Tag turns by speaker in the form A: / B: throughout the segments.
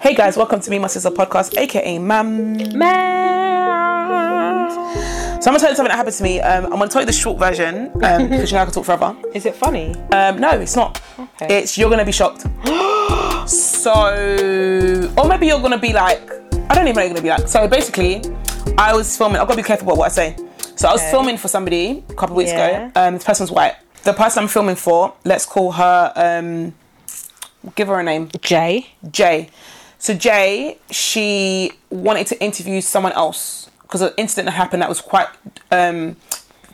A: Hey guys, welcome to Me My Sister podcast, aka Mam. So I'm gonna tell you something that happened to me. Um, I'm gonna tell you the short version because you know I can talk forever.
B: Is it funny?
A: Um, no, it's not.
B: Okay.
A: It's you're gonna be shocked. so, or maybe you're gonna be like, I don't even know you're gonna be like. So basically, I was filming. I've gotta be careful about what I say. So I was
B: Okay.
A: filming for somebody a couple of weeks
B: Yeah.
A: ago. Um, this person's white. The person I'm filming for, let's call her. Um, give her a name.
B: Jay.
A: Jay. So Jay, she wanted to interview someone else because an incident had happened that was quite, um,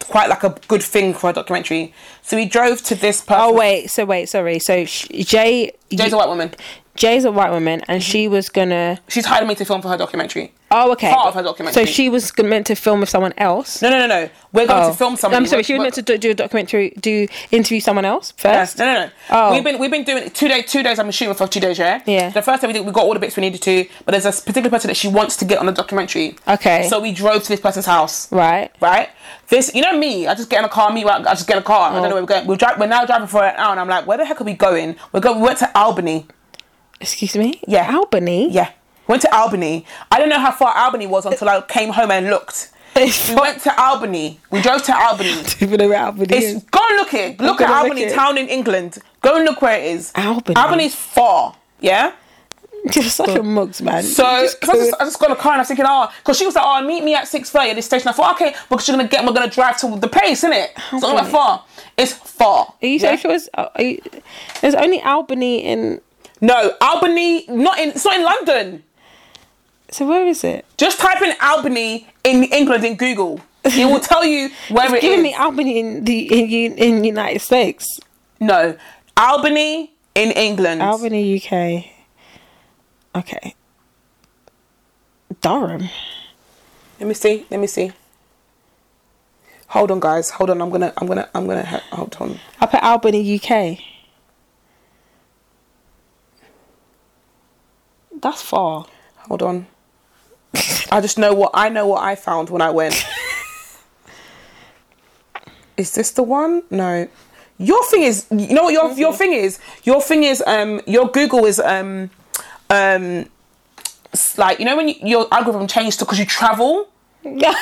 A: quite like a good thing for a documentary. So he drove to this person.
B: Oh wait, so wait, sorry. So sh- Jay.
A: Jay's a Mm-hmm. white woman.
B: Jay's a white woman, and she was gonna.
A: She's hired me to film for her documentary.
B: Oh, okay.
A: Part of her
B: So
A: documentary.
B: she was g- meant to film with someone else.
A: No, no, no, no. We're going
B: Oh.
A: to film somebody.
B: I'm sorry. She was meant to do, do a documentary, do interview someone else first.
A: Yes, no, no, no.
B: Oh.
A: We've been we've been doing it two days. Two days. I'm assuming for two days. Yeah.
B: Yeah.
A: The first day we did, we got all the bits we needed to, but there's this particular person that she wants to get on the documentary.
B: Okay.
A: So we drove to this person's house.
B: Right.
A: right? This, you know me, I just get in a car, me, right, I just get in a car.
B: Oh.
A: I don't know where we're going. We're, dri- we're now driving for an hour, and I'm like, where the heck are we going? We're going. We went to Albany.
B: Excuse me.
A: Yeah.
B: Albany.
A: Yeah, went to Albany. I don't know how far Albany was until I came home and looked. We went to Albany. We drove to Albany.
B: Even though Albany.
A: It's,
B: is.
A: go and look it. Look
B: gonna
A: at
B: look
A: Albany
B: it.
A: town in England. Go and look where it is.
B: Albany.
A: Albany's far. Yeah.
B: You're such a mugs, man.
A: So 'cause I, just, I just got in the car and I was thinking, oh, because she was like, oh, meet me at six thirty at this station. I thought, okay, because you're gonna get, we're gonna drive to the place, isn't it? It's not that "Oh,
B: funny.
A: far. It's far.
B: Mm. Are you so sure? It's, are you, there's only Albany in.
A: No, Albany. Not in. It's not in London.
B: So where is it?
A: Just type in Albany in England in Google. It will tell you where
B: It's
A: it is.
B: giving me Albany in the in U- in United States.
A: no, Albany in England.
B: Albany, UK. Okay. Durham.
A: Let me see. Let me see. Hold on, guys. Hold on. I'm gonna. I'm gonna. I'm gonna. ha- Hold on.
B: I put Albany, UK. That's far.
A: Hold on. I just know what I know what I found when I went. is this the one? No. Your thing is you know what your your thing is? Your thing is um your Google is um um s- like you know when you, your algorithm changed to because you travel?
B: Yeah.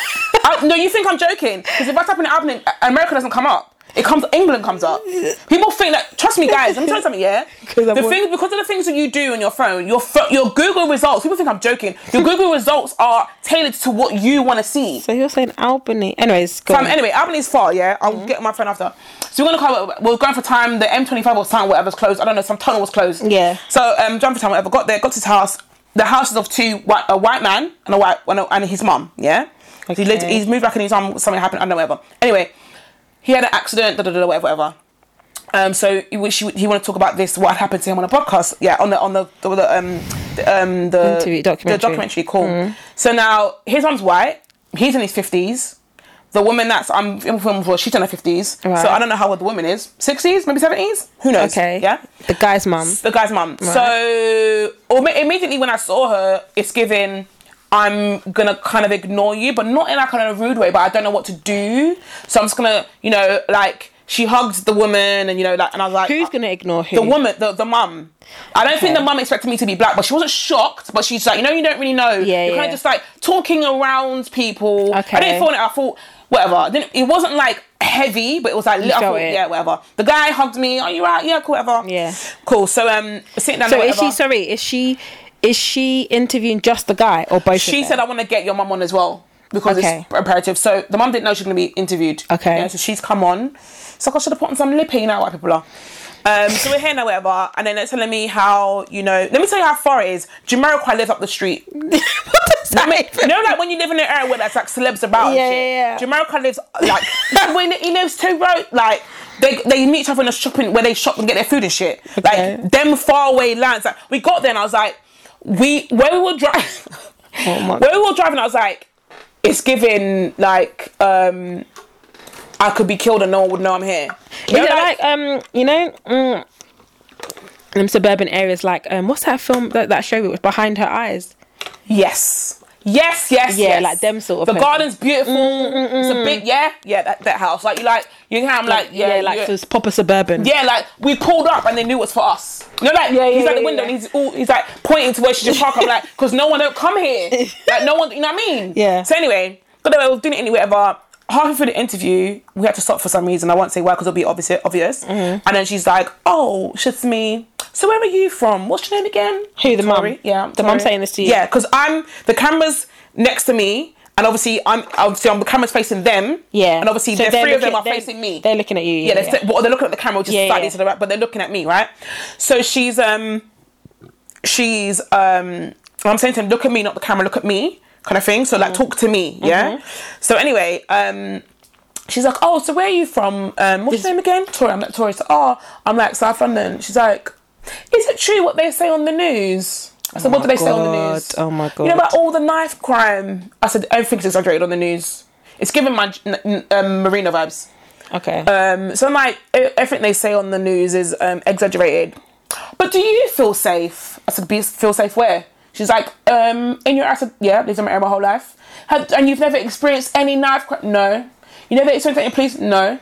A: I, no, you think I'm joking? Because if I type in Albany, America doesn't come up. It comes England comes up. People think that. Trust me, guys. Let me tell you something. Yeah,
B: 'Cause I'm
A: the
B: on-
A: thing because of the things that you do on your phone, your pho- your Google results. People think I'm joking. Your Google results are tailored to what you want to see.
B: so you're saying Albany. Anyways, go
A: Um,
B: on. Mm-hmm.
A: anyway, Albany's far, yeah. I'll get my phone after. So we're gonna call. We're going for time. The M25 or something, whatever's closed. I don't know. Some tunnel was closed.
B: Yeah.
A: So um, jumped for time, whatever. Got there. Got to his house. The house is of two white, a white man and a white and, a, and his mum. Yeah. So he lived,
B: Okay.
A: he's moved back in his mum. Something happened. I don't know whatever. Anyway, he had an accident. Da da da. da, Whatever. Whatever. Um, so he, wish- he, wanted to talk about this, what happened to him on a podcast. Yeah, on the on the, the, the um the, um the
B: Interview,
A: the
B: documentary. Mm-hmm.
A: documentary. Cool. So now his mom's white. He's in his fifties. The woman that's I'm in film for, she's in her fifties.
B: Right.
A: So I don't know how old the woman is. Sixties, maybe seventies. Who knows?
B: Okay.
A: Yeah.
B: The guy's mum.
A: The guy's mum. So or ma- immediately when I saw her, it's given. I'm gonna kind of ignore you, but not in a kind of rude way. But I don't know what to do, so I'm just gonna, you know, like she hugged the woman, and you know, like, and I was like,
B: Who's
A: I-
B: gonna ignore who?
A: the woman, the, the mum. I don't think
B: Okay.
A: the mum expected me to be black, but she wasn't shocked. But she's like, you know, you don't really know.
B: Yeah,
A: You're kind
B: yeah.
A: of just like talking around people. I
B: Okay.
A: didn't feel it. I thought whatever. Then it wasn't like heavy, but it was like I
B: felt
A: thought,
B: it.
A: yeah, whatever. The guy hugged me. Are you right? Yeah, cool, whatever.
B: Yeah.
A: cool. So um, sitting down.
B: So
A: or
B: is she
A: whatever,
B: sorry? Is she is she interviewing just the guy or both?
A: She
B: of
A: said,
B: them?
A: I want to get your mum on as well because
B: Okay.
A: it's imperative. So the mum didn't know she was going to be interviewed.
B: Okay.
A: Yeah, so she's come on. So I should have put on some lippy, you know, white people are. Um, so we're here now, whatever. And then they're telling me how, you know, let me tell you how far it is. Jamiroquai lives up the street.
B: "What does
A: I
B: that
A: mean, you
B: even-
A: know, like when you live in an area where there's like celebs about.
B: Yeah,
A: and shit?
B: yeah, yeah.
A: Jamaica lives like when he lives two road like they they meet each other in a shopping where they shop and get their food and shit.
B: Okay.
A: Like them faraway lands. Like we got there and I was like, we where we were driving,
B: Oh my-
A: where we were driving, I was like, it's giving like um. I could be killed and no one would know I'm here. You know,
B: Is it like, um, you know, mm, them suburban areas like um, what's that film that that show it was behind her eyes?
A: yes, Yes, yes,
B: Yeah,
A: yes.
B: like them sort of Mm,
A: The
B: person.
A: garden's beautiful. It's a big yeah, yeah. That, that house, like you like, you can. I'm like, Uh, yeah,
B: yeah, like
A: yeah.
B: so it's proper suburban.
A: Yeah, like we called up and they knew it was for us. You know, like
B: Yeah, yeah,
A: he's at
B: yeah,
A: the window
B: yeah.
A: and he's all he's like pointing to where she should park. I'm like, because no one don't come here. Like no one, you know what I mean?
B: Yeah.
A: So anyway, got away. We were doing it anyway. About halfway through the interview, we had to stop for some reason. I won't say why because it'll be obvious. Obvious.
B: Mm-hmm.
A: And then she's like, "Oh, shit's me. So where are you from? What's your name again?
B: Who, the mum?
A: Tori? Yeah,
B: The mum
A: Tori.
B: saying this to you?
A: Yeah, because I'm the cameras next to me. And obviously, I'm obviously I'm the camera's facing them.
B: Yeah.
A: And obviously,
B: So
A: the
B: they're
A: three of them
B: looking-
A: are
B: they're-
A: facing me
B: They're looking at you. Yeah.
A: yeah, they're, st- well, they're looking at the camera, which is
B: Yeah,
A: slightly
B: yeah.
A: to the right, but they're looking at me, right? So she's um, she's um, I'm saying to him, look at me, not the camera, look at me, kind of thing. So like,
B: Mm.
A: talk to me, yeah.
B: Mm-hmm.
A: So anyway, um, she's like, oh, so where are you from? Um, what's
B: This-
A: your name again? Tori. I'm like Tori. So oh, I'm like South London. She's like, is it true what they say on the news? I said, what do they say on the
B: God.
A: news?
B: Oh my
A: You know
B: God.
A: about all the knife crime? I said, everything's exaggerated on the news. It's giving my n- n- um, Marina vibes.
B: okay.
A: Um, so I'm like, e- everything they say on the news is um, exaggerated. But do you feel safe? I said, Be, feel safe where? She's like, um, in your. I said, yeah, lived in my area my whole life. Have, and you've never experienced any knife crime? No. You never experienced any police? No.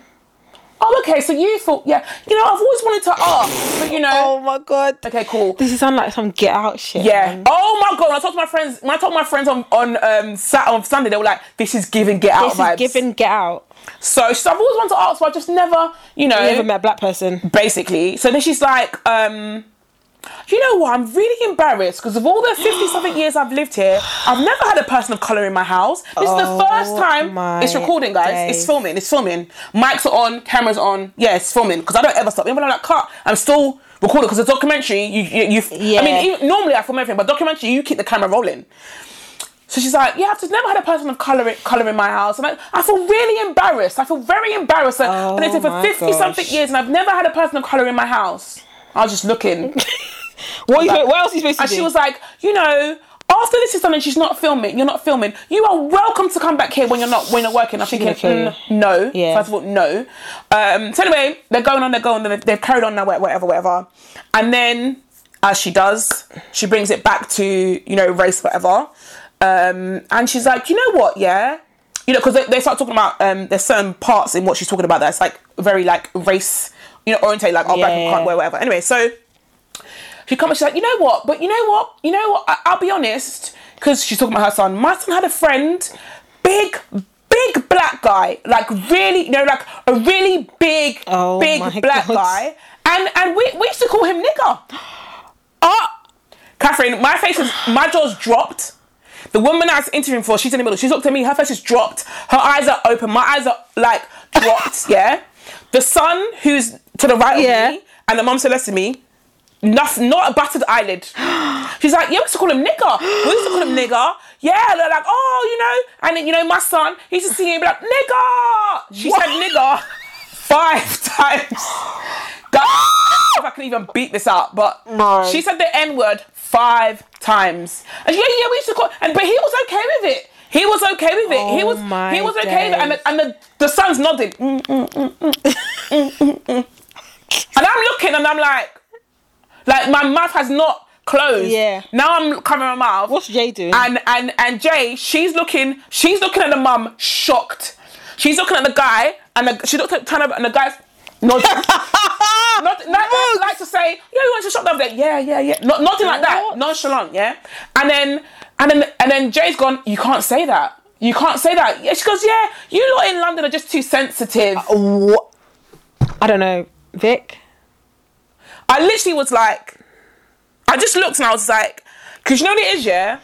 A: Oh, okay. So you thought, yeah. You know, I've always wanted to ask, but you
B: oh
A: know.
B: my god.
A: Okay, cool.
B: This is sound like some get out shit.
A: Yeah.
B: man.
A: Oh my god. When I talked to my friends, when I talked to my friends on on um sat on Sunday, they were like, "This is giving get out
B: This
A: Oh, vibes."
B: is giving get out.
A: So she's, I've always wanted to ask, but I just never, you know,
B: I never met a black person.
A: basically. So then she's like, um, you know what? I'm really embarrassed because of all the 50 something years I've lived here, I've never had a person of color in my house. This is
B: Oh
A: the first
B: my
A: time it's recording, guys. It's
B: days.
A: filming. It's filming. Mics are on, cameras on. Yeah, it's filming because I don't ever stop. Even when I'm like, cut, I'm still recording because a documentary, you, you, you
B: Yeah.
A: I mean, even, normally I film everything, but documentary, you keep the camera rolling. So she's like, yeah, I've just never had a person of color in, color in my house. And I, I feel really embarrassed. I feel very embarrassed. Like, I've been
B: Oh
A: here for
B: my
A: 50 something
B: gosh.
A: years and I've never had a person of color in my house. I was just looking.
B: What, are you, what else are you supposed to
A: and
B: do?
A: she was like, you know, after this is done and she's not filming, you're not filming. You are welcome to come back here when you're not when you're working. I'm thinking,
B: gonna kill you.
A: mm, no.
B: Yeah.
A: First of all, no. Um, so anyway, they're going on, they're going, they've, they've carried on now, wha- whatever, whatever. And then, as she does, she brings it back to you know race, whatever. Um, and she's like, you know what, yeah. You know, because they, they start talking about um, there's certain parts in what she's talking about that's like very like race, you know, oriented, like oh black people
B: Yeah.
A: can't wear whatever. Anyway, so she comes, she's like, you know what? But you know what? You know what? I- I'll be honest, because she's talking about her son. My son had a friend, big, big black guy, like really, you know, like a really big,
B: Oh
A: big
B: my
A: black
B: God.
A: guy, and and we we used to call him nigger. Ah, Catherine, my face is my jaw's dropped. The woman I was interviewing for, she's in the middle. She's looked at me, her face is dropped, her eyes are open, my eyes are like dropped, yeah. The son who's to the right
B: Yeah.
A: of me, and the mum to the left of me, nothing, not a battered eyelid. She's like, yeah, we used to call him nigger. We used to call him nigger. Yeah, they're like, oh, you know, and then, you know, my son, he used to see him be like, nigger. She said nigger five times. That- if I can even beat this up, but
B: No.
A: she said the N word five times. And she, yeah, yeah, we used to call, and but he was okay with it. He was okay with it. he
B: Oh
A: was
B: my
A: he was okay with it, and
B: days.
A: the, and the, the son's nodding. Mm, mm, mm, mm, mm, mm, mm. and I'm looking, and I'm like, like my mouth has not closed.
B: Yeah.
A: Now I'm covering my mouth.
B: What's Jay doing?
A: And and and Jay, she's looking, she's looking at the mum, shocked. She's looking at the guy, and the, she looked at kind of, and the guy's nodding. Not, not, not like to say, yeah, you want to shop there? Like, yeah, yeah, yeah. Not, nothing like that.
B: What?
A: Nonchalant, yeah. And then, and then, and then Jay's gone. You can't say that. You can't say that. Yeah, she goes, yeah. You lot in London are just too sensitive.
B: Uh, what? I don't know, Vic.
A: I literally was like, I just looked and I was like, because you know what it is, yeah.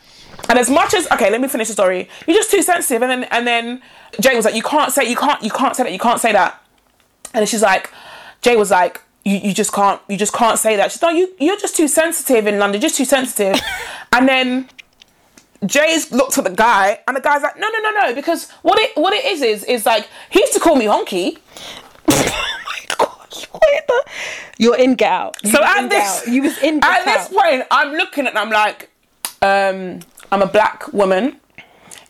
A: And as much as okay, let me finish the story. You're just too sensitive, and then and then Jay was like, you can't say, you can't, you can't say that, you can't say that. And then she's like, Jay was like, you, you just can't, you just can't say that. She's no, you you're just too sensitive in London, just too sensitive. and then Jay's looked at the guy, and the guy's like, no, no, no, no, because what it what it is is is like he used to call me honky.
B: oh my god! What the? You're in get out. You
A: So
B: was
A: at
B: in, get
A: this,
B: out. you was in
A: at
B: get
A: this
B: out.
A: point, I'm looking at and I'm like, um, I'm a black woman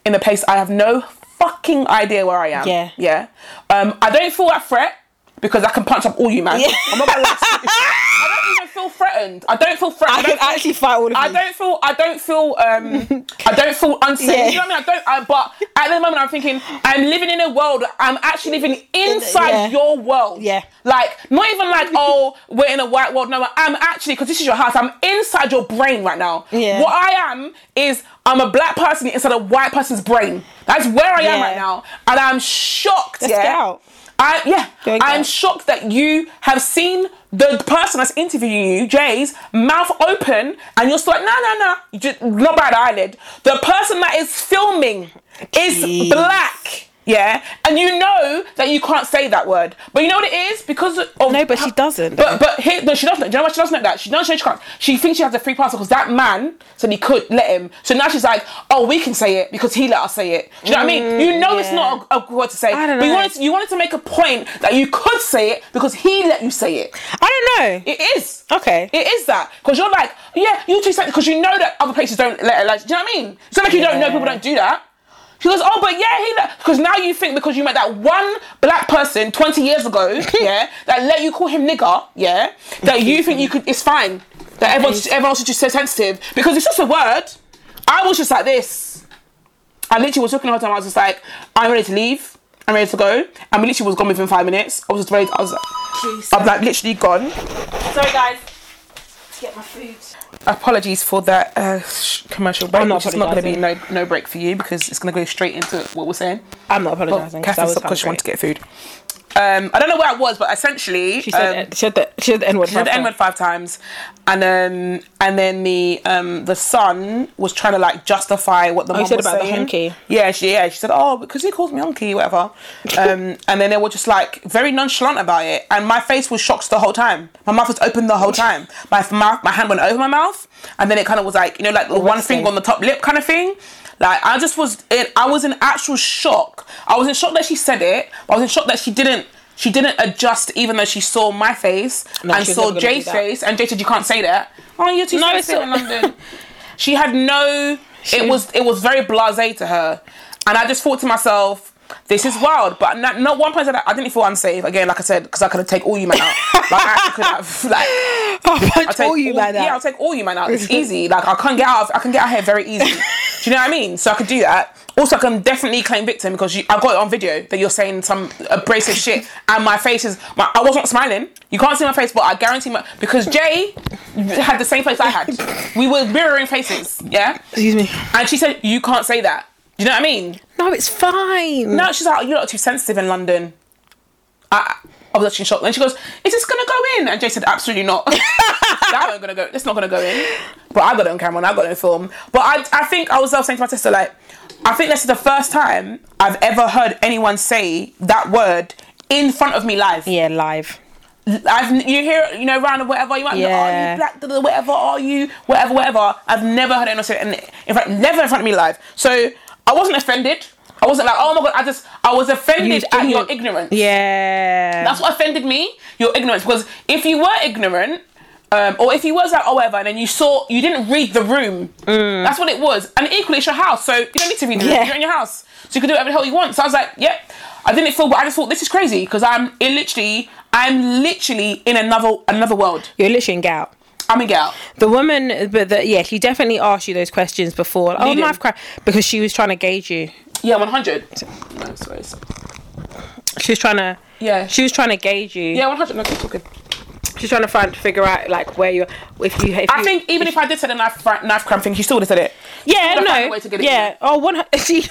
A: in a place I have no fucking idea where I am.
B: Yeah.
A: yeah. Um, I don't feel that threat because I can punch up all you, man.
B: Yeah.
A: I'm not gonna lie. to you. I don't even feel threatened. I don't feel threatened.
B: I can
A: don't feel-
B: actually fight all of
A: I
B: you.
A: don't feel. I don't feel. Um, I don't feel unsafe.
B: Yeah.
A: You know what I mean? I don't. I, but at the moment, I'm thinking I'm living in a world. I'm actually living inside
B: yeah.
A: your world.
B: Yeah.
A: Like not even like oh we're in a white world. No, I'm actually because this is your house. I'm inside your brain right now.
B: Yeah.
A: What I am is I'm a black person inside a white person's brain. That's where I am
B: Yeah.
A: right now, and I'm shocked.
B: Let's
A: yeah.
B: get out.
A: I yeah.
B: Going
A: I'm
B: out.
A: shocked that you have seen the person that's interviewing you, Jay's mouth open, and you're still like, no, no, no, you just not by the eyelid. The person that is filming is
B: Jeez.
A: black. Yeah, and you know that you can't say that word, but you know what it is because of
B: No, but she doesn't.
A: But but here, no, she doesn't. Do you know what? She doesn't know that. She doesn't know she can't. She thinks she has a free pass because that man said he could let him. So now she's like, oh, we can say it because he let us say it. Do you know what I mean? You know it's
B: yeah.
A: not a, a good word to say.
B: Mm, I don't
A: But you
B: know.
A: wanted to, you wanted to make a point that you could say it because he let you say it.
B: I don't know.
A: It is.
B: Okay.
A: It is that because you're like, yeah, you two because you know that other places don't let. Like, do you know what I mean? It's not like you don't know
B: Yeah.
A: people don't do that. She goes, oh, but yeah, he because now you think because you met that one black person twenty years ago, yeah, that let you call him nigger, yeah, that you think you could. It's fine. That everyone's everyone else is just so sensitive because it's just a word. I was just like this. I literally was talking about time. I was just like, I'm ready to leave. I'm ready to go. And we literally was gone within five minutes. I was just ready. I was, I'm like literally gone.
B: Sorry, guys. Let's get my food.
A: apologies for that uh, sh- commercial break.
B: I'm not
A: which is not going to be
B: apologising.
A: no no break for you because it's going to go straight into what we're saying.
B: I'm not
A: But
B: apologising. 'cause I
A: Catherine
B: was
A: stopped because she
B: hungry.
A: wanted to get food. Um, I don't know where I was, but essentially,
B: She said
A: um,
B: it- she had the she had the N word.
A: she said the N word five times, and um, and then the um, the son was trying to like justify what the mom
B: Oh, you said
A: was
B: about the
A: saying.
B: honky.
A: Yeah, she yeah she said oh because he calls me honky whatever, um, and then they were just like very nonchalant about it, and my face was shocked the whole time. My mouth was open the whole time. My f- mouth my hand went over my mouth, and then it kind of was like you know like the one
B: resting.
A: finger on the top lip kind of thing. Like I just was in I was in actual shock. I was in shock that she said it. But I was in shock that she didn't. She didn't adjust, even though she saw my face
B: No,
A: and
B: she was
A: saw
B: never gonna do
A: Jay's
B: that.
A: face, and Jay said, "You can't say that." Oh, you're too
B: No,
A: no,
B: it's not-
A: in London. she had no. it was it was very blasé to her, and I just thought to myself, "This is wild." But not, not one person that I didn't feel unsafe. Again, like I said, because I could have taken all you man out. like I actually could have. Like
B: Oh, I
A: take
B: told you about
A: Yeah, I'll
B: that.
A: take all you man out. It's easy. Like I can't get out. Of, I can get out here very easy. do you know what I mean? So I could do that. Also, I can definitely claim victim because you, I've got it on video that you're saying some abrasive shit, and my face is. My, I wasn't smiling. You can't see my face, but I guarantee my because Jay had the same face I had. We were mirroring faces. Yeah,
B: Excuse me.
A: and she said you can't say that. Do you know what I mean?
B: No, it's fine.
A: No, she's like, you're not too sensitive in London. I, I was actually shocked. And she goes, is this going to go in? And Jay said, absolutely not. that ain't going to go. It's not going to go in. But I got it on camera and I got it on film. But I, I think I was also saying to my sister, like, I think this is the first time I've ever heard anyone say that word in front of me live.
B: Yeah, live.
A: I've you hear you know round or whatever you might be like, are
B: Yeah.
A: you black da, da, da, whatever are you whatever whatever I've never heard anyone say it and in fact never in front of me live so I wasn't offended I wasn't like oh my god I just I was offended
B: You-
A: at your
B: you-
A: ignorance
B: Yeah.
A: that's what offended me your ignorance because if you were ignorant um, or if you was like oh whatever and then you saw you didn't read the room that's what it was and equally it's your house so you don't need to read the
B: Mm. Yeah.
A: room you're in your house so you can do whatever the hell you want so I was like yep I didn't feel but I just thought this is crazy because I'm it literally I'm literally in another another world
B: You're literally in gout.
A: I'm a gal
B: The woman, but the, yeah, she definitely asked you those questions before. Oh,
A: Leading.
B: knife crack. Because she was trying to gauge you.
A: yeah 100 no, sorry, sorry.
B: She was trying to.
A: yeah
B: She was trying to gauge you.
A: yeah 100 no, keep talking
B: She's trying to find, figure out like where you're. If you, if
A: I
B: you-
A: think even if I did say the knife knife cramp thing she still would have said it
B: yeah,
A: gotta find a
B: no,
A: way to get it
B: yeah.
A: in.
B: Oh, one. hun- She,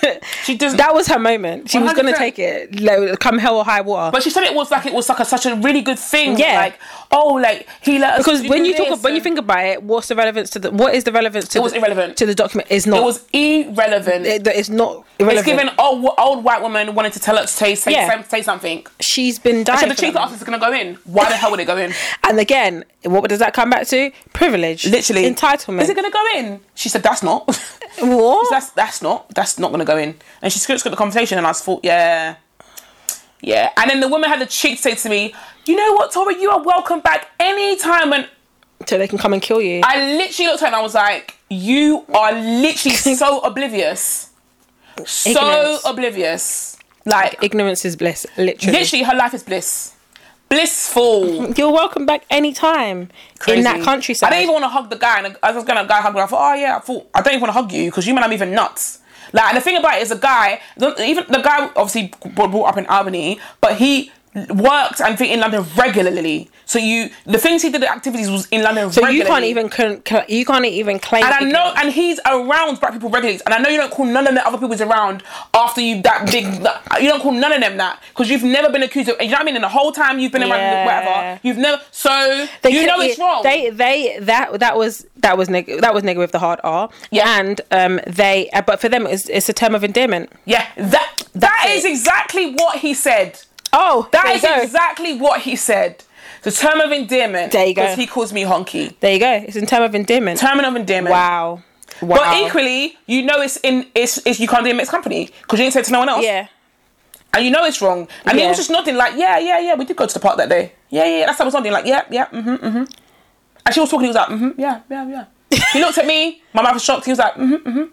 A: She does-
B: That was her moment. She was gonna
A: 100%.
B: take it, like, come hell or high water.
A: But she said it was like it was like a, such a really good thing.
B: Yeah.
A: Like oh, like he let us
B: because
A: do
B: when you talk,
A: this
B: ab- when you
A: and-
B: think about it, what's the relevance to the? What is the relevance to?
A: was
B: the,
A: irrelevant.
B: to the document. It's not.
A: it was irrelevant.
B: it- it's not irrelevant.
A: it's given old old white woman wanted to tell us say say,
B: Yeah.
A: say, say something.
B: She's been dying.
A: So the
B: for
A: chief
B: that
A: asked
B: moment.
A: is gonna go in. Why the hell would it go in?
B: And again, what does that come back to? Privilege. Entitlement.
A: Is it gonna go in? She said that's not.
B: What?
A: that's that's not that's not gonna go in. And she skipped the conversation and I just thought yeah. Yeah, and then the woman had the cheek to say to me, "You know what, Tori? You are welcome back anytime and
B: so they can come and kill you.
A: I literally looked at her and I was like, you are literally so oblivious. So
B: Ignorance.
A: oblivious. Like,
B: Ignorance is bliss. Literally.
A: literally, her life is bliss. blissful.
B: You're welcome back anytime in that countryside.
A: I didn't even want to hug the guy, and I was gonna guy hug me. I thought, oh yeah, I thought I don't even want to hug you because you man, I'm even nuts. Like, and the thing about it is, the guy, the, even the guy, obviously brought brought up in Albany, but he worked and fit in London regularly. So you, the things he did, the activities was in London.
B: so
A: regularly.
B: you can't even con- cl- you can't even claim.
A: And I
B: it.
A: know, and he's around black people regularly. And I know you don't call none of the other people's around after you that big. that- you don't call none of them that because you've never been accused of. You know what I mean? And the whole time you've been around
B: Yeah.
A: whatever, you've never. So
B: They
A: you
B: could-
A: know it's
B: yeah,
A: wrong.
B: They they that that was that was neg- that was nigger with the hard R.
A: Yeah.
B: And um they uh, but for them it's, it's a term of endearment.
A: yeah, that that is exactly what he said.
B: Oh,
A: That
B: there
A: is
B: you go.
A: exactly what he said. The term of endearment.
B: There you go.
A: Because he calls me honky.
B: there you go. It's in term of endearment.
A: Term of endearment.
B: wow. Wow.
A: But equally, you know it's in it's, it's you can't do it in mixed company because you didn't say it to no one else.
B: yeah.
A: and you know it's wrong. And he
B: Yeah.
A: was just nodding like, yeah, yeah, yeah, we did go to the park that day. Yeah, yeah, yeah. that's how I was nodding like, yeah, yeah, mm-hmm, mm-hmm. And she was talking, he was like, mm-hmm, yeah, yeah, yeah. he looked at me, my mouth was shocked, he was like, mm-hmm, mm-hmm.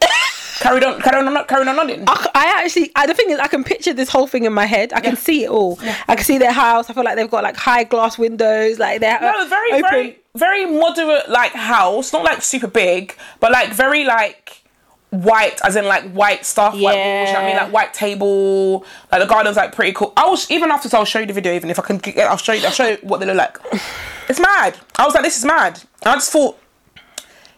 A: carried on, carried on, carried on nodding.
B: I c- I actually, I, the thing is, I can picture this whole thing in my head. I can
A: Yeah.
B: see it all. I can see their house. I feel like they've got like high glass windows, like they're uh,
A: No, very,
B: open.
A: very, very moderate like house, not like super big, but like very like white, as in like white stuff, white walls. You know what I mean,
B: Yeah.
A: like white table. Like the garden's like pretty cool. I was even after this, I'll show you the video. Even if I can, get, I'll show you. I'll show you what they look like. It's mad. I was like, this is mad. And I just thought,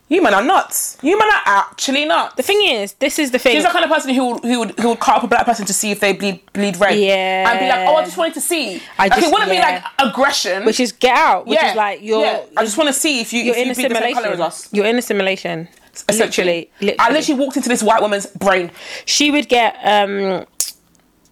A: you man are nuts. You man are actually nuts.
B: The thing is, this is the thing.
A: He's the kind of person who would, who would who would cut up a black person to see if they bleed bleed red.
B: Yeah.
A: And be like, oh, I just wanted to see.
B: I
A: I just,
B: just-
A: it wouldn't
B: yeah.
A: be like aggression.
B: which is get out, which is like you're
A: Yeah. I just want to see if you
B: you're
A: if
B: in
A: you
B: a
A: be the same
B: simulation.
A: color as us.
B: You're in a simulation.
A: Essentially,
B: literally,
A: I literally walked into this white woman's brain.
B: she would get um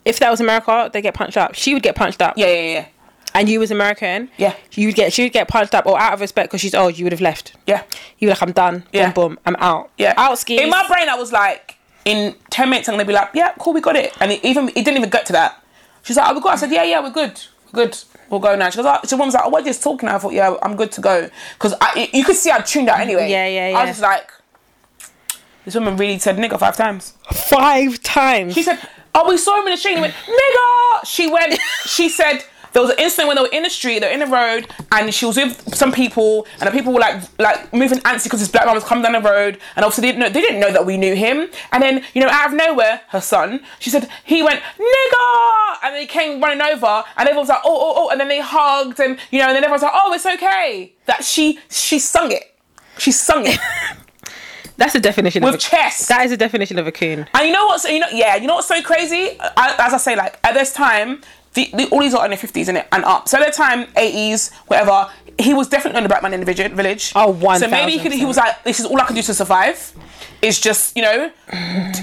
B: if that was America, they get punched up. She would get punched up.
A: Yeah, yeah, yeah,
B: And you was American.
A: Yeah.
B: You would get she would get punched up or out of respect because she's old, you would have left.
A: yeah,
B: You were like, I'm done.
A: Yeah.
B: Boom, boom, I'm out.
A: yeah.
B: Out skis.
A: In my brain, I was like, in ten minutes, I'm gonna be like, yeah, cool, we got it. And it even it didn't even get to that. She's like, oh, we got. It. I said, yeah, yeah, we're good, we're good. We'll go now. She goes, oh, she was like, oh, we're just talking. I thought, yeah, I'm good to go because you could see I tuned out anyway.
B: Yeah, yeah,
A: I
B: yeah.
A: was just like, this woman really said nigga five times.
B: Five times.
A: She said, "Oh, we saw him in the street." And he went, "Nigga!" She went. She said there was an incident when they were in the street, they were in the road, and she was with some people, and the people were like, like moving antsy because this black man was coming down the road, and obviously they didn't know they didn't know that we knew him. And then you know, out of nowhere, her son, she said he went, "Nigga!" And then he came running over, and everyone was like, "Oh, oh, oh!" And then they hugged, and you know, and then everyone was like, "Oh, it's okay." That she she sung it. She sung it
B: That's a definition
A: with
B: of a
A: chest.
B: that is a definition of a coon.
A: And you know what's you know yeah you know what's so crazy? I, as I say, like at this time, the, the, all these are in their fifties and and up. So at the time, eighties, whatever. He was definitely on the black man in the village. village.
B: Oh, one
A: So maybe he, could, he
B: thousand
A: was like, "This is all I can do to survive. It's just you know,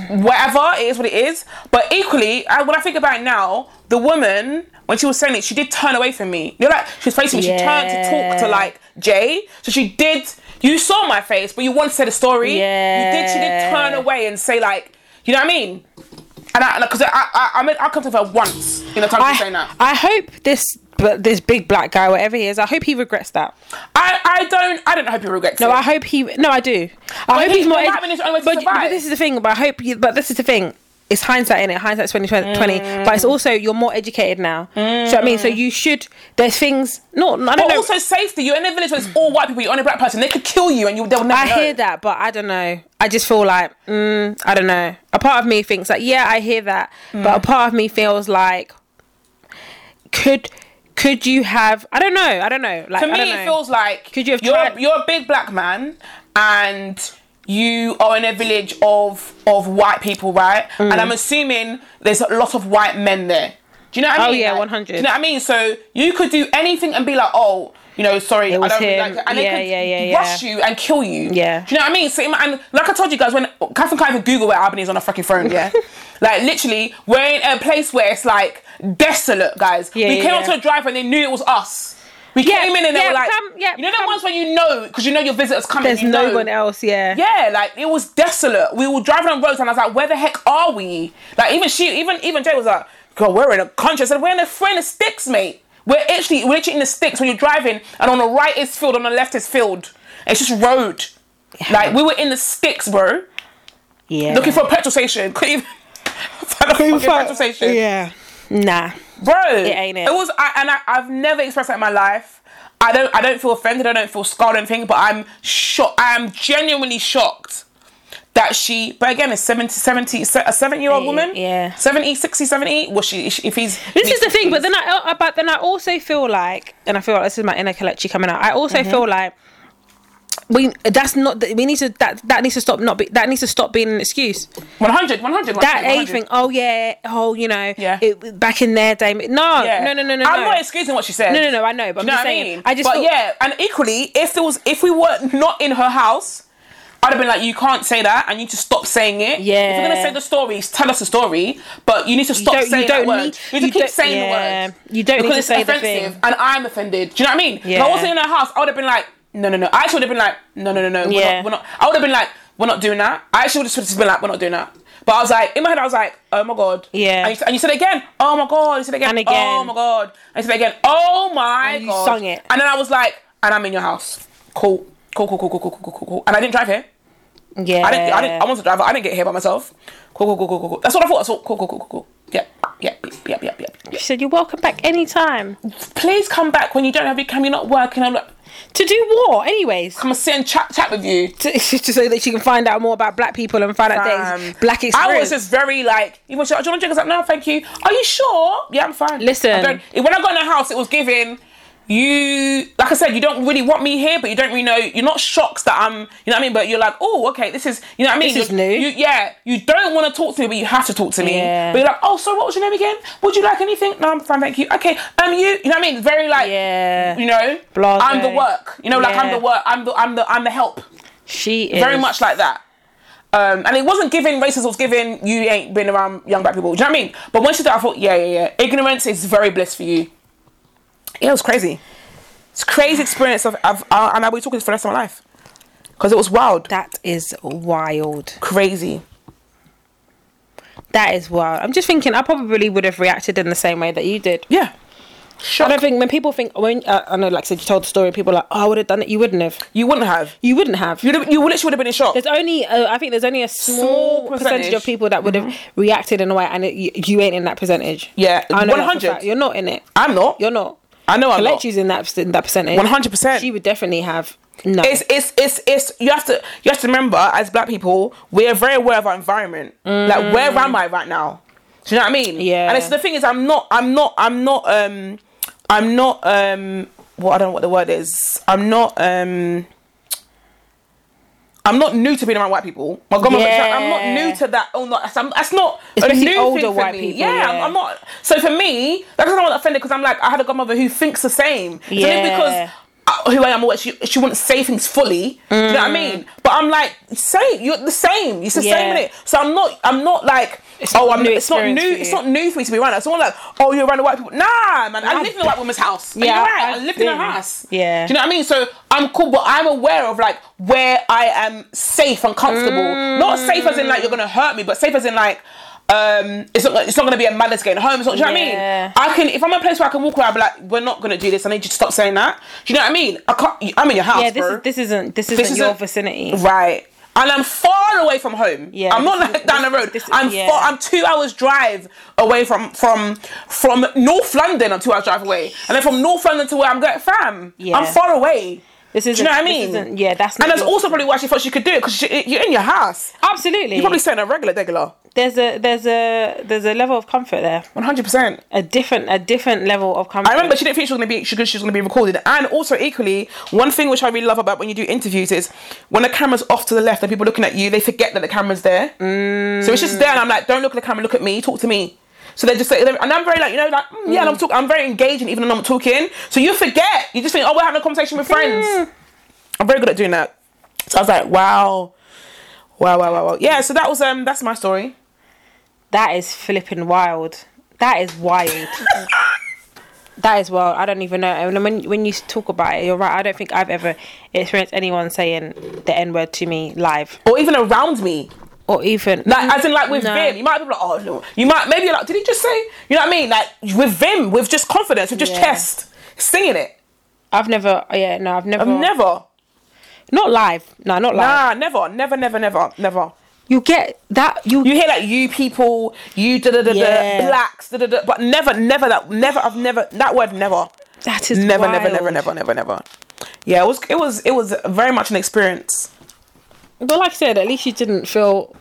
A: whatever it is, what it is." But equally, I, when I think about it now, the woman when she was saying it, she did turn away from me. You're like she was facing me. She turned to talk to
B: Yeah.
A: like Jay. So she did. You saw my face, but you wanted to say the story. You did. She did turn
B: Yeah.
A: away and say like, you know what I mean? And I, because I, I, I mean, I come to her once in the time I, saying
B: I,
A: that.
B: I hope this but this big black guy, whatever he is, I hope he regrets that.
A: I, I don't, I don't hope you regret.
B: No,
A: it.
B: I hope he. No, I do. I hope
A: he-
B: he's more.
A: but having his own way to
B: but,
A: survive.
B: but this is the thing. But I hope. You, but this is the thing. It's hindsight in it. Hindsight's twenty twenty. But
A: Mm.
B: it's also you're more educated now. Do you know what I mean? So you should. There's things. No, no, I don't
A: But
B: know.
A: also safety. You're in a village where it's all white people. You're only a black person. They could kill you, and you they'll never
B: I
A: know.
B: hear that, but I don't know. I just feel like mm, I don't know. A part of me thinks like, yeah, I hear that,
A: Mm.
B: but a part of me feels like could could you have? I don't know. I don't know. Like
A: To
B: I
A: me,
B: don't
A: it
B: know.
A: feels like
B: Could you have
A: you're,
B: tried-
A: you're a big black man, and you are in a village of of white people, right?
B: Mm.
A: And I'm assuming there's a lot of white men there. Do you know what I
B: Oh,
A: mean?
B: yeah,
A: Like,
B: 100.
A: Do you know what I mean? So you could do anything and be like, oh, you know, sorry, I
B: was
A: don't really
B: him.
A: like it. And they
B: Yeah,
A: could
B: yeah, yeah, yeah.
A: rush you and kill you.
B: Yeah.
A: Do you know what I mean? So, it might- and like I told you guys, when Catherine can't even Google where Albany is on her fucking phone, yeah? like, literally, we're in a place where it's like desolate, guys.
B: Yeah,
A: we
B: yeah,
A: came
B: yeah.
A: onto a drive and they knew it was us. We
B: Yeah,
A: came in and they
B: yeah,
A: were like,
B: come- yeah,
A: you know the
B: come.
A: ones where you know, because you know your visitors coming.
B: There's
A: you know.
B: no one else. Yeah.
A: Yeah, like it was desolate. We were driving on roads and I was like, where the heck are we? Like even she, even even Jay was like, girl, we're in a country. I said, we're in the we're in the sticks, mate. We're actually we're literally in the sticks when you're driving, and on the right is field, on the left is field. It's just road. Like we were in the sticks, bro,
B: Yeah.
A: looking for a petrol station. Couldn't even find a fucking petrol station.
B: Yeah. Nah.
A: bro.
B: It ain't it.
A: It was, I, and I, I've never expressed that in my life. I don't, I don't feel offended. I don't feel scarred or anything. But I'm shocked. I am genuinely shocked that she. But again, it's 70, 70 a seven-year-old
B: Yeah,
A: woman.
B: yeah.
A: 70, 60, 70. Well, she, if he's
B: This is the thing, but then I uh, but then I also feel like, and I feel like this is my inner Kalechi coming out. I also
A: Mm-hmm.
B: feel like we that's not that we need to that that needs to stop not be, that needs to stop being an excuse.
A: 100, 100,
B: That
A: 100.
B: age thing, oh yeah, oh you know,
A: Yeah.
B: it, back in their day. No,
A: Yeah.
B: no, no, no, no.
A: I'm
B: no.
A: not excusing what she said.
B: No, no, no, I know, but
A: Do you know
B: I'm just
A: what
B: saying.
A: I mean?
B: I just
A: but
B: feel-
A: yeah, and equally, if there was, if we were not in her house, I'd have been like, you can't say that, and you need to stop saying it. if you're gonna
B: Yeah.
A: say the stories, tell us the story, but you need to stop
B: don't- you
A: saying
B: don't
A: that word.
B: need-
A: you need
B: you
A: to keep
B: don't-
A: saying
B: yeah.
A: the word.
B: You don't need
A: because
B: to
A: it's
B: say the
A: offensive,
B: thing.
A: and I'm offended. Do you know what I mean? If
B: Yeah.
A: I wasn't in her house, I would have been like, no, no, no. I actually would have been like, no, no, no, no. We're,
B: Yeah.
A: not, we're not. I would have been like, we're not doing that. I actually would have just been like, we're not doing that. But I was like, in my head, I was like, oh my god.
B: Yeah.
A: And you, and you said it again, oh my god. You said it again,
B: And again.
A: oh my god. And you said it again, oh my
B: And you
A: god.
B: sung it.
A: And then I was like, and I'm in your house. Cool, cool, cool, cool, cool, cool, cool, cool, cool. And I didn't drive here.
B: yeah.
A: I didn't. I didn't. I wasn't a driver. I didn't get here by myself. Cool, cool, cool, cool, cool, cool. That's what I thought. I thought. Cool, cool, cool, cool, cool. Yep, yep, yep, yep, yep, yep.
B: she said, "You're welcome back anytime."
A: Please come back when you don't have your cam. You're not working. I'm like,
B: To do war, anyways.
A: come and sit and chat, chat with you.
B: To, to so that she can find out more about black people and find out their
A: Um,
B: black experience.
A: I was just very like, you want, do you want to drink? I was like, no, thank you. Are you sure? Yeah, I'm fine.
B: Listen.
A: I don't- when I got in the house, it was giving you, like I said, you don't really want me here, but you don't really know, you're not shocked that I'm, you know what I mean? But you're like, oh, okay, this is, you know what I mean?
B: This is
A: You're- You,
B: new.
A: yeah, you don't want to talk to me, but you have to talk to me.
B: Yeah.
A: But you're like, oh, so what was your name again? Would you like anything? No, I'm fine, thank you. Okay, um, you, you know what I mean? Very like,
B: Yeah.
A: you know,
B: Blasé.
A: I'm the work, you know, like I'm
B: Yeah.
A: the work, I'm the, I'm the, I'm the help
B: she is
A: very much like that. Um, and it wasn't giving racism, it was giving you ain't been around young black people. Do you know what I mean? But once you did, I thought, yeah, yeah, yeah. Ignorance is very bliss for you. Yeah, it was crazy. It's a crazy experience of, of uh, and I'll be talking this for the rest of my life because it was wild,
B: That is wild.
A: crazy.
B: That is wild. I'm just thinking, I probably would have reacted in the same way that you did.
A: Yeah,
B: I don't think when people think when uh, I know, like I said, you told the story, people are like, oh, I would have done it. You wouldn't have.
A: you wouldn't have.
B: You wouldn't have.
A: You'd have you literally would have been in shock.
B: There's only uh, I think there's only a small,
A: Small
B: percentage. Mm-hmm. of
A: percentage.
B: people that would have reacted in a way, and it, you, you ain't in that percentage.
A: Yeah,
B: I know that for a
A: 100.
B: fact. You're not in it.
A: I'm not.
B: You're not.
A: I know I'm not.
B: Kalechi's in that in that percentage.
A: 100%.
B: She would definitely have. No.
A: it's it's it's it's you have to you have to remember as black people we're very aware of our environment like where am i right now do you know what i mean
B: Mm. Yeah.
A: and it's the thing is i'm not i'm not i'm not um i'm not um well i don't know what the word is i'm not um I'm not new to being around white people. My grandma, I'm not
B: Yeah.
A: new to that. Oh, no, that's, I'm, that's not
B: Especially
A: a new
B: older
A: thing for
B: white
A: me.
B: people,
A: Yeah, I'm,
B: yeah.
A: I'm not. So for me, that's why I'm not offended because I'm like, I had a godmother who thinks the same. It's only
B: Yeah.
A: because uh, who I am, or what she she wouldn't say things fully. Do you know
B: Mm.
A: what I mean? But I'm like, same. You're the same. It's the
B: Yeah.
A: same in it. So I'm not. I'm not like.
B: It's
A: oh,
B: not
A: I'm.
B: new
A: It's not
B: experience
A: new.
B: for
A: It's
B: you.
A: not new for me to be around. It's not like, oh, you're around the white people. Nah, man. I
B: Nah.
A: live in a white woman's house. Yeah,
B: Yeah,
A: you're right. I,
B: I've
A: lived in her
B: been.
A: house.
B: Yeah.
A: Do you know what I mean? So I'm cool, but I'm aware of like where I am safe and comfortable. Not safe as in like you're gonna hurt me, but safe as in like. Um, it's not. It's not going to be a man that's getting home. It's not, do you know
B: Yeah.
A: what I mean? I can. If I'm in a place where I can walk around, I'll be like, "We're not going to do this." I need you to stop saying that. Do you know what I mean? I can't. I'm in your house,
B: yeah, this
A: bro.
B: is, this isn't this isn't your
A: isn't-
B: vicinity.
A: Right. And I'm far away from home.
B: Yeah,
A: I'm not
B: this is-
A: like down the
B: this-
A: road.
B: this-
A: I'm
B: yeah.
A: far, I'm two hours drive away from from from North London. I'm two hours drive away, and then from North London to where I'm going, fam.
B: Yeah.
A: I'm far away.
B: This is
A: Do you know what I mean?
B: yeah, that's not
A: And that's
B: your-
A: also probably why she thought she could do it because you're in your house.
B: absolutely.
A: You're probably staying a regular degular.
B: there's a there's a there's a level of comfort there.
A: 100. percent
B: A different a different level of comfort.
A: I remember she didn't think she was gonna be she, she was gonna be recorded. And also equally, one thing which I really love about when you do interviews is when the camera's off to the left and people are looking at you, they forget that the camera's there. So it's just there, and I'm like, don't look at the camera, look at me, talk to me. So they just say, and I'm very like, you know, like, mm, yeah, and I'm talking, I'm very engaging even when I'm talking. So you forget, you just think, oh, we're having a conversation with friends. I'm very good at doing that. So I was like, wow, wow, wow, wow, wow. Yeah. So that was um, that's my story.
B: That is flipping wild. That is wild. that is wild. I don't even know. And when when you talk about it, you're right. I don't think I've ever experienced anyone saying the n word to me live,
A: Or even around me,
B: or even
A: Like, as in, like with
B: No.
A: Vim, you might be like, oh, no. You might, maybe you're like, did he just say, you know what I mean? Like, with Vim, with just confidence, with just
B: Yeah.
A: chest, singing it.
B: I've never. Yeah, no, I've never.
A: Never.
B: Not live. No, not live.
A: Nah, never, never, never, never, never.
B: you get that you,
A: You hear like you people, you da da da da,
B: Yeah.
A: blacks da da da, but never, never that, never. I've never that word never,
B: that is
A: never, never,
B: wild.
A: never, never, never, never. Yeah, it was, it was, it was very much an experience.
B: But like I said, at least you didn't feel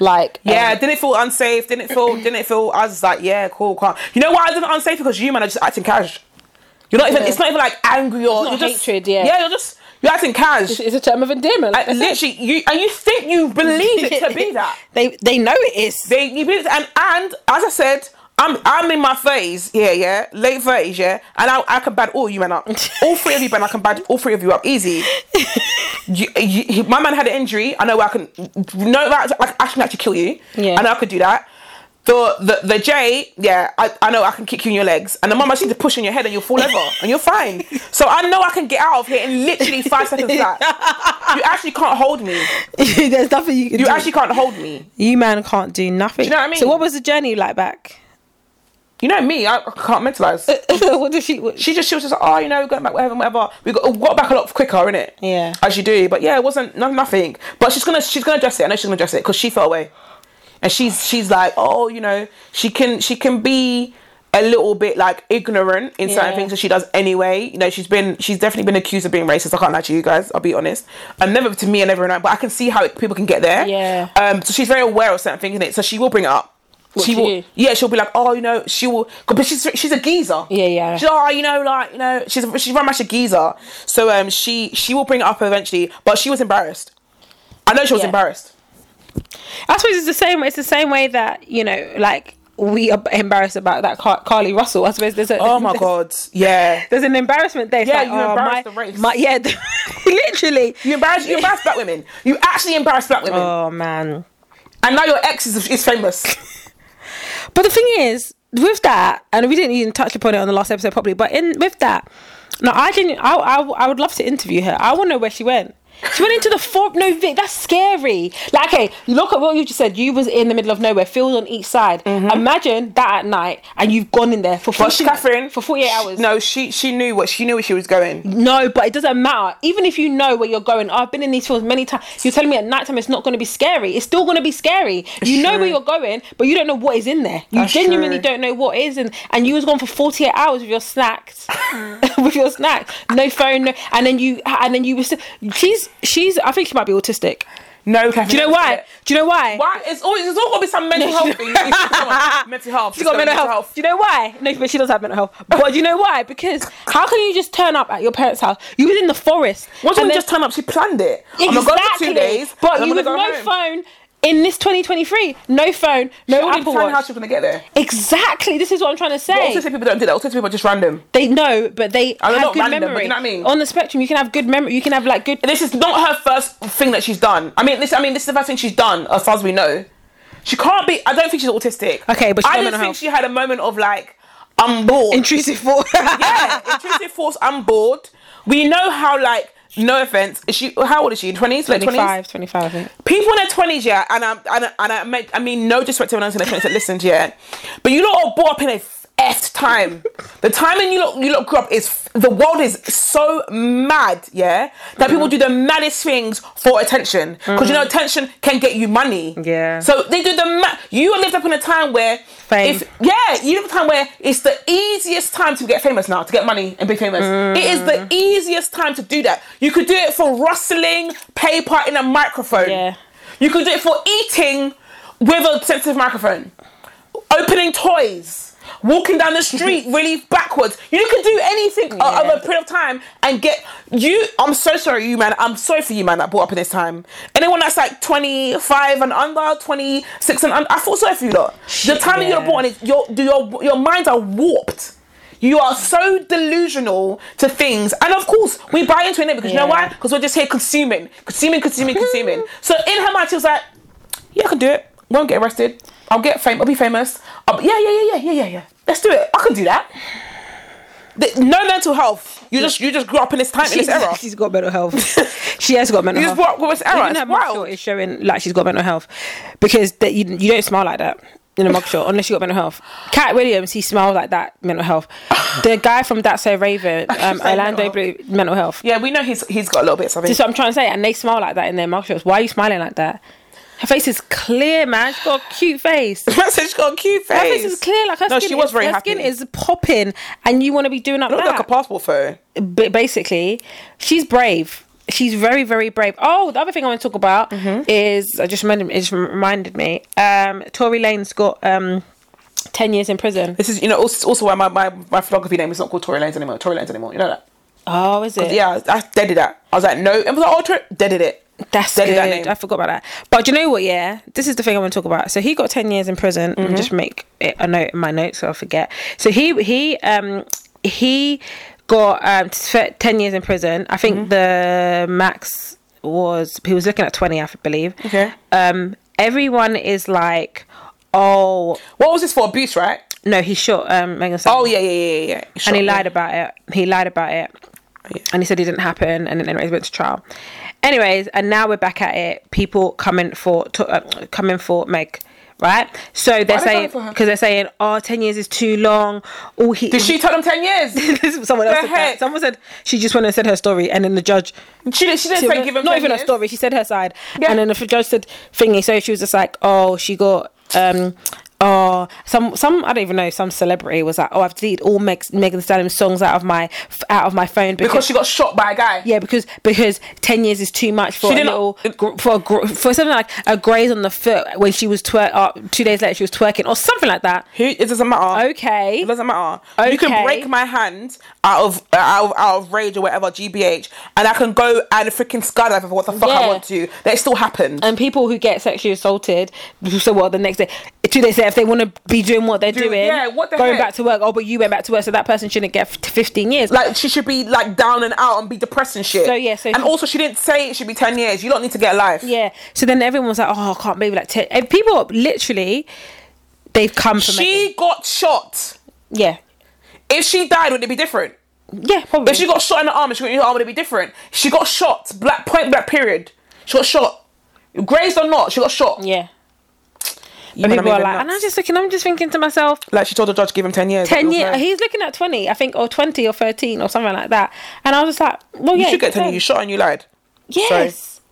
B: like
A: Yeah,
B: um,
A: didn't it feel unsafe? Didn't it feel? didn't it feel? I was like, yeah, cool, calm. You know why I didn't unsafe? Because you man are just acting cash. You're not even.
B: Yeah.
A: It's not even like angry or
B: not
A: you're just,
B: hatred, yeah.
A: Yeah, you're just you're acting cash.
B: it's a term of endearment.
A: Like,
B: Like I said.
A: literally, you and you think you believe it to be that.
B: they they know it is.
A: They you believe, and and as I said, I'm I'm in my phase, yeah, yeah, late thirties, yeah, and I I can bad all you men up, all three of you man, I can bad all three of you up easy. You, you, he- my man had an injury. I know I can know that I can actually actually kill you.
B: Yeah.
A: I know I could do that. The, the the J, yeah, I, I know I can kick you in your legs, and the mum actually to push on your head, and you'll fall over, and you're fine. So I know I can get out of here in literally five seconds. Flat. You actually can't hold me.
B: There's nothing you can
A: You
B: do.
A: actually can't hold me.
B: you man can't do nothing.
A: know what I mean?
B: So what was the journey like back?
A: You know me, I I can't mentalize.
B: Uh, what did she? What,
A: She just she was just like, oh, you know, we're going back, whatever, whatever. We got got back a lot quicker, innit?
B: Yeah.
A: As you do, but yeah, it wasn't no, nothing. But she's gonna she's gonna address it. I know she's gonna address it because she fell away, and she's she's like, oh, you know, she can she can be a little bit like ignorant in certain
B: Yeah.
A: things that she does anyway. You know, she's been she's definitely been accused of being racist. I can't lie to you guys. I'll be honest. And never to me and everyone, but I can see how it, people can get there.
B: Yeah.
A: Um. So she's very aware of certain things, innit? So she will bring it up. she
B: to
A: will.
B: you?
A: Yeah, she'll be like, oh, you know, she will. But she's she's a geezer.
B: Yeah, yeah.
A: She's oh, you know, like you know, she's she's very much a geezer. So um, she she will bring it up eventually, but she was embarrassed. I know she was
B: Yeah.
A: embarrassed.
B: I suppose it's the same. It's the same way that you know, like we are embarrassed about that Car- Carly Russell. I suppose there's a
A: Oh my god, yeah.
B: There's an embarrassment there. It's
A: Yeah,
B: like,
A: you
B: oh,
A: embarrassed
B: my-
A: the race.
B: my- yeah, literally.
A: You embarrass you embarrass black women. You actually embarrass black women,
B: Oh man.
A: and now your ex is is famous.
B: But the thing is, with that, and we didn't even touch upon it on the last episode properly, but in with that, no, I didn't. I, I, I would love to interview her. I want to know where she went. She went into the forest. No, Vic, that's scary. Like, okay, look at what you just said. You was in the middle of nowhere, fields on each side.
A: Mm-hmm.
B: Imagine that at night, and you've gone in there for 40,
A: Catherine,
B: for forty eight hours.
A: No, she she knew what she knew where she was going.
B: No, but it doesn't matter. Even if you know where you're going, I've been in these films many times. You're telling me at nighttime it's not going to be scary. It's still going to be scary. You know
A: true.
B: where you're going, but you don't know what is in there. You
A: That's
B: genuinely
A: true.
B: don't know what is, and and you was gone for 48 hours with your snacks, with your snacks, no phone, no, and then you and then you was. She's she's. I think she might be autistic.
A: No, Catherine.
B: Do you know why? Do you know why?
A: Why? It's always it's all gotta be some mental
B: No,
A: health
B: she-
A: thing. Come on, mental health.
B: She's got mental health. Do you know why? No, but she does have mental health. But do you know why? Because how can you just turn up at your parents' house? You was in the forest.
A: What do
B: and
A: you
B: then-
A: just turn up? She planned it. I'm gonna
B: Exactly.
A: go for two days,
B: But
A: and I'm
B: you
A: gonna
B: with
A: go
B: no
A: home.
B: phone in this 2023. No phone,
A: She
B: no
A: already
B: Apple
A: planned
B: Watch.
A: how she was gonna get there.
B: exactly. This is what I'm trying to say.
A: Autistic people don't do that. Autistic people are just random.
B: they know, but they
A: they're
B: have
A: not
B: good
A: random, but
B: memory.
A: you know what I mean?
B: On the spectrum, you can have good memory. You can have like good.
A: This is not her first thing that she's done. I mean, this. I mean, this is the first thing she's done, as far as we know. She can't be. I don't think she's autistic.
B: Okay, but she's
A: I
B: got
A: didn't
B: mental
A: think
B: health.
A: she had a moment of like, I'm bored.
B: Intrusive thought.
A: yeah, intrusive force. I'm bored. We know how like. No offense. Is she? How old is she? Twenties, like twenties.
B: 25, 25. I think.
A: people in their twenties, yeah, and I'm and, I- and I make I mean no disrespect to anyone in their twenties that listened, yeah, but you lot are brought up in a f- effed time. The time in you lot you lot grew up is f- the world is so mad, yeah, that
B: Mm-hmm.
A: people do the maddest things for attention because you know attention can get you money,
B: Yeah.
A: So they do the ma- you lived up in a time where
B: Fame.
A: if- yeah, you live in a time where it's the easiest time to get famous now to get money and be famous. It is
B: Mm.
A: the easiest time to do that. You could do it for rustling paper in a microphone.
B: Yeah.
A: You could do it for eating with a sensitive microphone, opening toys, walking down the street really backwards. You can do anything o-
B: Yeah.
A: over a period of time and get you. I'm so sorry, you man. I'm sorry for you, man, that brought up in this time. Anyone that's like 25 and under, 26 and under, I feel sorry for you lot. The
B: Shit,
A: time you're
B: yeah.
A: born is your your your minds are warped. You are so delusional to things, and of course we buy into it innit? because you know
B: Yeah.
A: why? Because we're just here consuming, consuming, consuming, consuming. So in her mind, she was like, "Yeah, I can do it. Won't get arrested. I'll get fame. I'll be famous. I'll be- yeah, yeah, yeah, yeah, yeah, yeah, yeah. Let's do it. I can do that." The- no mental health. You just you just grew up in this time in this era.
B: she's got mental health. she has got mental
A: You
B: health.
A: just grew up with this era.
B: Even her
A: It's wild.
B: mugshot is showing like she's got mental health because that you, you don't smile like that in a mugshot unless you got mental health. Cat Williams, he smiles like that, mental health. the guy from That's So Raven, um,
A: say
B: Orlando
A: mental
B: Blue, mental health.
A: Yeah, we know he's he's got a little bit of something.
B: That's what I'm trying to say. And they smile like that in their mugshots. Why are you smiling like that? Her face is clear, man. She's got a cute face. Her
A: I said she's got a cute face.
B: face is clear. Like her
A: No,
B: skin,
A: she was
B: is,
A: very
B: her
A: happy.
B: skin is popping, and you want to be doing up
A: Looked
B: that.
A: like a passport photo.
B: B- basically, she's brave. She's very, very brave. Oh, the other thing I want to talk about is I just reminded it just reminded me. Um, Tory Lane's got um ten years in prison.
A: This is, you know, also, also why my, my, my photography name is not called Tory Lanes anymore. Tory Lanes anymore. You know that?
B: Oh, is it?
A: Yeah, I, I deaded that. I was like, no. It was like, oh, Tory, deaded it.
B: That's
A: Deaded
B: good.
A: that name.
B: I forgot about that. But do you know what? Yeah, this is the thing I want to talk about. So he got ten years in prison.
A: Mm-hmm.
B: Let me Just make it a note in my notes so I forget. So he he um he got um t- ten years in prison. I
A: Mm-hmm.
B: think the max was he was looking at twenty, I believe.
A: Okay.
B: Um, everyone is like, oh
A: What was this for? Abuse, right?
B: no, he shot um Megan.
A: Oh, yeah, yeah, yeah, yeah, yeah. Sure.
B: and he lied about it. He lied about it.
A: Yeah.
B: And he said it didn't happen, and then anyways went to trial. Anyways, and now we're back at it. People coming for to, uh, coming for Meg, right? So they're
A: they coming
B: saying
A: for her?
B: because they're saying, oh, 10 years is too long. All he
A: Did she tell him 10 years? she
B: This is- someone else
A: The
B: said that.
A: heck?
B: Someone said she just went and said her story, and then the judge
A: didn't, she didn't say give him
B: not
A: 10
B: even
A: years.
B: her story. She said her side,
A: Yeah.
B: and then the judge said thingy. So she was just like, oh, she got um. Oh, some some I don't even know. Some celebrity was like, "Oh, I've deleted all Meg, Megan Thee Stallion songs out of my f- out of my phone
A: Because she got shot by a guy.
B: yeah, because because ten years is too much for
A: She
B: a
A: didn't-
B: little gr- for a gr- for something like a graze on the foot when she was twerk up two days later she was twerking or something like that.
A: Who, it doesn't matter.
B: Okay,
A: It doesn't matter. You
B: Okay.
A: can break my hand out of, out of out of rage or whatever, GBH, and I can go and freaking skydive for what the fuck
B: Yeah. Um,
A: I want to. That still happened.
B: and people who get sexually assaulted, so what the next day, two days later, if they want to be doing what they're
A: Do-
B: doing,
A: yeah, what the
B: going
A: heck?
B: back to work. Oh, but you went back to work, so that person shouldn't get f- to 15 years.
A: Like she should be like down and out and be depressed and shit.
B: So, yeah, so
A: and
B: she-
A: also she didn't say it should be ten years. You don't need to get a life.
B: yeah. So then everyone was like, oh, I can't believe like ten. And people literally, they've come from
A: She got shot.
B: yeah,
A: If she died, would it be different?
B: yeah, probably.
A: If she got shot in the arm, and she got in the arm, would it be different? She got shot. Black point. Black period. She got shot. Grazed or not, she got shot.
B: yeah.
A: You
B: But
A: man,
B: people
A: I'm
B: are
A: even
B: like, and I'm
A: nuts.
B: just looking, I'm just thinking to myself,
A: like she told the judge, give him ten years. It
B: 10
A: was
B: years.
A: like-
B: He's looking at 20, I think, or 20 or 13 or something like that. And I was just like, well, yeah.
A: you should get ten years. You shot and you lied.
B: Yes.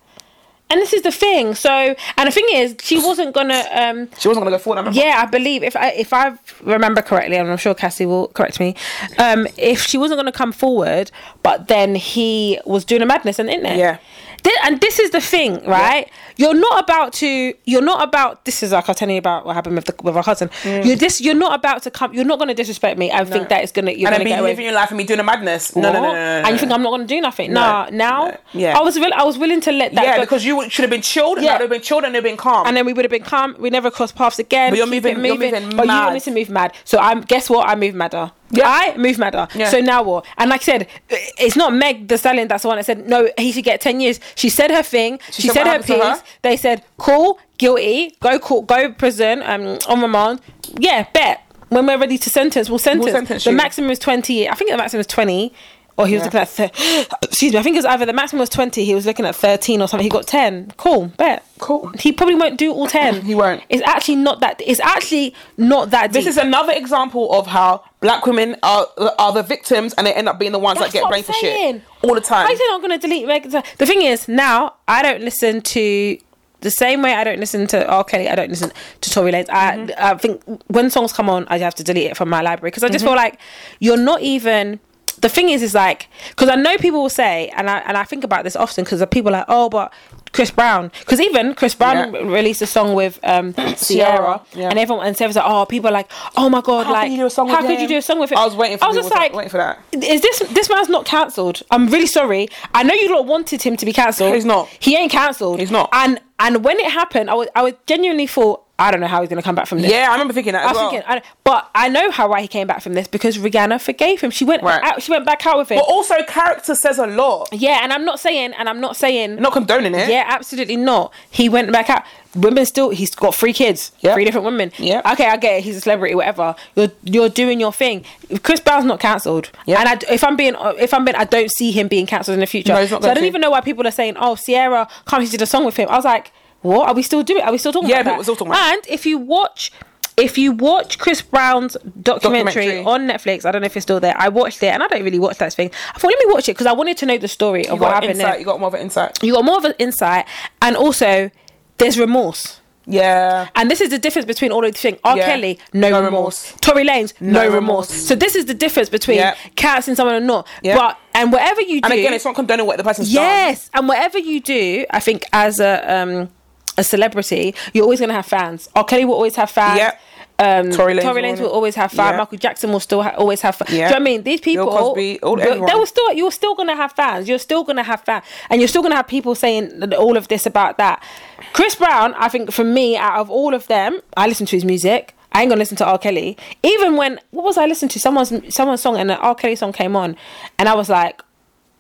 B: And this is the thing. So, and the thing is, she wasn't gonna. um
A: She wasn't gonna go forward. I remember.
B: Yeah, I believe if I if I remember correctly, and I'm sure Cassie will correct me. Um, if she wasn't gonna come forward, but then he was doing a madness, and in there.
A: Yeah.
B: Thi- and this is the thing, right? You're not about to. You're not about. This is like I was telling you about what happened with the, with our cousin.
A: Mm.
B: You're this. You're not about to come. You're not gonna disrespect me. and think that it's gonna. You're
A: And
B: gonna
A: then be
B: get away.
A: living your life and be doing a madness. No, no, no, no,
B: What?
A: no, no, no.
B: And you think I'm not going to do nothing?
A: No,
B: nah, now
A: no. Yeah.
B: I was will- I was willing to let that
A: yeah,
B: go.
A: because you should have been chilled. and
B: Yeah.
A: Yeah, would have been chilled and they've been calm.
B: and then we would have been calm. We never crossed paths again.
A: But you're
B: keep
A: moving-
B: it
A: you're moving
B: But you
A: mad.
B: wanted to move mad. So I'm. Guess what? I move madder.
A: Yeah.
B: I move madder.
A: Yeah.
B: So now what? And like I said, i- it's not Meg the Stallion that's the one that said no. He should get ten years. She said her thing. She,
A: said
B: said,
A: what
B: her
A: happened to her?
B: piece. They said cool, guilty, go court, go prison, um, on remand. Yeah, bet. When we're ready to sentence, we'll sentence.
A: sentence
B: the
A: you.
B: maximum is twenty. I think the maximum is twenty. Or he was
A: Yeah.
B: looking at thir- excuse me. I think it was either the maximum was twenty. He was looking at thirteen or something. He got ten. Cool, bet.
A: Cool.
B: He probably won't do all ten.
A: He won't.
B: It's actually not that. It's actually not that deep.
A: This is another example of how black women are are the victims and they end up being the ones that get
B: what
A: blamed
B: I'm
A: for shit
B: saying.
A: all the time.
B: I said I'm gonna delete Meg. The thing is, now I don't listen to the same way I don't listen to R. Kelly. I don't listen to Tory Lanez. I
A: Mm-hmm.
B: I think when songs come on, I have to delete it from my library because I
A: Mm-hmm.
B: just feel like you're not even. The thing is, is like because I know people will say, and I and I think about this often because people are like, oh, but Chris Brown, because even Chris Brown
A: Yeah.
B: released a song with um, Sierra,
A: yeah.
B: and everyone and Sarah's like, oh, people are like, oh my god,
A: How
B: like,
A: could you do a song
B: how
A: with
B: could you
A: him?
B: do a song with it?
A: I was waiting for
B: I was
A: people
B: just
A: to-
B: like,
A: waiting for that.
B: is this this man's not cancelled? I'm really sorry. I know you lot wanted him to be cancelled.
A: He's not.
B: He ain't cancelled.
A: He's not.
B: And and when it happened, I was I was genuinely thought I don't know how he's gonna come back from this.
A: yeah, I remember thinking that. As
B: I was
A: well.
B: thinking, I don't- but I know how why he came back from this because Rihanna forgave him. She went
A: Right.
B: out. She went back out with him.
A: but also, character says a lot.
B: yeah, and I'm not saying, and I'm not saying,
A: Not condoning it.
B: yeah, absolutely not. He went back out. Women still. He's got three kids.
A: Yeah.
B: Three different women.
A: Yeah.
B: Okay, I get it. He's a celebrity, whatever. You're you're doing your thing. Chris Brown's not cancelled.
A: Yeah.
B: And I, if I'm being if I'm being, I don't see him being cancelled in the future.
A: No, he's not
B: so I
A: going
B: don't
A: to.
B: even know why people are saying, "Oh, Sierra can't she did a song with him." I was like, "What? Are we still doing? Are we still talking
A: Yeah,
B: about
A: people
B: that?"
A: still talking about
B: and if you watch. If you watch Chris Brown's documentary,
A: Documentary.
B: on Netflix, I don't know if it's still there. I watched it, and I don't really watch that thing. I thought, let me watch it because I wanted to know the story
A: You
B: of what
A: got
B: happened.
A: insight.
B: there
A: You got more of an insight.
B: you got more of an insight and also there's remorse.
A: Yeah.
B: And this is the difference between all of these things. R.
A: Yeah.
B: Kelly, no,
A: No
B: remorse.
A: remorse.
B: Tory Lanez, no,
A: No
B: remorse.
A: remorse.
B: So this is the difference between
A: Yeah.
B: canceling someone or not.
A: Yeah.
B: But and whatever you do,
A: And again, it's not condoning what the person's done.
B: Yes, and whatever you do, I think as a um a celebrity, you're always gonna have fans. R. Kelly will always have fans.
A: Yep.
B: Um, Tory
A: Tory
B: Lanez,
A: Lanez
B: will
A: will-
B: always have fans.
A: Yeah.
B: Michael Jackson will still ha- always have fans. Do you
A: Yeah.
B: know what I mean? These people,
A: Cosby, all-
B: but they
A: everyone.
B: will still, you're still gonna have fans. You're still gonna have fans, and you're still gonna have people saying th- all of this about that. Chris Brown, I think for me, out of all of them, I listen to his music. I ain't gonna listen to R. Kelly. Even when what was I listening to? Someone's someone's song and an R. Kelly song came on, and I was like,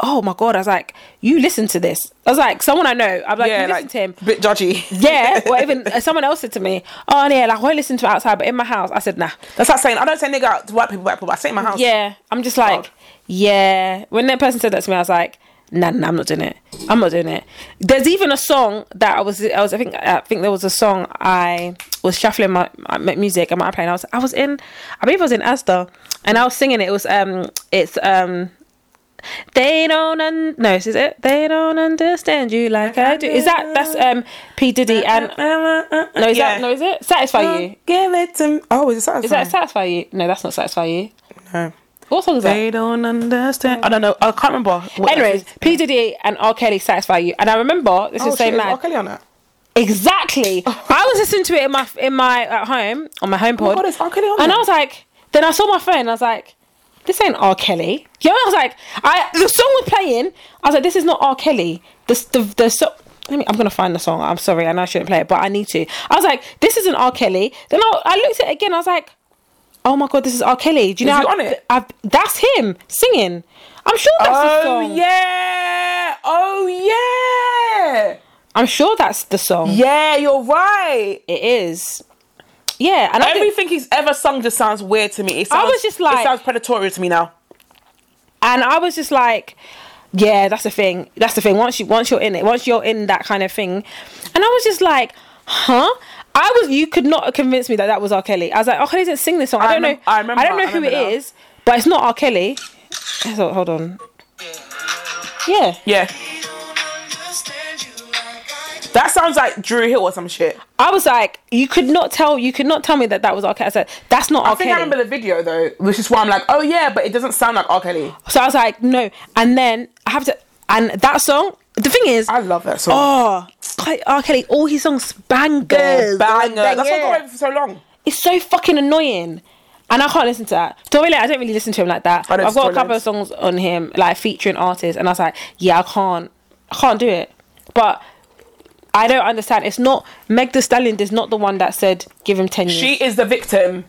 B: oh my god! I was like, you listen to this? I was like, someone I know. I'm like, you
A: Yeah,
B: listen
A: like,
B: to him.
A: bit judgy.
B: Yeah, or even uh, someone else said to me, "Oh yeah, like I won't listen to it outside, but in my house." I said, "Nah."
A: That's like saying, I don't say nigga out to white people, black people, but I say it in my house.
B: Yeah, I'm just like,
A: God.
B: yeah. When that person said that to me, I was like, "Nah, nah, I'm not doing it. I'm not doing it." There's even a song that I was, I was, I think, I think there was a song I was shuffling my, my music and my iPad. And I was, I was in, I believe I was in Asda, and I was singing it. It was, um, it's, um. They don't un- no, is it? They don't understand you like I do. Is that that's um P Diddy
A: Uh,
B: and no? Is that no? Is it satisfy you?
A: Give it to me. Oh, is it satisfying?
B: Is that satisfy you? No, that's not satisfy you.
A: No.
B: What song is that?
A: They don't understand. I don't know. I can't remember. What
B: Anyways, P Diddy and R Kelly satisfy you, and I remember this
A: oh,
B: is so
A: shit, is R.
B: mad.
A: Kelly on that.
B: Exactly, I was listening to it in my in my at home on my home pod,
A: Oh God, it's R. Kelly on
B: and I
A: there.
B: was like, then I saw my phone, and I was like, this ain't R Kelly. You know, I was like, I the song was playing, I was like, this is not R Kelly. This the the so. Let me, I'm gonna find the song. I'm sorry, I know I shouldn't play it, but I need to. I was like, "This isn't R. Kelly." Then I, I looked at it again. I was like, "Oh my god, this is R. Kelly." Do you
A: Is
B: know?
A: he
B: how-
A: on it?
B: I've, that's him singing. I'm sure that's the
A: Oh
B: song.
A: yeah. Oh yeah.
B: I'm sure that's the song.
A: Yeah, you're right.
B: It is. Yeah, and I think,
A: Everything he's ever sung just sounds weird to me. It sounds,
B: I was just like-
A: it sounds predatory to me now.
B: and I was just like, yeah, that's the thing. That's the thing. Once you once you're in it, once you're in that kind of thing, and I was just like, huh. I was. You could not convince me that that was R. Kelly. I was like, R. Kelly didn't sing this song. I,
A: I
B: don't
A: remem-
B: know.
A: I remember-
B: I don't know
A: I
B: who it
A: remember
B: is,
A: now.
B: but it's not R. Kelly. So, hold on. Yeah,
A: Yeah. That sounds like Drew Hill or some shit.
B: I was like, you could not tell. You could not tell me that that was R. Kelly. I said, that's not
A: I
B: R.
A: think
B: Kelly.
A: I remember the video though, which is why I'm like, oh yeah, but it doesn't sound like R. Kelly.
B: So I was like, no. And then I have to, and that song. The thing is,
A: I love that song.
B: oh, Ke- R. Kelly, all his songs
A: banger. That's
B: bangers,
A: why I
B: banger.
A: got away for so long.
B: It's so fucking annoying. And I can't listen to that. Tory Lanez, I don't really listen to him like that.
A: I don't
B: I've got a
A: Tory
B: couple of
A: Lanez.
B: songs on him, like featuring artists, and I was like, yeah, I can't, I can't do it. But I don't understand. It's not Meg The Stallion is not the one that said give him ten years.
A: She is the victim.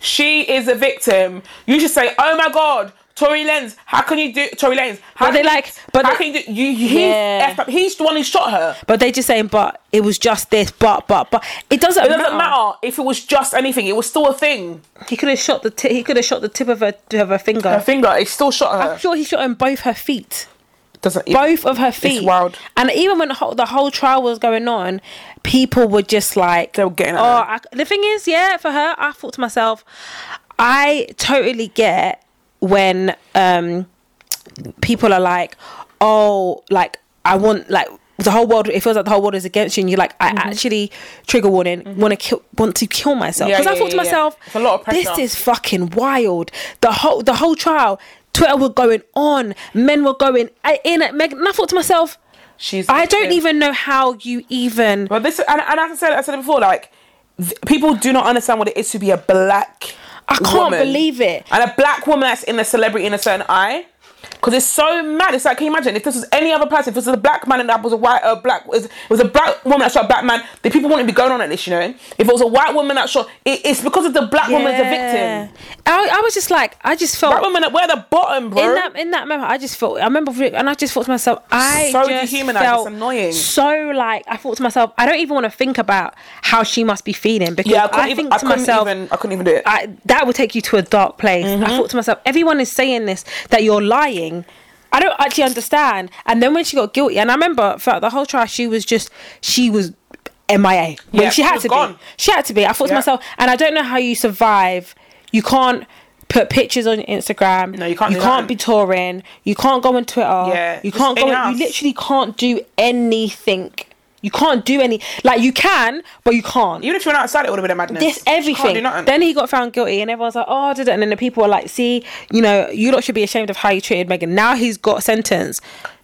A: She is the victim. You should say, oh my god, Tory Lenz, how can you do Tory Lenz? How
B: But they
A: can you-
B: like- but
A: how
B: they-
A: can you do? You, you, he's
B: Yeah.
A: effed up. He's the one who shot her.
B: but they just saying, but it was just this, but but but it doesn't.
A: It doesn't matter if it was just anything. It was still a thing.
B: He could have shot the t- he could have shot the tip of her of her finger.
A: Her finger. It still shot her.
B: I'm sure he shot in both her feet.
A: doesn't. e-
B: Both of her feet.
A: wild.
B: And even when the whole, the whole trial was going on, people were just like,
A: They were getting
B: Oh,
A: at her.
B: I, the thing is, yeah, for her, I thought to myself, I totally get when um people are like, oh, like I want like the whole world. It feels like the whole world is against you, and you're like, I
A: Mm-hmm.
B: actually trigger warning, want to kill, want to kill myself.
A: Yeah,
B: Because I
A: yeah,
B: thought to
A: yeah, yeah.
B: myself,
A: It's a lot of
B: this
A: pressure.
B: is fucking wild. The whole the whole trial, Twitter were going on, men were going a- in at Meg, and I thought to myself,
A: She's. the
B: I don't
A: victim.
B: even know how you even.
A: But this, and, and as I said, I said it before, like. th- People do not understand what it is to be a black.
B: I can't
A: woman.
B: believe it.
A: And a black woman that's in a celebrity in a certain eye. Because it's so mad. It's like, can you imagine if this was any other person? If this was a black man and that was a white, uh, black, it was a black woman that shot a black man, the people wouldn't be going on at this, you know? If it was a white woman that shot, it, it's because of the black woman as a
B: Yeah.
A: victim.
B: I, I was just like, I just felt
A: Black women, that we're the bottom, bro.
B: in that in that moment, I just felt. I remember, and I just thought to myself, I
A: So
B: just
A: dehumanized, it's
B: felt
A: annoying.
B: So like, I thought to myself, I don't even want to think about how she must be feeling because
A: yeah, I couldn't,
B: I,
A: even,
B: think
A: I
B: to
A: couldn't
B: myself.
A: even, I couldn't even do it.
B: I, that would take you to a dark place.
A: Mm-hmm.
B: I thought to myself, everyone is saying this that you're lying. I don't actually understand. And then when she got guilty, and I remember throughout the whole trial, she was just she was MIA. When
A: Yeah,
B: she
A: she
B: had
A: was
B: to
A: gone.
B: be. She had to be. I thought to
A: Yeah.
B: myself, and I don't know how you survive. You can't put pictures on your Instagram.
A: No, you can't
B: You
A: do
B: can't
A: nothing.
B: be touring. You can't go on Twitter.
A: Yeah,
B: You
A: just
B: can't go.
A: in
B: On,
A: house.
B: you literally can't do anything. You can't do any. Like you can, but you can't.
A: Even if you went outside, it would have been a madness.
B: this
A: Can't
B: everything.
A: do nothing.
B: Then he got found guilty, and everyone's like, "Oh, did it?" And then the people were like, "See, you know, you lot should be ashamed of how you treated Megan." Now he's got sentenced.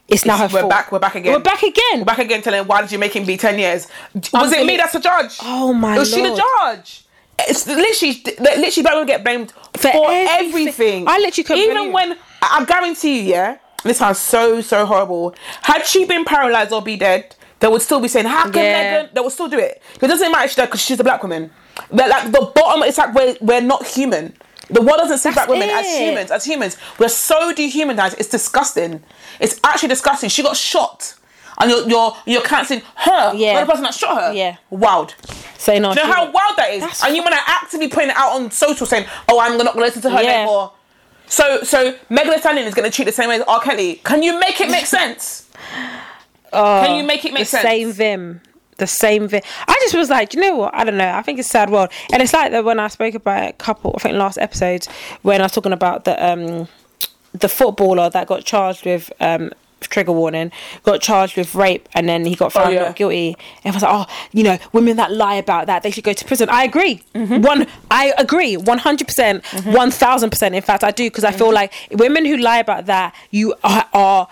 B: It's now her
A: we're
B: fault.
A: back. We're back again.
B: We're back again.
A: We're back again. Telling why did you make him be ten years? Was it me
B: Unbelievable.
A: that's the judge?
B: Oh my
A: Was she the
B: lord.
A: judge? It's literally, literally, black women get blamed for, everything.
B: everything. I literally couldn't
A: even
B: believe-
A: when I I guarantee you, yeah, this sounds so so horrible. Had she been paralyzed or be dead, they would still be saying, "How can
B: Yeah.
A: Megan?" They would still do it. It doesn't matter if she's dead because she's a black woman. But like the bottom, it's like we're we're not human. The world doesn't see black women as
B: it.
A: humans. As humans, we're so dehumanized. It's disgusting. It's actually disgusting. She got shot, and you're you're you're canceling her,
B: Yeah.
A: not the person that shot her.
B: Yeah.
A: wild.
B: Say no.
A: Do you know how wild that is?
B: That's
A: and you want to actively putting it out on social saying, oh, I'm not going to listen to her
B: Yeah.
A: anymore. So, so Megan Thee Stallion is going to treat the same way as R. Kelly. Can you make it make sense? Can you make it make
B: Oh, the
A: sense?
B: same vim the same vim i just was like "Do you know what i don't know i think it's a sad world and it's like that when i spoke about it a couple i think last episode when i was talking about the um the footballer that got charged with um trigger warning got charged with rape and then he got found
A: yeah.
B: not guilty and I was like oh you know women that lie about that they should go to prison i agree one i agree 100% percent 1000% in fact i do because i feel like women who lie about that you are, are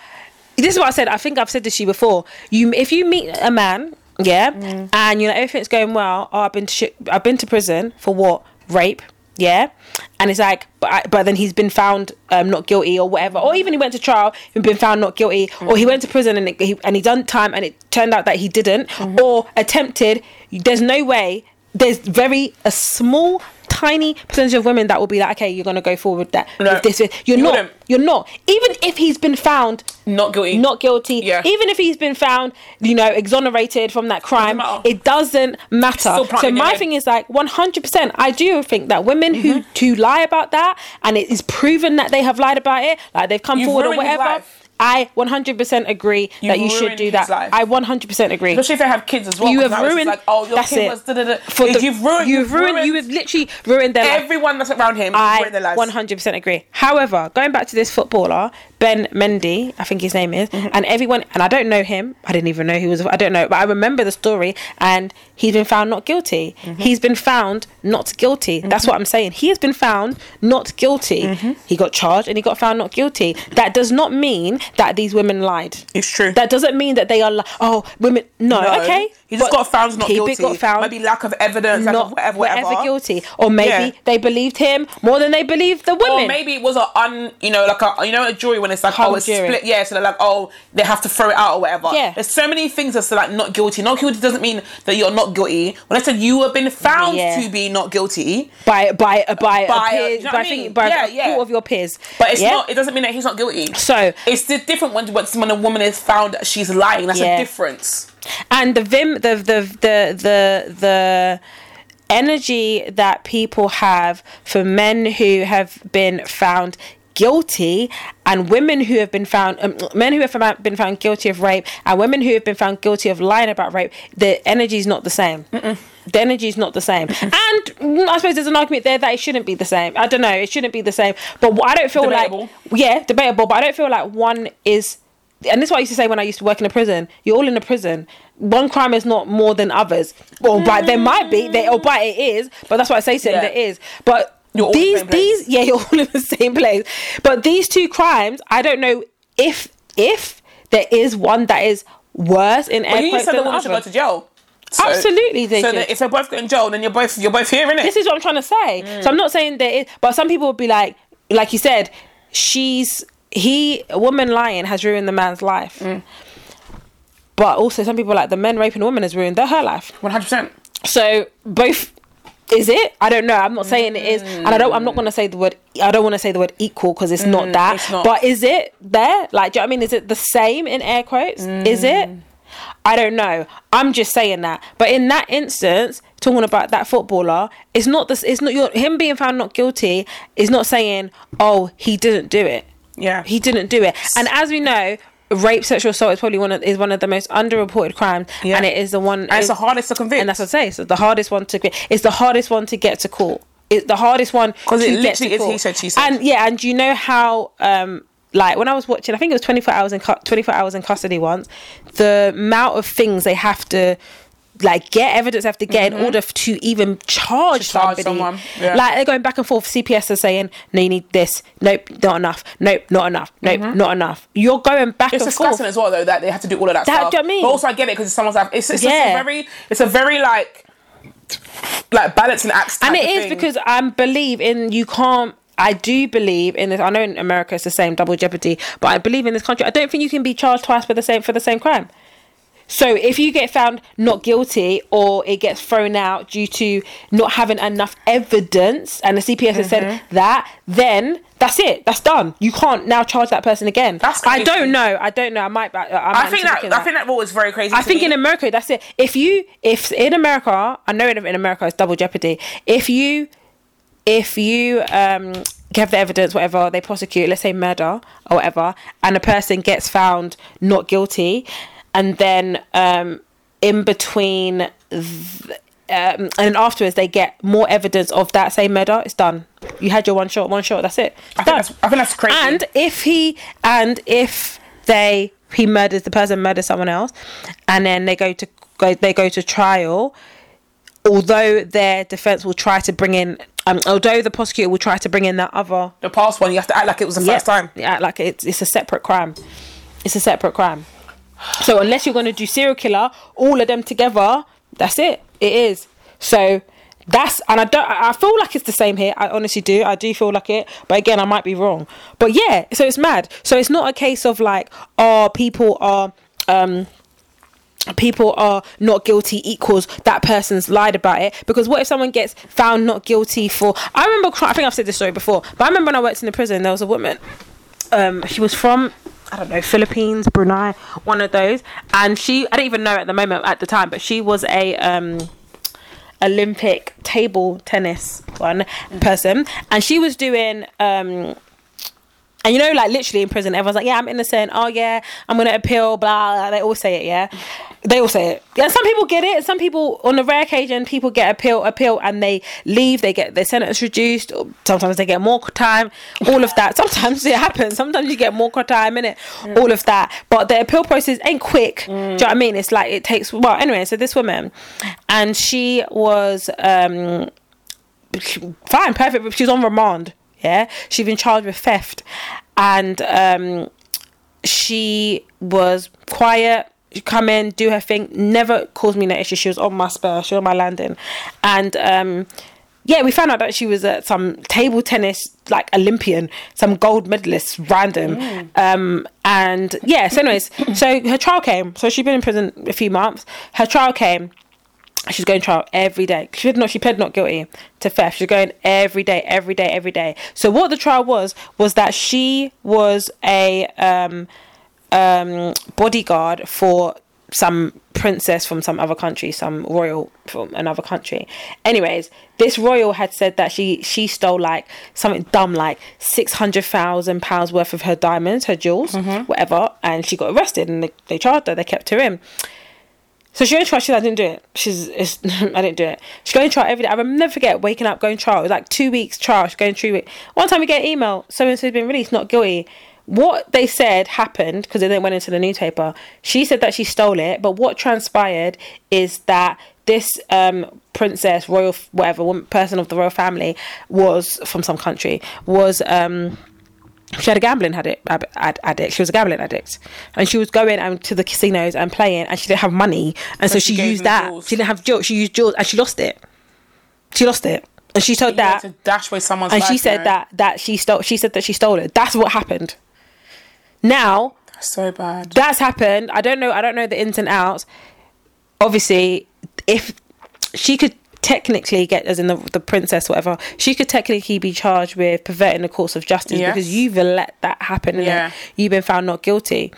B: this is what I said. I think I've said this to you before. You, if you meet a man, yeah, and you know everything's going well. Oh, I've been to shi I've been to prison for what? Rape. Yeah, and it's like, but I, but then he's been found um, not guilty or whatever, or even he went to trial and been found not guilty,
A: Mm-hmm.
B: or he went to prison and it, he, and he done time and it turned out that he didn't
A: Mm-hmm.
B: or attempted. There's no way. There's very a small, tiny percentage of women that will be like, okay, you're gonna go forward with that.
A: No.
B: with this,
A: You
B: you're not.
A: wouldn't.
B: You're not. Even if he's been found
A: Not guilty.
B: not guilty.
A: Yeah.
B: Even if he's been found, you know, exonerated from that crime,
A: Doesn't matter.
B: it doesn't matter.
A: Still planted
B: So
A: in your
B: my
A: head.
B: thing is like 100%. I do think that women
A: Mm-hmm.
B: who do lie about that and it is proven that they have lied about it, like they've come
A: You've
B: forward or
A: ruined his
B: whatever.
A: life.
B: I 100% agree that you should
A: ruined
B: do
A: his
B: that.
A: life.
B: I 100% agree.
A: Especially if they have kids as well.
B: You
A: 'cause
B: have
A: now it's just
B: ruined.
A: Like, oh, your
B: that's
A: kid
B: it.
A: was. Da, da, da.
B: For
A: Like,
B: the-
A: you've ruined.
B: You've ruined. You have literally ruined their life.
A: everyone that's around him. you've
B: I
A: ruined their lives.
B: 100% agree. However, going back to this footballer, Ben Mendy, I think his name is,
A: Mm-hmm.
B: and everyone, and I don't know him. I didn't even know he was. I don't know, but I remember the story, and he's been found not guilty.
A: Mm-hmm.
B: He's been found not guilty. That's what I'm saying. He has been found not guilty.
A: Mm-hmm.
B: He got charged and he got found not guilty. That does not mean that these women lied.
A: It's true.
B: That doesn't mean that they are like, oh, women. No,
A: No.
B: okay.
A: He just
B: but
A: got found not
B: people
A: guilty.
B: Got found
A: Maybe lack of evidence. lack of
B: not
A: whatever.
B: whatever,
A: Whatever.
B: guilty, or maybe
A: Yeah.
B: they believed him more than they believed the women.
A: Or maybe it was a un, you know, like a, you know, a jury when it's like,
B: Hung
A: oh, it's
B: jury.
A: split, yeah. So they're like, oh, they have to throw it out or whatever.
B: Yeah.
A: There's so many things that's like not guilty. Not guilty doesn't mean that you're not guilty. When I said you have been found
B: Yeah.
A: to be not guilty,
B: by by by by,
A: By,
B: a peer,
A: you know what
B: by,
A: I
B: I think-
A: mean?
B: by
A: Yeah,
B: a
A: yeah.
B: quarter of your peers.
A: but it's
B: Yeah?
A: not. It doesn't mean that he's not guilty.
B: So-
A: it's the different when when when a woman is found that she's lying. That's
B: Yeah.
A: a difference.
B: and the vim the the the the the energy that people have for men who have been found guilty and women who have been found um, men who have been found guilty of rape and women who have been found guilty of lying about rape the energy is not the same the energy is not the same and mm, i suppose there's an argument there that it shouldn't be the same i don't know it shouldn't be the same but what i don't feel
A: Debatable.
B: like yeah, debatable, but I don't feel like one is. And this is what I used to say when I used to work in a prison. You're all in a prison. One crime is not more than others. Or by there might be, they or by it is, but that's what I say to
A: Yeah.
B: them, there is. But
A: You're all in the
B: these
A: same place.
B: these yeah, you're all in the same place. But these two crimes, I don't know if if there is one that is worse in
A: But
B: air
A: you
B: quotes
A: said
B: than
A: the
B: the
A: woman should go
B: other.
A: to jail. So-
B: Absolutely, they
A: so
B: should.
A: that if they're both got in jail, then you're both you're both here, innit?
B: This is what I'm trying to say. So I'm not saying there is, but some people would be like, like you said, she's he a woman lying has ruined the man's life. But also, some people are like the men raping a woman has ruined their her life.
A: One hundred percent.
B: So both is it? I don't know. I'm not saying it is, and I don't. I'm not going to say the word. I don't want to say the word equal because it's not that.
A: Mm, it's not.
B: But is it there? Like, do you know what I mean? Is it the same in air quotes? Is it?
A: Mm.
B: I don't know. I'm just saying that. But in that instance, talking about that footballer, it's not this. It's not your him being found not guilty. Is not saying oh he didn't do it.
A: Yeah.
B: He didn't do it. And as we know, rape, sexual assault is probably one of is one of the most underreported crimes,
A: Yeah.
B: and it is the one.
A: And it's the hardest to convict.
B: And that's what I say. It's the hardest one to get. It's the hardest one to get to court. It's the hardest one because
A: it literally is he said, she said.
B: And yeah, and you know how um like when I was watching, I think it was 24 hours in cu- 24 hours in custody once. The amount of things they have to like get evidence they have to get in order f- to even
A: Mm-hmm.
B: charge,
A: To charge
B: somebody.
A: someone, yeah.
B: Like they're going back and forth. CPS are saying, "No, you need this. Nope, not enough. Nope, not enough. Nope, not enough." You're going back
A: Mm-hmm. It's
B: and forth.
A: disgusting as well though that they have to do all of that,
B: That-
A: stuff.
B: do you know what I mean?
A: But also I get it because someone's like it's, it's just
B: Yeah.
A: a very it's a very like like balancing act.
B: and
A: type
B: it
A: of
B: is
A: thing.
B: because I believe in you can't. I do believe in this. I know in America it's the same double jeopardy, but I believe in this country. I don't think you can be charged twice for the same for the same crime. So if you get found not guilty or it gets thrown out due to not having enough evidence, and the CPS has said
A: Mm-hmm.
B: that, then that's it. That's done. You can't now charge that person again.
A: That's
B: I
A: crazy.
B: don't know. I don't know. I might. I, I, might
A: I think
B: need to
A: that,
B: look at
A: I think that rule is very crazy.
B: I think in America, that's it. If you, if in America, I know in, in America it's double jeopardy. If you, if you um give the evidence, whatever they prosecute, let's say murder or whatever, and a person gets found not guilty, and then um in between, th- um, and then afterwards they get more evidence of that same murder. It's done. You had your one shot. One shot. That's it. It's
A: I think
B: done.
A: that's, I think that's crazy.
B: And if he and if they he murders the person murders someone else, and then they go to go they go to trial. Although their defense will try to bring in, um, although the prosecutor will try to bring in that other
A: the past one, you have to act like it was the first time.
B: yeah, like it's it's a separate crime. It's a separate crime. So unless you're going to do serial killer, all of them together, that's it. It is. So that's and I don't. I I feel like it's the same here. I honestly do. I do feel like it. But again, I might be wrong. But yeah, so it's mad. So it's not a case of like, oh, people are. um people are not guilty equals that person's lied about it because what if someone gets found not guilty for i remember cry- i think i've said this story before but i remember when i worked in the prison there was a woman um she was from i don't know philippines brunei one of those and she i don't even know at the moment at the time but she was a um olympic table tennis one person and she was doing um and you know, like literally in prison, everyone's like, "Yeah, I'm innocent. Oh yeah, I'm gonna appeal." Blah. blah. They all say it. Yeah, they all say it. And some people get it. and Some people, on a rare occasion, people get appeal, appeal, and they leave. They get their sentence reduced. or Sometimes they get more time. All of that. Sometimes it happens. Sometimes you get more time in it. All of that. But the appeal process ain't quick. Do you know what I mean? It's like it takes. Well, anyway, so this woman, and she was. um fine, perfect. But she's on remand. Yeah, she's been charged with theft, and um, she was quiet. She come in, do her thing. Never caused me no issue. She was on my spur. She was on my landing, and um, yeah, we found out that she was at some table tennis like Olympian, some gold medalist, random. Um, and yeah, so anyways, so her trial came. So she'd been in prison a few months. Her trial came. She's going trial every day. She did not. She pled not guilty to theft. She's going every day, every day, every day. So what the trial was was that she was a um, um, bodyguard for some princess from some other country, some royal from another country. Anyways, this royal had said that she she stole like something dumb, like six hundred thousand pounds worth of her diamonds, her jewels, whatever, and she got arrested and they, they charged her. They kept her in. So she went to trial. She's like, I didn't do it. She's, it's, I didn't do it. She's going to trial every day. I will never forget waking up, going to trial. It was like two weeks trial. She's going through it. One time we get an email, so and so's been released, not guilty. What they said happened because it then went into the newspaper. She said that she stole it, but what transpired is that this um, princess, royal, f- whatever, woman, person of the royal family was from some country, was. Um, she had a gambling addict, ab- ad- addict. She was a gambling addict, and she was going um, to the casinos and playing, and she didn't have money, and so,
A: she
B: she,
A: gave
B: used
A: them
B: that.
A: jewels.
B: She didn't have jewels. She used jewels, and she lost it. She lost it, and she told
A: You
B: that
A: have to dash away someone's
B: and she
A: life,
B: said
A: man.
B: that that she stole. She said that she stole it. That's what happened. Now
A: so bad.
B: that's happened. I don't know. I don't know the ins and outs. Obviously, if she could technically get, as in the, the princess, whatever, she could technically be charged with perverting the course of justice
A: Yes.
B: because you've let that happen. innit?
A: Yeah.
B: you've been found not guilty.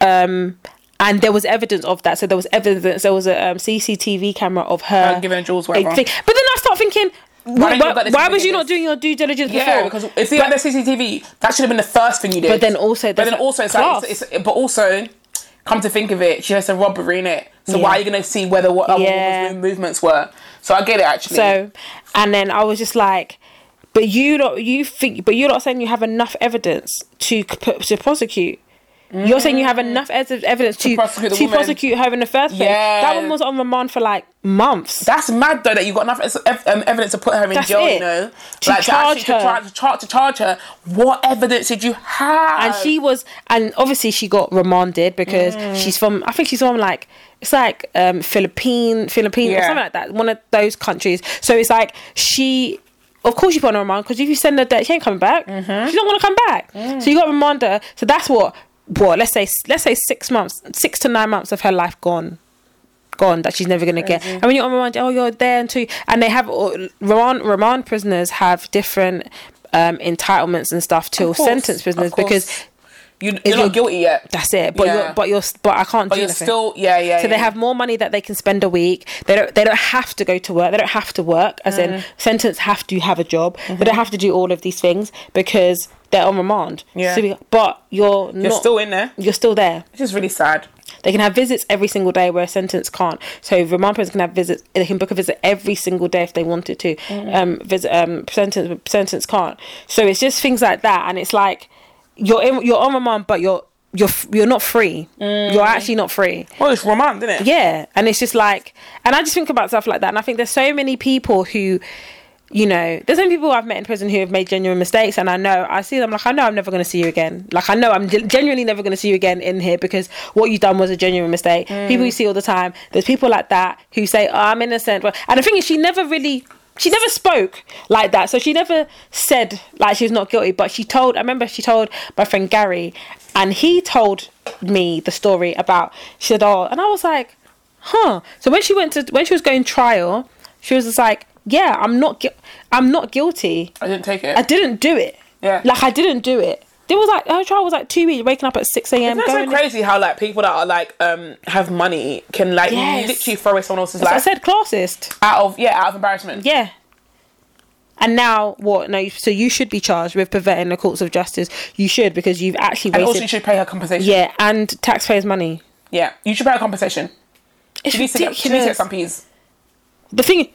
B: Um, and there was evidence of that. So there was evidence. There was a um, CCTV camera of her
A: Her giving jewels, whatever.
B: Like, thing- But then I start thinking. Why,
A: didn't you
B: why,
A: look at this
B: why
A: from the
B: was you not
A: beginning?
B: doing your due diligence
A: Yeah,
B: before?
A: because if you had the CCTV, that should have been the first thing you did.
B: But then also
A: but
B: there's
A: then
B: a
A: also, it's
B: class.
A: like, it's, it's, but also, come to think of it, she has a robbery in it. So
B: Yeah.
A: why are you going to see whether what other
B: Yeah.
A: women's movements were? So I get it actually.
B: So, and then I was just like, But you lot, you think, but you're not saying you have enough evidence to c- put, to prosecute. You're saying you have enough ev- evidence to to
A: Mm-hmm. prosecute
B: prosecute,
A: the woman.
B: her in the first place.
A: Yeah.
B: That one was on remand for like months.
A: That's mad though that you got enough ev- ev- um, evidence to put her in
B: That's
A: jail. You
B: it.
A: know,
B: To charge
A: to,
B: her.
A: charge, to, charge, to charge her. What evidence did you have?
B: and she was and obviously she got remanded because
A: Mm.
B: she's from i think she's from like it's like um philippine philippine or
A: Yeah.
B: something like that one of those countries so it's like she of course you put on remand because if you send her there she ain't coming back
A: Mm-hmm.
B: she don't want to come back
A: Mm.
B: so you got to remand her so that's what what let's say let's say six months six to nine months of her life gone gone that she's never going to get. And when you're on remand, oh, you're there until, and they have all- remand remand prisoners have different um, entitlements and stuff till
A: course,
B: sentence prisoners
A: of course.
B: because
A: you, you're not
B: your-
A: guilty yet.
B: that's it. But
A: Yeah.
B: you're, but you're but I can't
A: But
B: do
A: you're
B: nothing.
A: still yeah yeah.
B: so they have more money that they can spend a week. They don't. They don't have to go to work. They don't have to work. As
A: Mm.
B: in, sentence have to have a job.
A: Mm-hmm.
B: They don't have to do all of these things because they're on remand.
A: Yeah.
B: So we- but you're not.
A: You're still in there.
B: You're still there.
A: Which is really sad.
B: They can have visits every single day where a sentence can't. So remand prisoners can have visits. They can book a visit every single day if they wanted to. Um, visit um sentence sentence can't. So it's just things like that, and it's like you're in, you're on remand, but you're you're f- you're not free. You're actually not free.
A: Well, it's romance, isn't it?
B: Yeah, and it's just like, and I just think about stuff like that, and I think there's so many people who. You know, there's some people I've met in prison who have made genuine mistakes, and I know I see them like I know I'm never going to see you again. Like I know I'm gen- genuinely never going to see you again in here because what you done was a genuine mistake. People you see all the time. There's people like that who say, "Oh, I'm innocent," but and the thing is, she never really, she never spoke like that. So she never said like she was not guilty. But she told. I remember she told my friend Gary, and he told me the story about she said, "Oh," and I was like, huh so when she went to when she was going trial she was just like yeah i'm not gui- i'm not guilty
A: I didn't take it.
B: i didn't do it
A: Yeah.
B: like i didn't do it there was like her trial was like two weeks waking up at 6 a.m
A: Isn't that
B: going
A: so crazy how like people that are like um have money can like
B: Yes.
A: literally throw away someone else's
B: So i
A: life
B: said classist
A: out of yeah out of embarrassment.
B: yeah and now what no you- so you should be charged with perverting the courts of justice you should because you've actually
A: And
B: wasted
A: also you should pay her compensation.
B: yeah and taxpayers money
A: Yeah, you should pay her compensation.
B: it's
A: She needs to get she needs to get
B: ridiculous
A: some peas.
B: the thing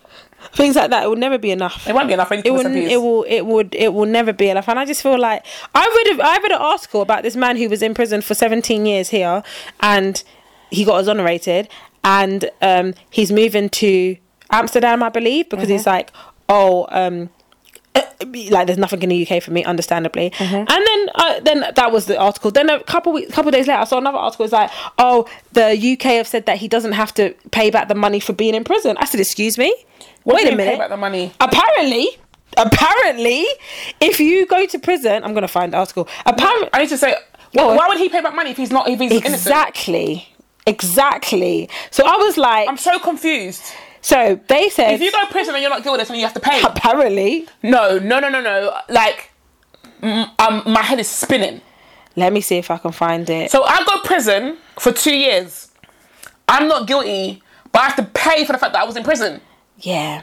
B: things like that it would never be enough
A: It won't be enough. I need to
B: it
A: get
B: will,
A: some peas.
B: it will it would it will never be enough and i just feel like i read have i read an article about this man who was in prison for 17 years here and he got exonerated and um he's moving to amsterdam i believe because
A: Mm-hmm.
B: he's like oh um like there's nothing in the UK for me, understandably.
A: Mm-hmm.
B: And then uh, then that was the article. Then a couple weeks, couple days later, I saw another article. It's like, oh, the UK have said that he doesn't have to pay back the money for being in prison. I said, excuse me,
A: What do
B: wait
A: you
B: a
A: mean
B: minute
A: Pay back the money.
B: apparently apparently if you go to prison i'm gonna find the article apparently
A: I need to say.
B: Go
A: Why,
B: on.
A: why would he pay back money if he's not if he's innocent?
B: exactly exactly so i was like
A: I'm so confused.
B: so they said
A: If you go to prison and you're not guilty, that's when you have to pay.
B: apparently
A: No, no, no, no, no. Like, mm, um, my head is spinning.
B: let me see if i can find it
A: So I go to prison for two years. I'm not guilty, but I have to pay for the fact that I was in prison.
B: yeah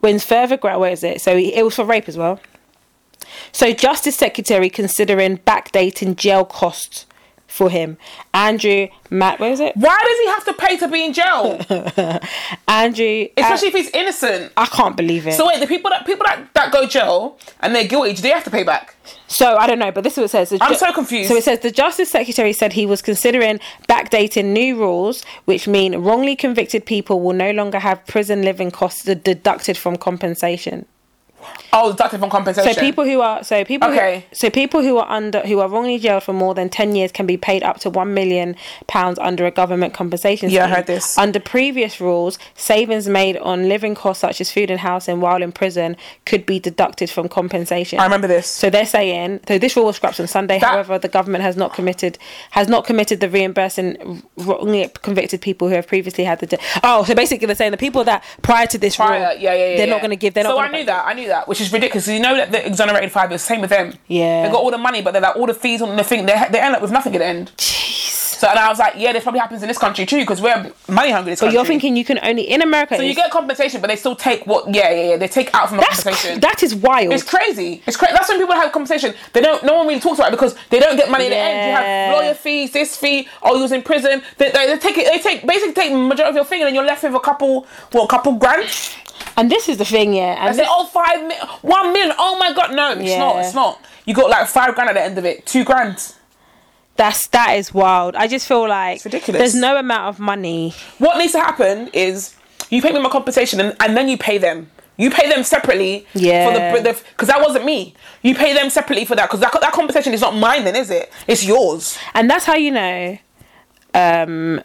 B: when further ground where is it so it was for rape as well so justice secretary considering backdating jail costs for him andrew matt where is it
A: Why does he have to pay to be in
B: Uh,
A: jail?
B: andrew uh,
A: Especially if he's innocent.
B: i can't believe it
A: So wait, the people that people that, that go jail and they're guilty, do they have to pay back?
B: So I don't know, but this is what it says. The
A: I'm so confused.
B: So it says the Justice Secretary said he was considering backdating new rules, which mean wrongly convicted people will no longer have prison living costs d- deducted from compensation.
A: Oh, deducted from compensation.
B: So people who are so people
A: Okay.
B: who, so people who are under who are wrongly jailed for more than ten years can be paid up to one million pounds under a government compensation.
A: Yeah, I
B: scheme.
A: heard this.
B: Under previous rules, savings made on living costs such as food and housing while in prison could be deducted from compensation.
A: I remember this.
B: So they're saying so this rule was scrapped on Sunday.
A: That-
B: However, the government has not committed has not committed the reimbursing wrongly convicted people who have previously had the. De- oh, so basically they're saying the people that prior to this
A: Prior,
B: rule,
A: uh, yeah, yeah, yeah.
B: they're
A: yeah.
B: not going to give. They're
A: so
B: not.
A: I
B: gonna-
A: knew that. I knew that, which is ridiculous. You know that the exonerated five is same with them.
B: Yeah.
A: they got all the money, but they're like all the fees on the thing. They they end up with nothing at the end.
B: Jeez.
A: So and I was like, yeah, this probably happens in this country too because we're money hungry. This
B: But
A: country.
B: you're thinking you can only in America.
A: So you
B: it's-
A: get compensation, but they still take what? Yeah, yeah, yeah. They take out from the
B: that's
A: compensation.
B: cr- that is wild.
A: It's crazy. It's crazy. That's when people have a conversation. They don't. No one really talks about it because they don't get money in the end. You have
B: Yeah.
A: lawyer fees, this fee. Oh, you was in prison. They, they, they take it. They take basically take majority of your thing, and then you're left with a couple. What? A couple grand.
B: And this is the thing, yeah. And
A: I said,
B: this-
A: oh, five mil, one million. Oh my god, no, it's
B: Yeah.
A: not. It's not. You got like five grand at the end of it. Two grand.
B: that's that is wild. I just feel like
A: ridiculous.
B: There's no amount of money.
A: What needs to happen is you pay me my compensation and, and then you pay them. You pay them separately.
B: Yeah.
A: For the because that wasn't me. You pay them separately for that because that that compensation is not mine then, is it? It's yours.
B: and that's how you know um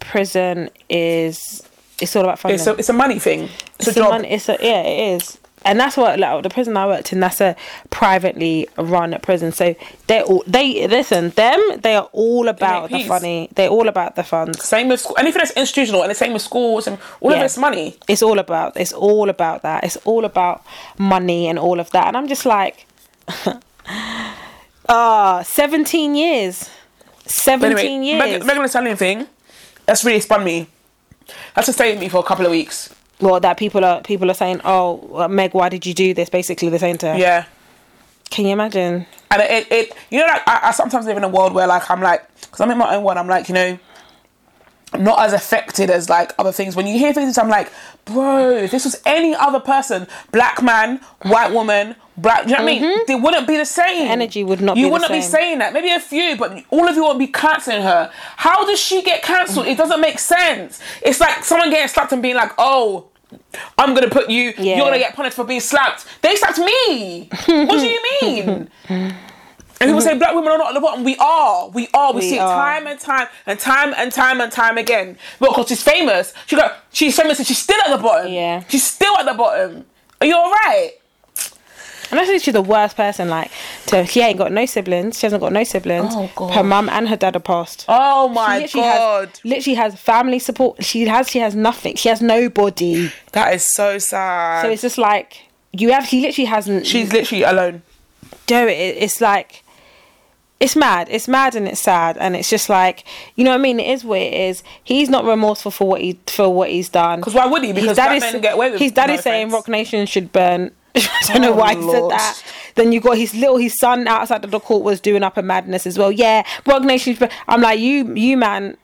B: prison is it's all about funding
A: It's a it's a money thing. It's,
B: It's
A: a
B: a
A: job.
B: mon- it's a- yeah it is and that's what like the prison i worked in that's a privately run prison so they all they listen them they are all about the
A: peace.
B: money they're all about the funds
A: Same with school. Anything that's institutional and the same with schools and all of
B: Yeah.
A: it's money.
B: it's all about it's all about that it's all about money and all of that and i'm just like ah 17 years 17
A: But
B: years
A: anyway, Meg- Megan Thee Stallion thing. That's really spun me. That's just stayed with me for a couple of weeks.
B: well that people are people are saying oh meg why did you do this basically the same to her
A: Yeah.
B: can you imagine
A: And it, it, it you know, like I, I sometimes live in a world where, like, I'm like, because I'm in my own world, I'm like, you know, I'm not as affected as like other things. When you hear things, I'm like, bro, if this was any other person, black man, white woman, black, do you know what I mean? They wouldn't be the same.
B: Mm-hmm. energy would not
A: You
B: be the
A: wouldn't
B: same.
A: be saying that. Maybe a few, but all of you won't be cancelling her. How does she get cancelled? It doesn't make sense. It's like someone getting slapped and being like, oh. I'm gonna put you.
B: Yeah.
A: You're gonna get punished for being slapped. They slapped me. what do you mean? And people say black women are not at the bottom. We are. We are. We,
B: We
A: see
B: are.
A: it time and time and time and time and time again. But because she's famous, she got she's famous and she's still at the bottom.
B: Yeah.
A: She's still at the bottom. Are you alright?
B: and that's literally the worst person like so she ain't got no siblings she hasn't got no siblings
A: Oh, God.
B: her mum and her dad are passed
A: Oh
B: She
A: my
B: literally
A: god.
B: has literally has family support she has she has nothing she has nobody
A: that is so sad.
B: so it's just like you have she literally hasn't
A: she's literally alone.
B: do it. It's like it's mad. It's mad and it's sad and it's just like you know what I mean. It is what it is. He's not remorseful for what he for what he's done.
A: 'Cause why would he? Because black men get away with
B: his dad
A: no
B: is saying
A: offense.
B: Rock Nation should burn. I don't know
A: Oh,
B: why he
A: Lord.
B: said that. Then you got his little his son outside of the court was doing up a madness as well. Yeah, Rock Nation. should burn. I'm like you, you man.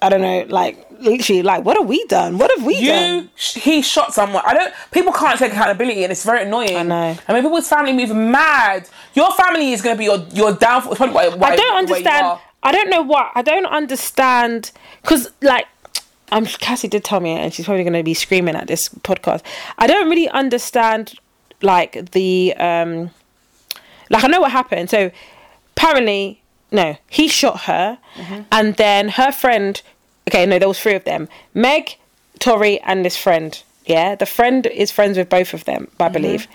B: I don't know, like literally, like what have we done? What have we done?
A: You, sh- he shot someone. I don't. People can't take accountability, and it's very annoying. I
B: know.
A: I mean, people's family move mad. Your family is going to be your your downfall. It's probably why- why-
B: I don't
A: where you
B: understand.
A: are.
B: I don't know what. I don't understand because like. I'm Cassie did tell me, and she's probably going to be screaming at this podcast. I don't really understand, like the um, like I know what happened. So apparently, no, he shot her,
A: Mm-hmm.
B: and then her friend. Okay, no, there was three of them: Meg, Tori, and this friend. Yeah, the friend is friends with both of them,
A: Mm-hmm.
B: I believe.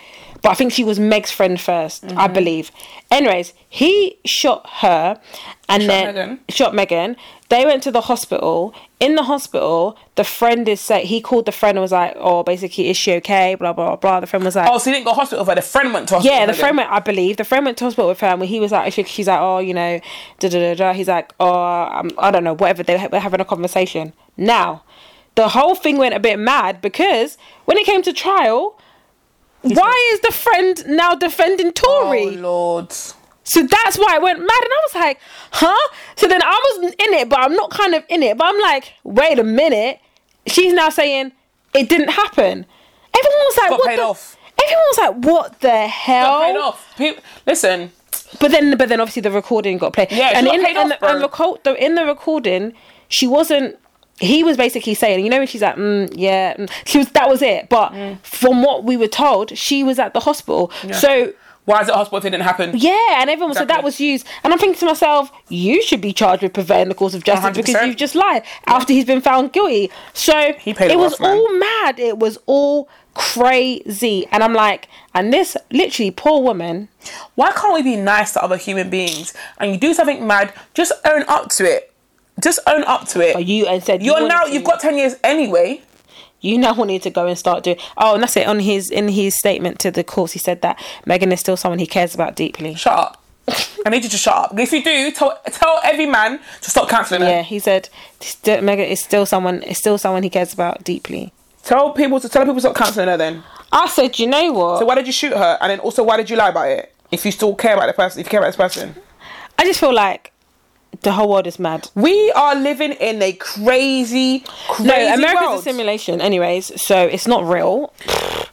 B: But I think she was Meg's friend 1st I believe. Anyways, he shot her, and
A: Shot
B: then
A: Megan.
B: shot Megan. They went to the hospital. In the hospital, the friend is say he called the friend and was like, "Oh, basically, is she okay?" Blah blah blah. The friend was like,
A: Oh, so you didn't go to hospital for her. the friend went to hospital.
B: yeah,
A: for
B: the
A: her.
B: friend went, I believe, the friend went to hospital with her, and when he was like, she, she's like, oh, you know, da da da da. He's like, oh, um, I don't know, whatever. They were having a conversation. Now, the whole thing went a bit mad because when it came to trial, why is the friend now defending
A: Oh
B: Tory?
A: Lord.
B: so that's why it went mad, and I was like, huh? So then I was in it, but I'm not kind of in it. But I'm like, wait a minute. She's now saying it didn't happen. Everyone was like,
A: Got
B: what
A: paid
B: the?
A: off.
B: Everyone was like, what the hell?
A: Paid off. Pe- listen,
B: But then, but then obviously the recording got played.
A: Yeah, she
B: and
A: got
B: in
A: paid
B: and,
A: off, bro.
B: and record, the, in the recording, she wasn't. He was basically saying, you know, when she's like, mm, yeah, mm, she was. That was it. But
A: Mm.
B: from what we were told, she was at the hospital. So
A: why is it hospital if it didn't happen?
B: yeah, and everyone said that
A: Exactly.
B: was used. And I'm thinking to myself, you should be charged with perverting the course of justice because
A: 100%.
B: you've just lied after he's been found guilty. So
A: paid
B: it
A: it
B: was
A: off, man.
B: all mad. It was all crazy. And I'm like, and this literally poor woman.
A: Why can't we be nice to other human beings? And you do something mad, just own up to it. Just own up to it.
B: You and said you
A: You're
B: wanted
A: now
B: to-
A: you've got ten years anyway.
B: you now need to go and start doing oh and that's it on his in his statement to the courts he said that megan is still someone he cares about deeply
A: Shut up. I need you to shut up. If you do, tell, tell every man to stop cancelling her.
B: yeah he said still, megan is still someone is still someone he cares about deeply
A: Tell people to tell people to stop cancelling her. Then.
B: i said you know what
A: So why did you shoot her? And then also why did you lie about it? If you still care about the person, if you care about this person,
B: i just feel like the whole world is mad
A: we are living in a crazy, crazy
B: no america's
A: world.
B: a simulation anyways so it's not real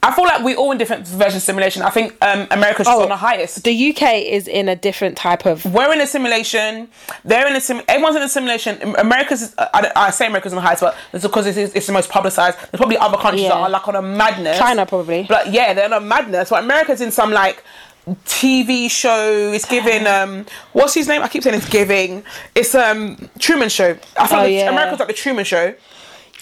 A: I feel like we all in different versions of simulation. I think um, America's just
B: Oh.
A: on the highest.
B: The UK is in a different type of
A: We're in a simulation. They're in a sim. Everyone's in a simulation. Am- America's. I, don't- I say America's on the highest, but it's because it's, it's the most publicized. There's probably other countries that
B: Yeah.
A: are like on a madness.
B: China, probably.
A: But yeah, they're on a madness. But America's in some like TV show. It's giving. Um, what's his name? I keep saying it's giving. It's um Truman Show. I feel
B: Oh,
A: like
B: yeah.
A: America's like the Truman Show.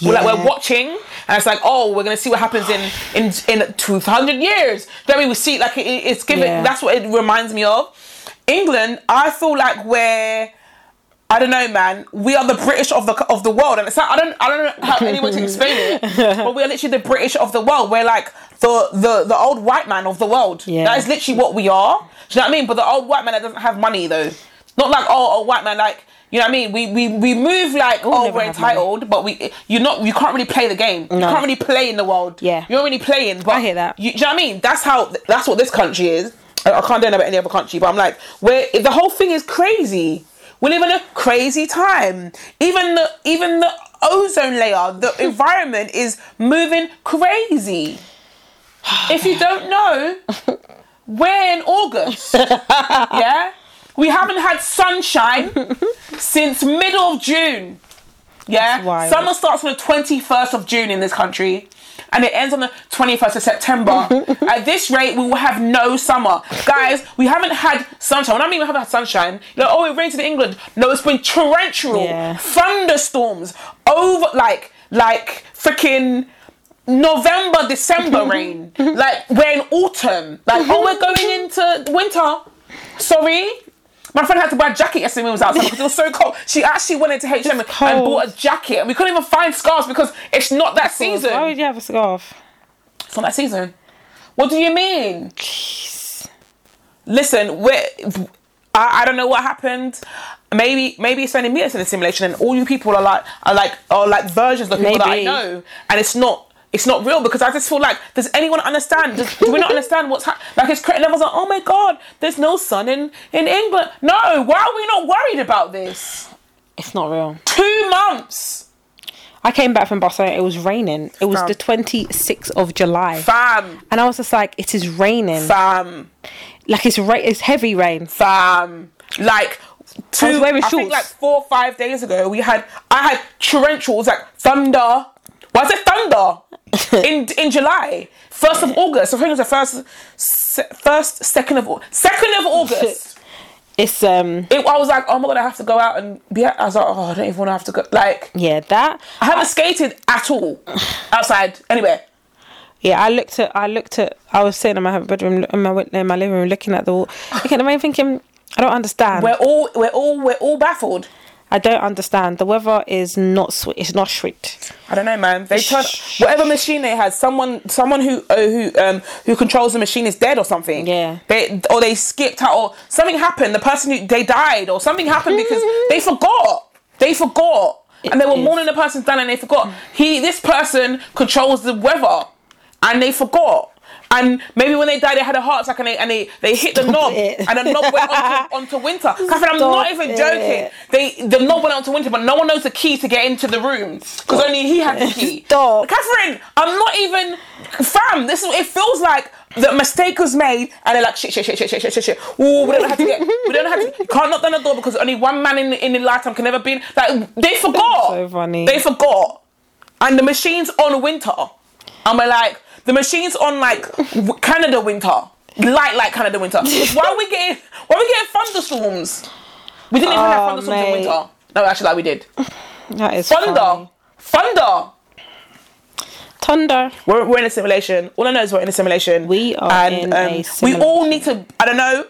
A: We're like we're
B: Yeah.
A: watching, and it's like, oh, we're gonna see what happens in in in two hundred years. Then we will see. Like it, it's given.
B: Yeah.
A: That's what it reminds me of. England, I feel like we're. I don't know, man. We are the British of the of the world, and it's like I don't I don't know how anyone to explain it, but we are literally the British of the world. We're like the the the old white man of the world.
B: Yeah.
A: That is literally what we are. Do you know what I mean? But the old white man that doesn't have money though, not like oh old white man like you know what I mean. We we we move like oh
B: never
A: we're
B: have money.
A: entitled old, but we you're not you can't really play the game. You
B: No.
A: can't really play in the world.
B: Yeah.
A: You're only playing. But
B: I hear that.
A: You, do you know what I mean? That's how that's what this country is. I, I can't do that about any other country, but I'm like, where the whole thing is crazy. We live in a crazy time. Even the even the ozone layer, the environment is moving crazy. If you don't know, we're in August. yeah? We haven't had sunshine since middle of June.
B: That's
A: Yeah,
B: wild.
A: summer starts on the twenty first of June in this country, and it ends on the twenty first of September. At this rate, we will have no summer, guys. We haven't had sunshine. When I mean we haven't had sunshine, you know, oh, it rains in England. No, it's been torrential,
B: Yeah.
A: thunderstorms over like like freaking. November, December rain. like we're in autumn. Like oh, we're going into winter. Sorry, my friend had to buy a jacket yesterday when we was outside because it was so cold. She actually went into H&M and
B: cold.
A: bought a jacket, and we couldn't even find scarves because it's not that season.
B: Why would you have a scarf?
A: It's not that season. What do you mean? Listen, we're, I, I don't know what happened. Maybe maybe it's only me that's in the simulation, and all you people are like are like are like versions of people
B: Maybe.
A: that I know, and it's not. It's not real because I just feel like does anyone understand? Does, do we not understand what's happening? Like it's credit levels are oh my god, there's no sun in in England. No, why are we not worried about this?
B: It's not real.
A: Two months,
B: I came back from Barcelona. It was raining. It was
A: Fam.
B: the 26th of July.
A: fam,
B: And I was just like, it is raining.
A: fam.
B: Like it's ra- it's heavy rain.
A: fam. Like two, I,
B: was wearing
A: think
B: shorts.
A: like four or five days ago, we had I had torrentials like thunder. Why is it thunder in in July? First of August. I think it was the first, se- first, second of Au- second of August.
B: It's um
A: It, I was like, oh my god, I have to go out and be. out. I was like, oh, I don't even want to have to go. Like,
B: yeah, that
A: I haven't skated at all outside anywhere.
B: yeah, I looked at I looked at I was sitting in my bedroom in my win- in my living room looking at the wall looking at the rain thinking I don't understand.
A: We're all, we're all, we're all baffled.
B: I don't understand. The weather is not sweet. It's not sweet.
A: I don't know, man. They turn whatever machine they had. Someone, someone who uh, who um who controls the machine is dead or something.
B: Yeah.
A: They or they skipped out or something happened. The person who they died or something happened because they forgot. They forgot, and they were
B: It is.
A: mourning the person's done, and they forgot. He, this person controls the weather, and they forgot. And maybe when they died, they had a heart attack and they and they, they hit the knob,
B: it.
A: and the knob went onto, onto winter. Catherine, I'm
B: Stop
A: not even
B: it.
A: joking. They the knob went onto winter, but no one knows the key to get into the room because only he had the key.
B: Stop.
A: Catherine, I'm not even fam. This is it feels like the mistake was made, and they're like shit, shit, shit, shit, shit, shit, shit, shit. Ooh, we don't know how to get. We don't know how to. you Can't knock down the door because only one man in in the lifetime can ever be. in- Like they forgot.
B: So funny.
A: They forgot, and the machine's on winter, and we're like the machine's on like w- Canada winter. Light, like Canada winter. Why are we getting? Why are we getting thunderstorms? We didn't even have
B: Oh,
A: thunderstorms in
B: mate.
A: winter. No, actually, like we did.
B: That is
A: Thunder,
B: funny.
A: thunder.
B: Thunder.
A: We're, we're in a simulation. All I know is we're in a simulation. um,
B: We are in a
A: We all need to, I don't know,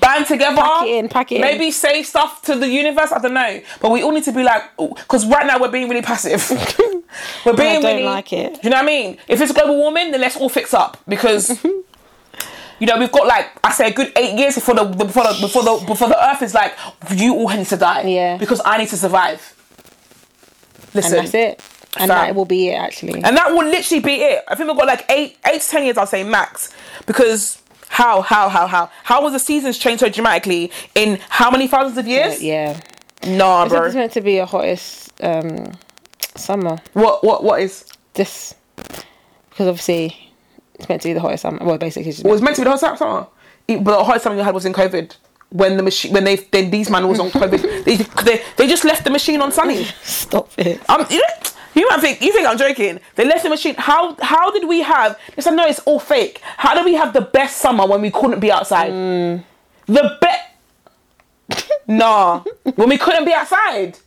A: band together.
B: Pack it in, pack it in.
A: Maybe say stuff to the universe. I don't know. But we all need to be like, because right now we're being really passive. we're being
B: don't
A: really.
B: like it.
A: You know what I mean? If it's global warming, then let's all fix up because. You know, we've got like I say a good eight years before the, the before the before the before the Earth is like you all need to die.
B: Yeah.
A: Because I need to survive.
B: And
A: Listen,
B: that's it.
A: Fam.
B: And that will be it actually.
A: and that will literally be it. I think we've got like eight, eight to ten years, I'll say max. Because how, how, how, how, how was the seasons changed so dramatically in how many thousands of years?
B: yeah.
A: Nah,
B: This is
A: bro.
B: meant to be a hottest um summer.
A: What, what, what is?
B: this because obviously It's meant to be the hottest summer. Well, basically, it's just-
A: It was meant to be the hottest summer. It- but the hottest summer you had was in COVID. When the machine, when they, then these man was on COVID, they, they, they just left the machine on sunny.
B: stop it.
A: Um, you know, you might think you think I'm joking. They left the machine. How how did we have? They said no, it's all fake. How did we have the best summer when we couldn't be outside? The best. nah, when we couldn't be outside.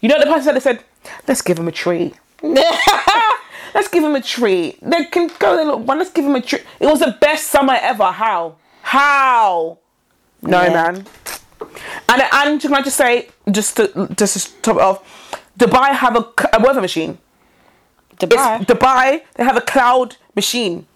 A: You know what the person said? They said, let's give him a tree. let's give him a tree. They can go their little one. Let's give him a tree. It was the best summer ever. How? How? No
B: Yeah.
A: man. And and can I just say, just to just to top it off, Dubai have a, c- a weather machine. It's
B: Dubai.
A: Dubai. They have a cloud machine.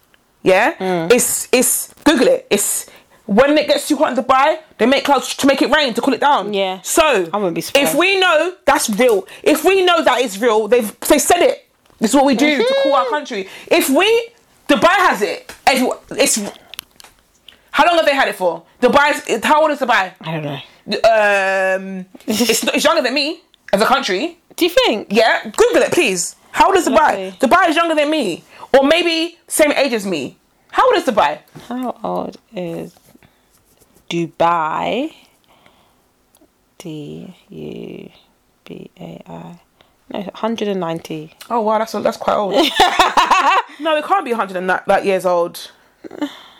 A: Yeah.
B: Mm.
A: It's it's Google it. It's when it gets too hot in Dubai, they make clouds to make it rain to cool it down.
B: Yeah.
A: So
B: I wouldn't be surprised.
A: if we know that's real, if we know that it's real, they've they said it. This is what we do to cool
B: Mm-hmm.
A: our country. If we Dubai has it, everyone, it's how long have they had it for? Dubai's how old is Dubai?
B: I don't know.
A: um, it's, it's younger than me as a country.
B: Do you think?
A: Yeah, Google it, please. How old is Dubai?
B: Lovely.
A: Dubai is younger than me, or maybe same age as me. How old is Dubai?
B: How old is Dubai? D U B A I. No, 190.
A: Oh wow, that's that's quite old. no, it can't be 100 and that, that years old.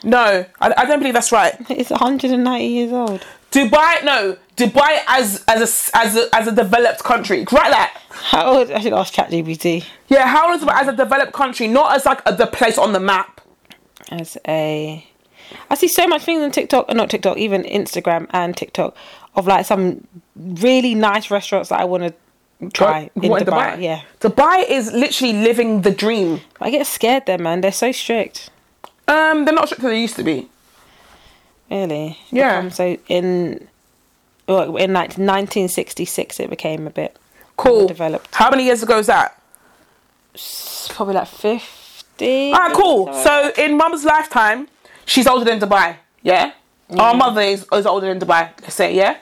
A: No, I, I don't believe that's right.
B: It's 190 years old.
A: Dubai, no, Dubai as as a s- as a, as a developed country. Write that.
B: How old? I should ask ChatGPT.
A: Yeah, how old is Dubai as a developed country, not as like a, the place on the map.
B: as a I see so much things on TikTok, uh, not TikTok, even Instagram and TikTok of like some really nice restaurants that I want to try in
A: What,
B: Dubai. Yeah.
A: Dubai is literally living the dream.
B: I get scared there, man. They're so strict.
A: Um, they're not strict as they used to be.
B: Really. It's
A: Yeah.
B: become So in well, in like 1966 it became a bit
A: Cool.
B: developed.
A: How many years ago is that?
B: it's probably like 50.
A: All right, cool. So in mum's lifetime, she's older than Dubai. Yeah. Our mother is, is older than Dubai. Let's say yeah.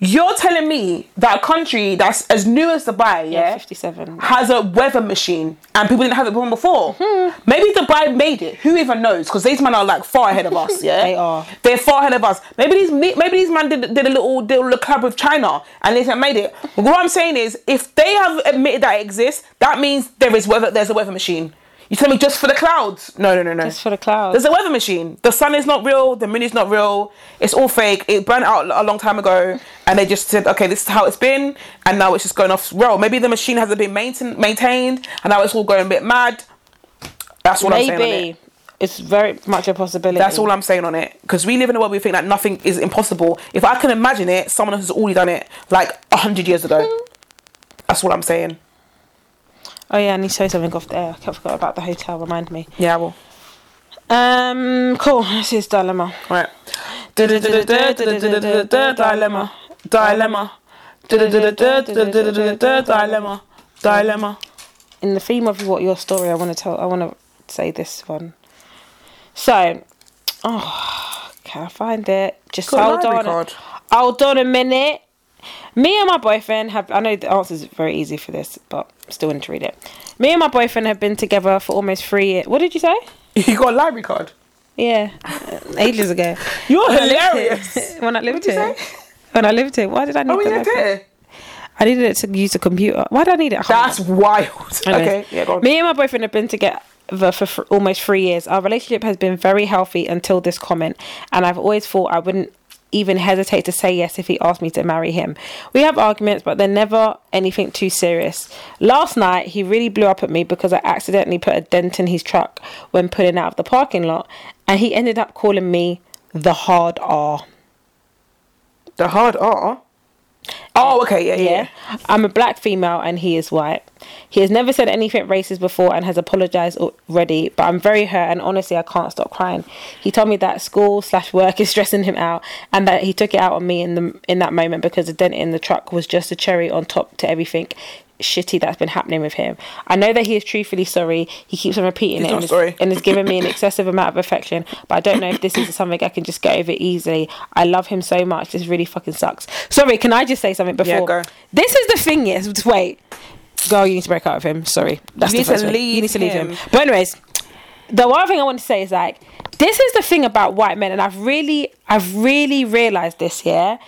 A: You're telling me that a country that's as new as Dubai, yeah,
B: yeah, 57.
A: has a weather machine and people didn't have it problem before.
B: Hmm.
A: Maybe Dubai made it. Who even knows? Because these men are like far ahead of us. Yeah,
B: They are.
A: They're far ahead of us. Maybe these me- maybe these men did, did a little did a little club with China and they made it. But what I'm saying is, if they have admitted that it exists, that means there is weather. There's a weather machine. You tell me just for the clouds? No, no, no, no.
B: Just for the clouds.
A: There's a weather machine. The sun is not real. The moon is not real. It's all fake. It burnt out a long time ago, and they just said, okay, this is how it's been, and now it's just going off. Well, maybe the machine hasn't been maintain- maintained, and now it's all going a bit mad. That's what I'm saying. On it.
B: Maybe. It's very much a possibility.
A: That's all I'm saying on it. Because we live in a world where we think that nothing is impossible. If I can imagine it, someone else has already done it like a hundred years ago. That's what I'm saying.
B: Oh yeah, I need to show you something off there. I forgot about the hotel. Remind me.
A: Yeah, well,
B: Um, cool. This is dilemma.
A: right. Dilemma. Dilemma. Dilemma. Dilemma.
B: In the theme of what your story, I want to tell. I want to say this one. So, oh, can I find it? Just
A: Got a
B: hold
A: library
B: on.
A: card.
B: Hold on a minute. Me and my boyfriend have. I know the answer is very easy for this, but still want to read it. Me and my boyfriend have been together for almost three. years. What did you say?
A: You got a library card.
B: Yeah, ages ago.
A: You're
B: When I lived
A: hilarious.
B: here- When I lived
A: What'd you
B: here.
A: say?
B: When I lived here. Why did I need
A: Oh, we
B: the
A: lived
B: laptop?
A: here.
B: I needed it to use a computer. Why did I need it? I can't
A: That's wild.
B: Anyway,
A: Okay, yeah, go on.
B: Me and my boyfriend have been together for fr- almost three years. Our relationship has been very healthy until this comment, and I've always thought I wouldn't even hesitate to say yes if he asked me to marry him. We have arguments, but they're never anything too serious. Last night, he really blew up at me because I accidentally put a dent in his truck when pulling out of the parking lot, and he ended up calling me the hard R.
A: The hard R. Oh, okay, yeah, yeah.
B: Yeah. I'm a black female and he is white. He has never said anything racist before and has apologized already, but I'm very hurt and honestly I can't stop crying. He told me that school slash work is stressing him out and that he took it out on me in the in that moment because the dent in the truck was just a cherry on top to everything shitty that's been happening with him. I know that he is truthfully sorry. He keeps on repeating it
A: not
B: and is-
A: sorry.
B: and has given me an excessive amount of affection, but I don't know if this is something I can just get over easily. I love him so much. This really fucking sucks. Sorry, can I just say something before?
A: Yeah, go.
B: This is the thing, yes. just Wait. Girl, you need to break up with him. Sorry. That's
A: You
B: the
A: need to
B: first thing.
A: leave
B: You need to leave him.
A: him.
B: But anyways, the one thing I want to say is like this is the thing about white men, and I've really, I've really realized this. Yeah,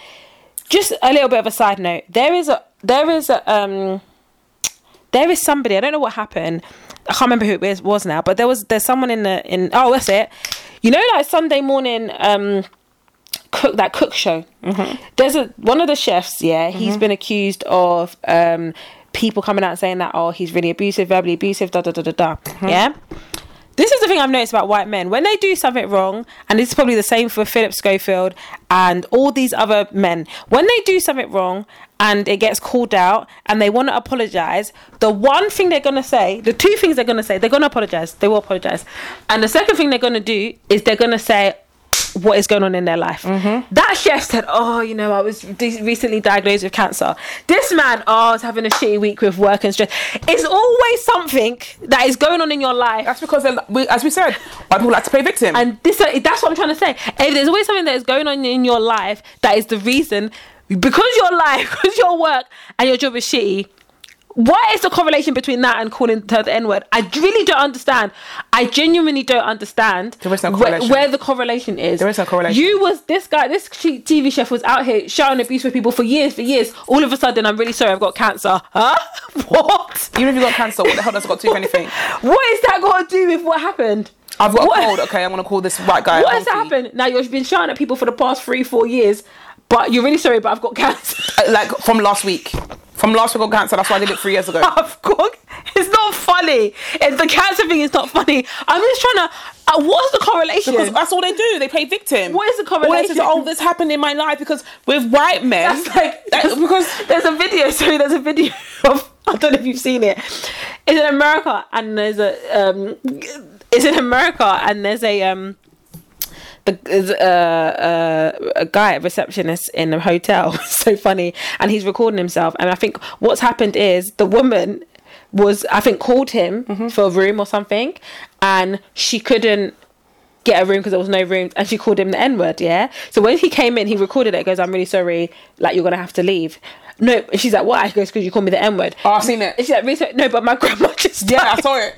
B: just a little bit of a side note. There is a, there is a, um, there is somebody. I don't know what happened. I can't remember who it was, was now, but there was there's someone in the in. Oh, that's it. You know, like Sunday morning. Um, cook that cook show. There's a one of the chefs. Yeah, he's been accused of um, people coming out saying that oh he's really abusive, verbally abusive, da da da da da. Yeah. This is the thing I've noticed about white men. When they do something wrong, and this is probably the same for Philip Schofield and all these other men, when they do something wrong and it gets called out and they want to apologize, the one thing they're going to say, the two things they're going to say, they're going to apologize. They will apologize. And the second thing they're going to do is they're going to say, what is going on in their life. That chef said, "Oh, you know, I was de- recently diagnosed with cancer." This man, oh, I was having a shitty week with work and stress. It's always something that is going on in your life,
A: That's because, they're- we- as we said, white people like to play victim.
B: and this—that's what I'm trying to say. If there's always something that is going on in your life that is the reason, because your life, because your work and your job is shitty. What is the correlation between that and calling her the N word? I really don't understand. I genuinely don't understand
A: There is no
B: where-
A: correlation.
B: where the correlation is.
A: There is no correlation.
B: You was this guy, this che- TV chef was out here shouting abuse for people for years, for years. All of a sudden, I'm really sorry, I've got cancer. Huh? What?
A: Even if you got cancer, what the hell does it got to do with anything?
B: What is that got to do with what happened?
A: I've got
B: What-
A: a cold. Okay, I'm gonna call this white guy.
B: What has
A: healthy.
B: happened? Now you've been shouting at people for the past three, four years, but you're really sorry, but I've got cancer.
A: Uh, Like from last week. From last week I got cancer. That's why I did it three years ago.
B: I've got. It's not funny. It's the cancer thing is not funny. I'm just trying to. Uh, what's the correlation?
A: Because that's all they do. They play victim.
B: What is the
A: All they say is,
B: correlation?
A: oh, this happened in my life because with white men.
B: That's like
A: That- because
B: there's a video. Sorry, there's a video of I don't know if you've seen it. It's in America, and there's a um, it's in America, and there's a um, the there's a, uh, a, a guy, a receptionist in a hotel. It's so funny, and he's recording himself. And I think what's happened is the woman was I think called him
A: Mm-hmm.
B: for a room or something, and she couldn't get a room because there was no room and she called him the n-word yeah so when he came in he recorded it goes i'm really sorry like you're gonna have to leave no she's like why he goes because you called me the n-word
A: oh, I've seen it.
B: and she's like really sorry. no but my grandma just
A: Yeah, I
B: died.
A: saw it.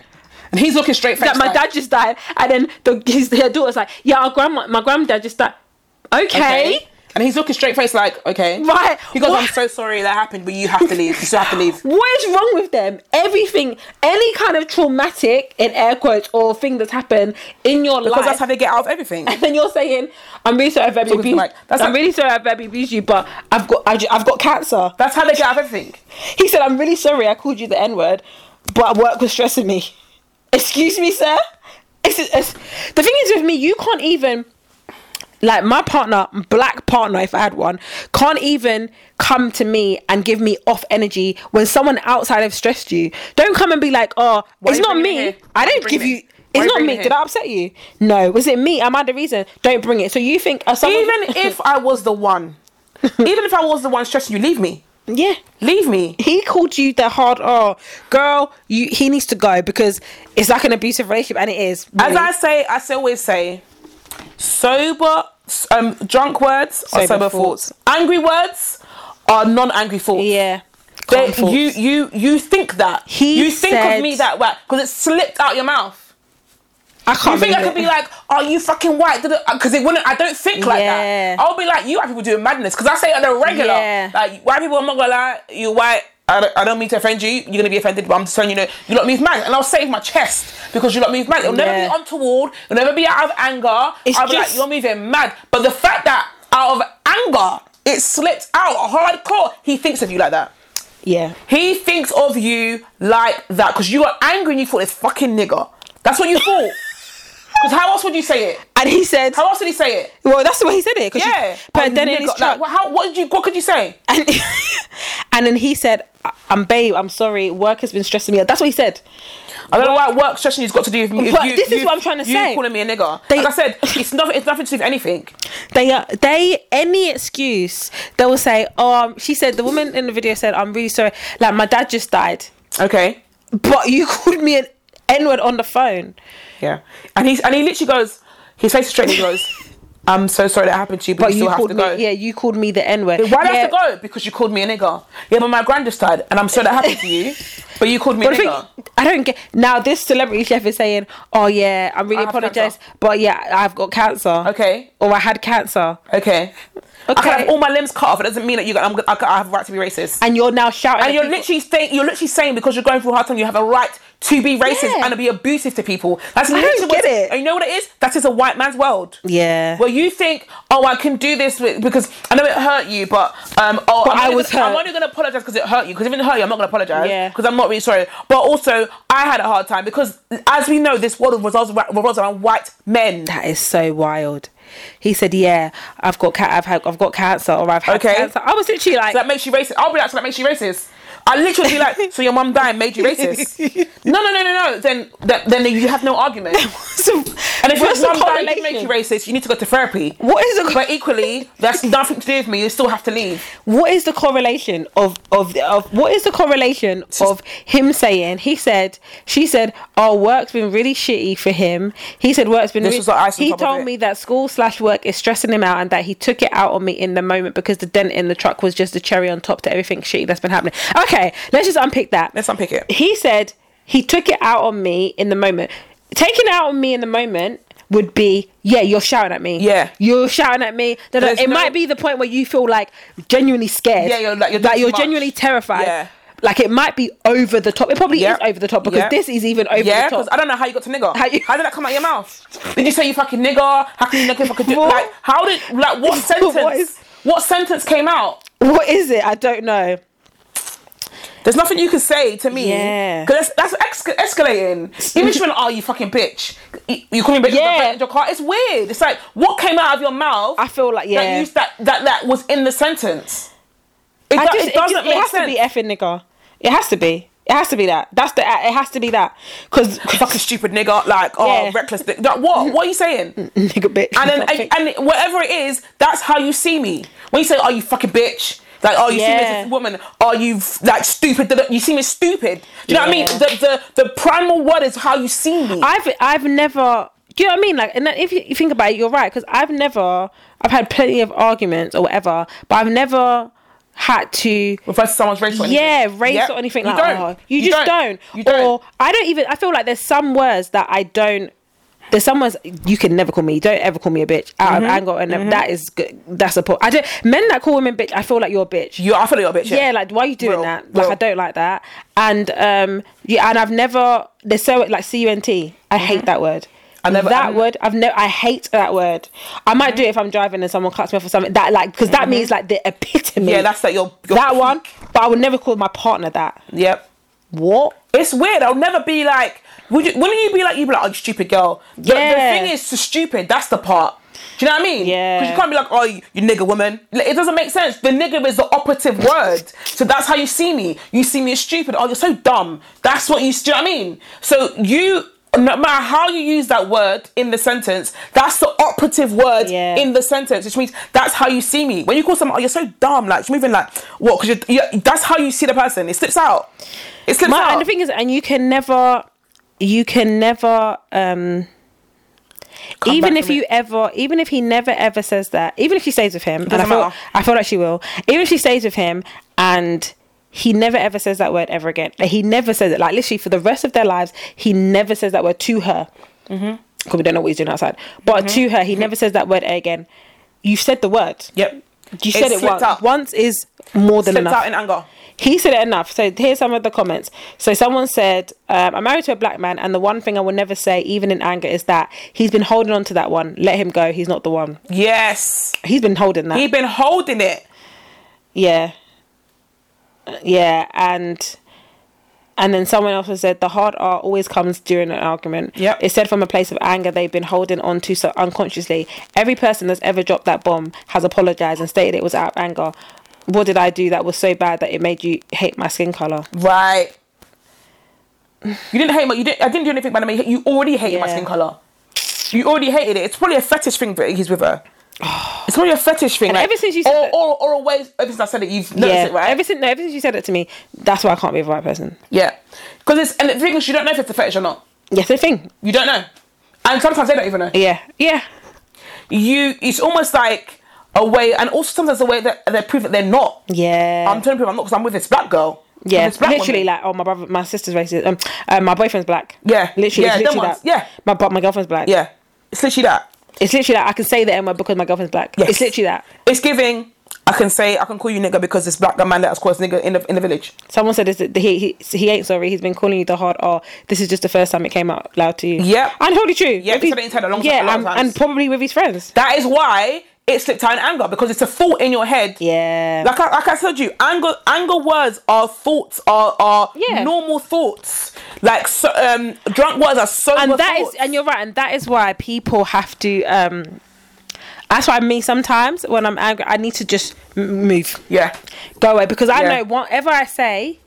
A: And he's looking straight faced.
B: that my
A: like,
B: dad just died and then the, his her daughter's like yeah our grandma my granddad just died okay,
A: okay. And he's looking straight faced like, okay.
B: right
A: He goes,
B: What-
A: I'm so sorry that happened, but you have to leave. You still have to leave.
B: What is wrong with them? Everything, any kind of traumatic, in air quotes, or thing that's happened in your
A: Because
B: life.
A: that's how they get out of everything.
B: and then you're saying, "I'm really sorry I've verbally
A: Talking to
B: abused.
A: Mike. That's
B: I'm
A: like-
B: really sorry I've verbally abused you, but I've got I, have got cancer."
A: That's how they get out of everything.
B: He said, "I'm really sorry I called you the N word, but work was stressing me." Excuse me, sir. It's, it's, the thing is with me, you can't even like my partner, black partner, if I had one, can't even come to me and give me off energy when someone outside have stressed you. Don't come and be like, "Oh,
A: are
B: it's
A: you
B: not
A: bringing it
B: me.
A: here? Why
B: I
A: are you
B: didn't
A: bringing
B: give
A: it?
B: you."
A: Why are
B: It's
A: you
B: not me.
A: bringing it
B: Did
A: here?
B: I upset you? No. Was it me? Am I the reason? Don't bring it. So you think uh, someone,
A: Even if I was the one, even if I was the one stressing you, leave me.
B: yeah,
A: Leave me.
B: he called you the hard R girl. You he needs to go because it's like an abusive relationship, and it is.
A: As
B: really.
A: I say, I say- always say, sober, s- um, drunk words are sober
B: Sober thoughts.
A: thoughts. Angry words are non-angry thoughts.
B: yeah,
A: They-
B: Calm thoughts.
A: you you you think that
B: He
A: you think
B: said-
A: of me that way because it slipped out your mouth.
B: I
A: You
B: can't
A: think I
B: believe
A: could be
B: it.
A: like, "Are you fucking white?" Because it wouldn't. I don't think like
B: Yeah.
A: that. I'll be like, "You white people doing madness." Because I say it on the regular,
B: Yeah.
A: like white people. I'm not gonna lie, you white. I don't, I don't mean to offend you. You're gonna be offended, but I'm just telling you, know, you lot move mad, and I'll save my chest because you lot move mad. It'll never
B: Yeah.
A: be untoward. It'll never be out of anger.
B: It's
A: I'll be
B: just-
A: like, "You're moving mad," but the fact that out of anger it slipped out hardcore, he thinks of you like that.
B: yeah,
A: He thinks of you like that because you got angry and you thought it's fucking nigger. That's what you thought. Because how else would you say it?
B: and he said,
A: How else did he say it?
B: well, that's the way he said it. 'cause she-
A: Yeah. Oh,
B: but then
A: nigger.
B: in his
A: like,
B: truck,
A: what, how, what did you? What could you say?
B: and, and then he said, "I- "I'm babe. I'm sorry. Work has been stressing me out." That's what he said.
A: I don't know why work stressing you's got to do with me.
B: But this is what I'm trying to
A: you
B: say.
A: calling me a nigger.
B: They-
A: like I said, it's nothing. It's nothing to do with anything.
B: They are they any excuse they will say. Um, she said the woman in the video said, "I'm really sorry. Like my dad just died,
A: Okay.
B: but you called me an N word on the phone."
A: Yeah. And he's and he literally goes. His face is straight. and He goes. I'm so sorry that happened to you, but, you
B: But
A: still
B: you
A: have
B: called
A: to
B: me.
A: go.
B: Yeah, you called me the N word.
A: Why do I
B: yeah,
A: have to go? Because you called me a nigger. Yeah, but my granddad's died, and I'm sorry that happened to you. But you called me a
B: But the
A: nigger.
B: thing, I don't get now. This celebrity chef is saying, "Oh yeah, I'm really
A: I have
B: apologize,
A: cancer."
B: but yeah, I've got cancer,
A: Okay.
B: or I had cancer."
A: Okay. I
B: Okay.
A: can have all my limbs cut off. It doesn't mean that you. I'm, I, I have a right to be racist.
B: And you're now shouting. at
A: And you're
B: people.
A: literally saying you're literally saying because you're going through a hard time, you have a right to be racist
B: Yeah.
A: and to be abusive to people. That's
B: don't
A: literally what
B: get it.
A: And you know what it is? That is a white man's world.
B: Yeah.
A: Where you think, oh, I can do this with, because I know it hurt you, but um, oh,
B: But
A: I'm
B: I
A: only
B: was
A: gonna, I'm
B: hurt.
A: only going to apologize because it hurt you. Because if it didn't hurt you, I'm not going to apologize.
B: Yeah.
A: Because I'm not really sorry. But also, I had a hard time because, as we know, this world revolves around, revolves around white men.
B: That is so wild. He said, "Yeah, I've got ca- I've had, I've got cancer, or I've had
A: Okay.
B: cancer." I was literally like,
A: that makes you racist. I'll be like, so that makes you racist. I literally be like, so your mum died made you racist. no, no, no, no, no. Then, then, then you have no argument. And if your
B: What's the
A: mum died did
B: correlation?
A: make you racist, you need to go to therapy.
B: What is the
A: But equally, that's nothing to do with me. You still have to leave.
B: what is the correlation of of of what is the correlation of him saying he said she said oh work's been really shitty for him he said work's been
A: This
B: re-
A: was the ice on
B: he
A: top of
B: told
A: it.
B: me that school slash work is stressing him out and that he took it out on me in the moment because the dent in the truck was just the cherry on top to everything shitty that's been happening okay let's just unpick that
A: Let's unpick it.
B: he said he took it out on me in the moment. Taking it out on me in the moment would be yeah, you're shouting at me.
A: Yeah.
B: you're shouting at me. Da- da-
A: There's
B: It
A: no-
B: might be the point where you feel like genuinely scared.
A: Yeah, you're like- you're doing too much.
B: genuinely terrified.
A: Yeah.
B: Like it might be over the top. It probably
A: Yep.
B: is over the top because
A: Yep.
B: this is even over
A: Yeah,
B: the top.
A: because I don't know how you got to nigger.
B: How
A: How,
B: you-
A: did that come out your mouth? Did you say you fucking nigger? How can you nigger fucking do
B: What?
A: Like, how did, like, what sentence?
B: What is-
A: what sentence came out?
B: what is it? I don't know.
A: There's nothing you can say to me.
B: Yeah.
A: Because that's, that's ex- escalating. Even if you went, oh, you fucking bitch. You, you call me bitch
B: Yeah.
A: yeah. in your car. It's weird. It's like, what came out of your mouth
B: I feel like
A: that,
B: yeah.
A: used that, that that was in the sentence? It,
B: I
A: do-
B: just,
A: it doesn't
B: just-
A: make
B: has
A: sense.
B: to be effing nigger. It has to be. It has to be that. That's the. It has to be that. Because
A: fucking stupid nigga. Like, oh,
B: Yeah.
A: reckless. Like, what? What are you saying?
B: nigger bitch.
A: And then, and, and whatever it is, that's how you see me. When you say, "Oh, you fucking bitch," like, "Oh, you see me
B: Yeah.
A: as this woman," "Oh, you f- like stupid," da- da- you see me as stupid. Do you know
B: Yeah.
A: what I mean? The, the the primal word is how you see me.
B: I've I've never. Do you know what I mean? Like, and then if you you think about it, you're right. Because I've never. I've had plenty of arguments or whatever, but I've never had to.
A: Refer to someone's race or anything.
B: Yeah, race
A: Yep.
B: or anything
A: you
B: like
A: don't.
B: that. You, just don't.
A: You don't.
B: Or I don't even. I feel like there's some words that I don't. There's some words you can never call me. Don't ever call me a bitch out
A: Mm-hmm.
B: of anger, and that is good. That's a po- I don't. Men that call women bitch, I feel like you're a bitch.
A: you, I feel like you're a bitch.
B: yeah, like why are you doing
A: Real,
B: that? Like
A: real.
B: I don't like that. And um, yeah, and I've never there's so like cunt. I hate that word. I
A: Mm-hmm. never-
B: that
A: I'm- Mm-hmm.
B: word. I've never. I hate that word. I might do it if I'm driving and someone cuts me off or something. That like because that means like the epitome.
A: yeah, that's like your, your
B: that one. But I would never call my partner that.
A: Yep.
B: What?
A: It's weird. I'll never be like. Would you? Wouldn't you be like? You'd be like, "Oh, you stupid girl." The,
B: Yeah.
A: The thing is, to stupid. That's the part. Do you know what I mean?
B: Yeah.
A: Because you can't be like, "Oh, you, you nigger woman." Like, It doesn't make sense. The nigger is the operative word. So that's how you see me. You see me as stupid. Oh, you're so dumb. That's what you. Do you know what I mean? So you. No matter how you use that word in the sentence, that's the operative word
B: Yeah.
A: in the sentence, which means that's how you see me. When you call someone, oh, you're so dumb, like, you're moving like, what? Because you're, you that's how you see the person. It slips out. It slips
B: My,
A: out.
B: and the thing is, and you can never, you can never. um
A: Come
B: even
A: back
B: if
A: from
B: you
A: it.
B: ever, even if he never ever says that, even if she stays with him, and I
A: doesn't
B: feel,
A: matter.
B: I feel like she will. Even if she stays with him, and he never ever says that word ever again. Like, he never says it. Like literally for the rest of their lives, he never says that word to her.
A: Mm-hmm.
B: Because we don't know what he's doing outside, but to her, he never says that word again. You said the word.
A: Yep.
B: You said it,
A: slipped
B: once.
A: Out.
B: Once is more than
A: Slipped
B: enough.
A: out in anger.
B: He said it enough. So here's some of the comments. So someone said, um, "I'm married to a black man, and the one thing I will never say, even in anger, is that he's been holding on to that one. Let him go. He's not the one.
A: Yes.
B: He's been holding that.
A: He'd been holding it.
B: yeah, yeah." And and then someone else has said, "The hard R always comes during an argument.
A: Yep.
B: It's said from a place of anger they've been holding on to so unconsciously. Every person that's ever dropped that bomb has apologized and stated it was out of anger." What did I do that was so bad that it made you hate my skin color?
A: Right. You didn't hate my. You didn't. I didn't do anything by the way. You already hated my
B: Yeah.
A: skin color. You already hated it. It's probably a fetish thing that he's with her. It's probably a fetish thing.
B: And
A: like-
B: ever since you
A: or,
B: said that-
A: or, or always ever since I said it, you've noticed
B: yeah.
A: it, right?
B: Ever since, no, ever since you said it to me, that's why I can't be a white person.
A: yeah. Because it's and the thing is, you don't know if it's a fetish or not.
B: Yes, the thing.
A: You don't know, and sometimes they don't even know.
B: Yeah, yeah.
A: you it's almost like a way and also sometimes a way that they prove that they're not.
B: Yeah.
A: I'm trying to prove I'm not because I'm with this black girl. I'm
B: yeah,
A: with this black
B: literally
A: woman.
B: like oh my brother, my sister's racist. Um, uh, my boyfriend's black.
A: Yeah.
B: literally,
A: Yeah,
B: it's
A: them
B: literally
A: ones.
B: that.
A: Yeah.
B: my but my girlfriend's black.
A: Yeah. It's literally that.
B: it's literally that. I can say the N word because my girlfriend's black.
A: Yes.
B: It's literally that.
A: It's giving I can say I can call you nigger because this black guy man that has called us nigger in the in the village.
B: Someone said this. that He, he he ain't sorry. He's been calling you the hard R. This is just the first time it came out loud to you.
A: Yep.
B: and totally true.
A: Yeah,
B: With
A: he
B: his-
A: said it inside a long-
B: yeah,
A: a lot of
B: and-
A: times.
B: and probably with his friends.
A: That is why it slipped out in anger because it's a thought in your head.
B: Yeah,
A: Like I, like I told you, anger anger words are thoughts are are
B: Yeah.
A: normal thoughts. Like so, um, drunk words are so.
B: and that is and you're right and that is why people have to um that's why me sometimes when i'm angry i need to just m- move
A: yeah,
B: go away because i
A: Yeah.
B: know whatever i say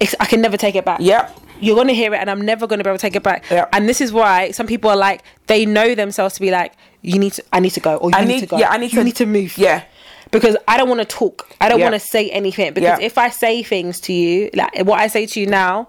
B: it's, i can never take it back
A: yeah,
B: you're gonna hear it and i'm never gonna be able to take it back
A: Yeah.
B: and this is why some people are like they know themselves to be like you need to i need to go or you
A: I
B: need,
A: need-
B: to go
A: yeah, I need
B: you
A: to-
B: need to move
A: yeah.
B: because I don't want to talk. I don't
A: Yeah.
B: want to say anything because
A: Yeah.
B: if I say things to you, like what I say to you now,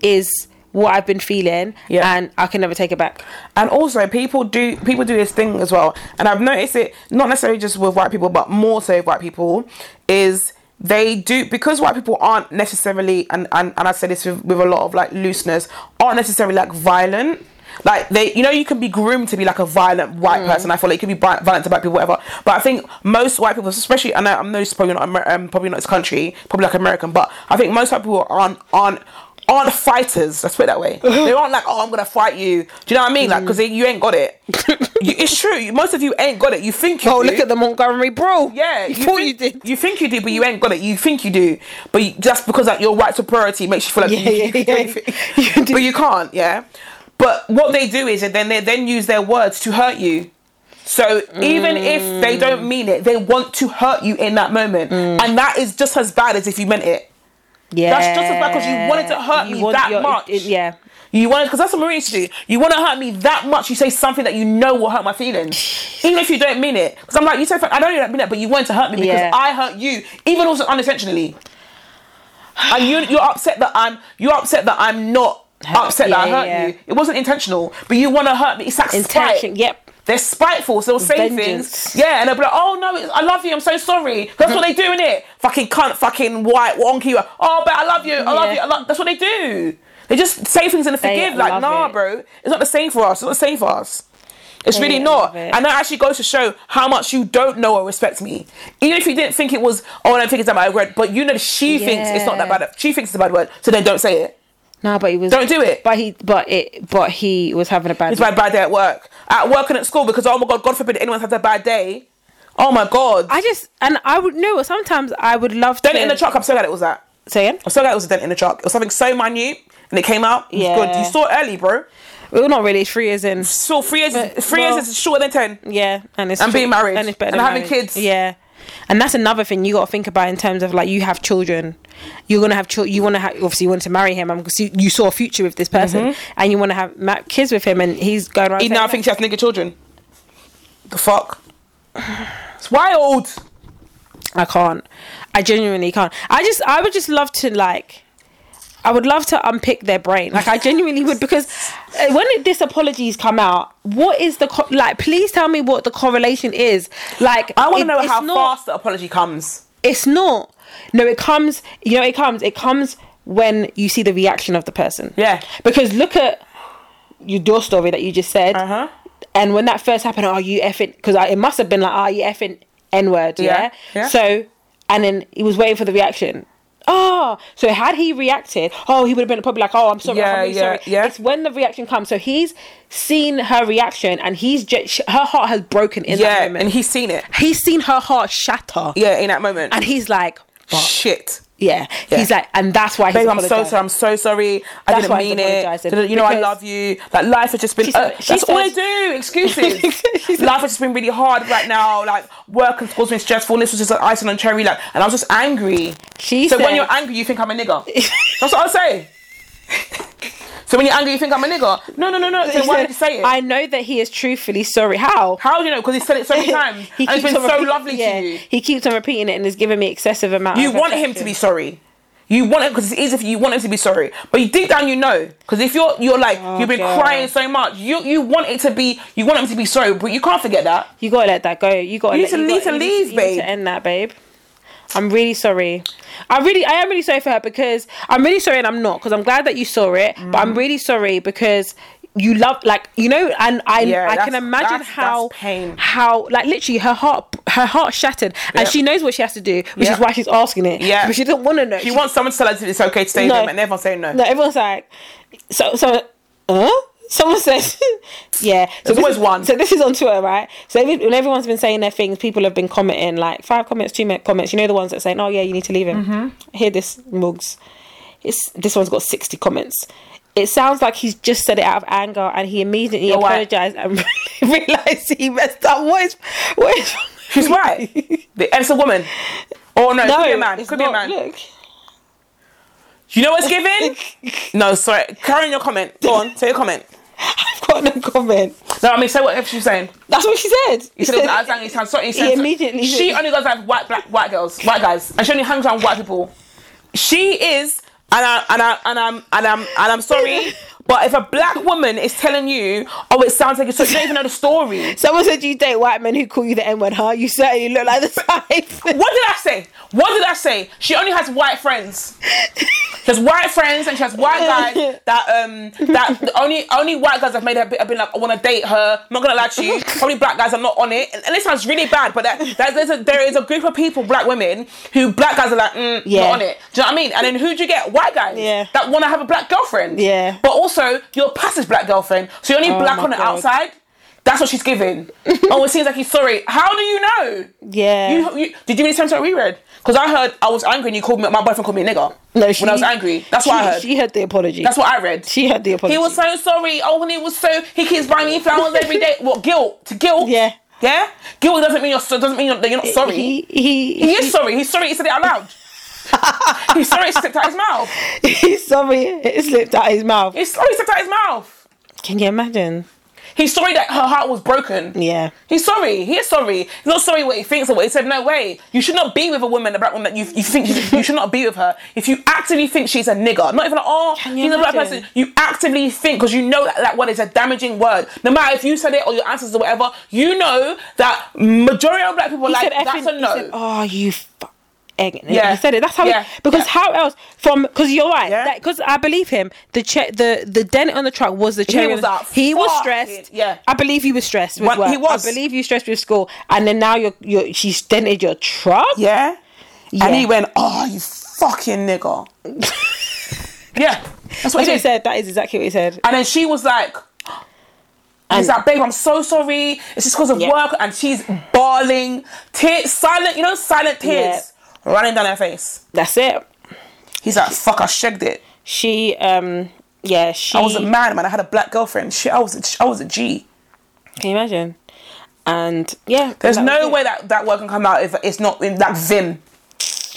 B: is what I've been feeling,
A: Yeah.
B: and I can never take it back.
A: And also, people do people do this thing as well, and I've noticed it not necessarily just with white people, but more so with white people is they do because white people aren't necessarily and and, and I say this with, with a lot of like looseness aren't necessarily like violent. Like they, you know, you can be groomed to be like a violent white person. I feel like you can be vi- violent to black people, whatever. But I think most white people, especially, and I- I'm no, it's probably not, Amer- um, probably not this country, probably like American. But I think most white people aren't aren't aren't fighters. Let's put it that way.
B: Uh-huh.
A: they aren't like, oh, I'm gonna fight you. Do you know what I mean?
B: Mm.
A: Like, because you ain't got it. you, it's true. You, most of you ain't got it. You think you
B: Oh,
A: do.
B: look at the Montgomery brawl.
A: Yeah,
B: you thought
A: think,
B: you did.
A: You think you do, but you ain't got it. You think you do, but you, just because like your white superiority makes you feel like
B: Yeah,
A: you,
B: yeah,
A: you can do
B: yeah.
A: anything.
B: You do.
A: but you can't. Yeah. But what they do is that then they then use their words to hurt you. So even if they
B: Mm.
A: don't mean it, they want to hurt you in that moment, and that is just as bad as if you meant it.
B: Yeah,
A: That's just as bad 'cause you wanted to hurt me that
B: your-
A: much.
B: it- yeah,
A: You want to, because that's what Maria used to do. You want to hurt me that much, you say something that you know will hurt my feelings, even if you don't mean it. Because I'm like, you say, I don't even mean that, but you wanted to hurt me because
B: Yeah.
A: I hurt you, even also unintentionally. And you, you're upset that I'm, you're upset that I'm not upset that I
B: yeah,
A: hurt
B: yeah.
A: you. It wasn't intentional, but you want to hurt me. It's like
B: intention.
A: spite.
B: Yep.
A: They're spiteful, so they'll say
B: Vengeance.
A: things. Yeah, and they'll be like, oh no, it's, I love you, I'm so sorry. That's what they do, innit? Fucking cunt, fucking white, wonky. Oh, but I love you, I love you.
B: Yeah.
A: I love, that's what they do. They just say things and
B: They
A: forgive. Like,
B: love
A: nah,
B: it.
A: bro, it's not the same for us. It's not the same for us. It's
B: They
A: really
B: love
A: not.
B: it.
A: And that actually goes to show how much you don't know or respect me. Even if you didn't think it was, oh, I don't think it's that bad word, but you know she thinks it's not that
B: Yeah.
A: bad. She thinks it's a bad word, so then don't say it.
B: No, but he was.
A: Don't do it.
B: But he, but it, but he was having a bad.
A: It's my bad day at work. At work and at school because oh my god, God forbid anyone's had a bad day. Oh my god.
B: I just and I would know. Sometimes I would love
A: dent
B: to
A: in the truck, I'm so glad it was that.
B: Say again?
A: I'm so glad it was a dent in the truck. It was something so minute and it came out. It was
B: Yeah.
A: good. You saw it early, bro.
B: Well, not really. Three years in.
A: So three years
B: But-
A: three
B: well-
A: years is shorter than ten.
B: Yeah, and it's
A: And being
B: true.
A: married.
B: and it's better
A: And
B: than
A: having
B: marriage.
A: kids.
B: Yeah, and that's another thing you got to think about in terms of like you have children, you're gonna have children. You want to have obviously you want to marry him, because you, you saw a future with this person, and you want to have ma- kids with him, and he's going around.
A: Mm-hmm. He
B: saying,
A: now
B: like,
A: thinks he has nigger children. The fuck? It's wild.
B: I can't. I genuinely can't. I just I would just love to like. I would love to unpick their brain. Like I genuinely would because uh, when this apologies come out, what is the co- like? Please tell me what the correlation is. Like
A: I wanna
B: it-
A: know
B: it's
A: how
B: not-
A: fast the apology comes.
B: It's not. No, it comes. You know, it comes. It comes when you see the reaction of the person.
A: Yeah.
B: Because look at your door story that you just said.
A: Uh-huh.
B: And when that first happened, are you effing? Because it must have been like, are you effing N word?
A: Yeah,
B: Yeah?
A: yeah.
B: So, and then he was waiting for the reaction. Oh, so had he reacted, oh, he would have been probably like, oh, I'm sorry,
A: Yeah,
B: I'm really
A: yeah,
B: sorry.
A: yeah.
B: It's when the reaction comes. So he's seen her reaction, and he's ju- sh her heart has broken in that
A: Yeah,
B: moment.
A: and he's seen it.
B: he's seen her heart shatter,
A: Yeah, in that moment.
B: and he's like,
A: Shit.
B: yeah.
A: Yeah.
B: He's like, and that's why he's
A: Babe, I'm so
B: apologised.
A: sorry. I'm so sorry. I
B: That's
A: didn't
B: why
A: mean
B: he's
A: it.
B: apologising.
A: Da- da- You know, I
B: Because-
A: love you. Like life has just been.
B: She
A: uh,
B: said-
A: that's
B: she
A: all I
B: said-
A: do. Excuses.
B: She said-
A: life has just been really hard right now. Like work and school's been stressful. And this was just like icing on cherry. Like, and I was just angry.
B: She
A: so when
B: said-
A: you're angry, you think I'm a nigger. that's what I say. so when you're angry, you think I'm a nigger. No, no, no, no. So
B: He
A: why
B: said,
A: did you say it?
B: I know that he is truthfully sorry. How?
A: How do you know? Because he said it so many times.
B: He
A: and it's
B: keeps
A: been
B: on
A: so
B: repeat-
A: lovely
B: yeah,
A: to you.
B: He keeps on repeating it and is giving me excessive amount.
A: You
B: of
A: want him to
B: affection.
A: be sorry. You want it because it's easy for you. You want it to be sorry, but you deep down you know because if you're you're like you've been
B: Oh, God.
A: crying so much, you you want it to be you want him to be sorry, but you can't forget that.
B: You gotta let that go. You gotta
A: You
B: let,
A: need to-
B: gotta-
A: need to
B: you
A: leave,
B: you need
A: babe.
B: to end that, babe. I'm really sorry. I really, I am really sorry for her because I'm really sorry, and I'm not because I'm glad that you saw it, but
A: Mm.
B: I'm really sorry because you love, like you know, and I,
A: Yeah,
B: I can
A: that's-
B: imagine
A: that's-
B: how
A: that's pain.
B: how like literally her heart, her heart shattered, and
A: Yep.
B: she knows what she has to do, which
A: Yeah.
B: is why she's asking it.
A: Yeah.
B: but she doesn't want to know.
A: She wants someone to tell her that it's okay to stay with
B: No.
A: him, and everyone's saying no.
B: No, everyone's like, so so, uh? Someone says, yeah. So
A: There's always
B: is,
A: one.
B: So this is on tour, right? So every, when everyone's been saying their things, people have been commenting like five comments, two minute comments. You know the ones that say, oh yeah, you need to leave him.
A: Mm-hmm.
B: Hear this, Mugs. It's this one's got sixty comments. It sounds like he's just said it out of anger, and he immediately
A: You're right.
B: apologized and realized he messed up. What is what is?
A: She's right. The- and it's a woman. Oh no, it could be a man. It
B: it's
A: could be a
B: not.
A: man.
B: Look.
A: You know what's given? no, sorry. Carry on your comment. Go on, say your comment.
B: I've got no comment.
A: No, I mean, say what if she's saying.
B: That's what she said.
A: He said it was Alexander. He sounds sorry. He, said,
B: immediately
A: She
B: did.
A: only goes out with white black white girls, white guys, and she only hangs around white people. She is, and I and I and I'm and I'm and I'm sorry, but if a black woman is telling you, oh, it sounds like it's so you don't even know the story.
B: Someone said you date white men who call you the N word, huh? You certainly look like the type.
A: What did I say? What did I say? She only has white friends. She has white friends and she has white guys that um that the only only white guys have made her. I've been like I want to date her. I'm not gonna lie to you. Probably black guys are not on it. And, and it sounds really bad, but that, that there's a, there is a group of people, black women, who black guys are like mm,
B: Yeah.
A: not on it. Do you know what I mean? And then who do you get? White guys.
B: Yeah.
A: That want to have a black girlfriend.
B: Yeah. Oh
A: But also you're a passive black girlfriend, so you're only black
B: my
A: on the
B: God.
A: outside. That's what she's giving. oh, it seems like he's sorry. How do you know?
B: Yeah.
A: You, you, did you read the same story we read? Because I heard I was angry and you called me. My boyfriend called me a nigger.
B: no, she,
A: when I was angry. That's what
B: she,
A: I heard.
B: She heard the apology.
A: That's what I read.
B: she heard the apology.
A: he was so sorry. Oh, and he was so he keeps buying me flowers every day. What guilt? To guilt?
B: Yeah.
A: Yeah. Guilt doesn't mean you're so, doesn't mean you're, that you're not sorry. He,
B: He he,
A: is sorry. He's sorry. He said it out loud. he's sorry. It slipped out his mouth.
B: he's sorry. It slipped out his mouth.
A: He's sorry. It slipped out his mouth.
B: Can you imagine?
A: He's sorry that her heart was broken.
B: Yeah.
A: He's sorry. He is sorry. He's not sorry what he thinks or what he said. No way. You should not be with a woman, a black woman that you, you think you, you should not be with her. If you actively think she's a nigger, not even like, oh,
B: Can you
A: he's a black
B: imagine?
A: person. You actively think because you know that that word is a damaging word. No matter if you said it or your answers or whatever, you know that majority of black people are
B: He
A: like
B: said
A: that's
B: effing-
A: a
B: he
A: no.
B: said, oh, you. Fu-
A: Yeah.
B: yeah, he said it. That's how.
A: Yeah.
B: He, because
A: Yeah.
B: how else from? Because you're right.
A: Yeah.
B: Because I believe him. The che- the the dent on the truck was the cherry.
A: was
B: on the-
A: like,
B: he was
A: fucking-
B: stressed.
A: yeah.
B: I believe he was stressed. With
A: What-
B: work.
A: he was.
B: I believe you stressed with school, and then now you're you're she's dented your truck.
A: yeah.
B: Yeah.
A: And he went, oh, you fucking nigger. yeah. That's what
B: That's
A: he
B: what he
A: did.
B: said. That is exactly what he said.
A: And then she was like,
B: And
A: He's like, babe, I'm so sorry. It's just because of
B: Yeah.
A: work. And she's bawling, tears, silent, you know, silent tears running down her face.
B: that's it.
A: He's like, fuck, I shagged it.
B: She um yeah she.
A: I was a man, man. I had a black girlfriend. Shit, I was a, I was a G.
B: Can you imagine? And yeah,
A: There's
B: that was
A: no
B: it.
A: way that that word can come out if it's not in that vim.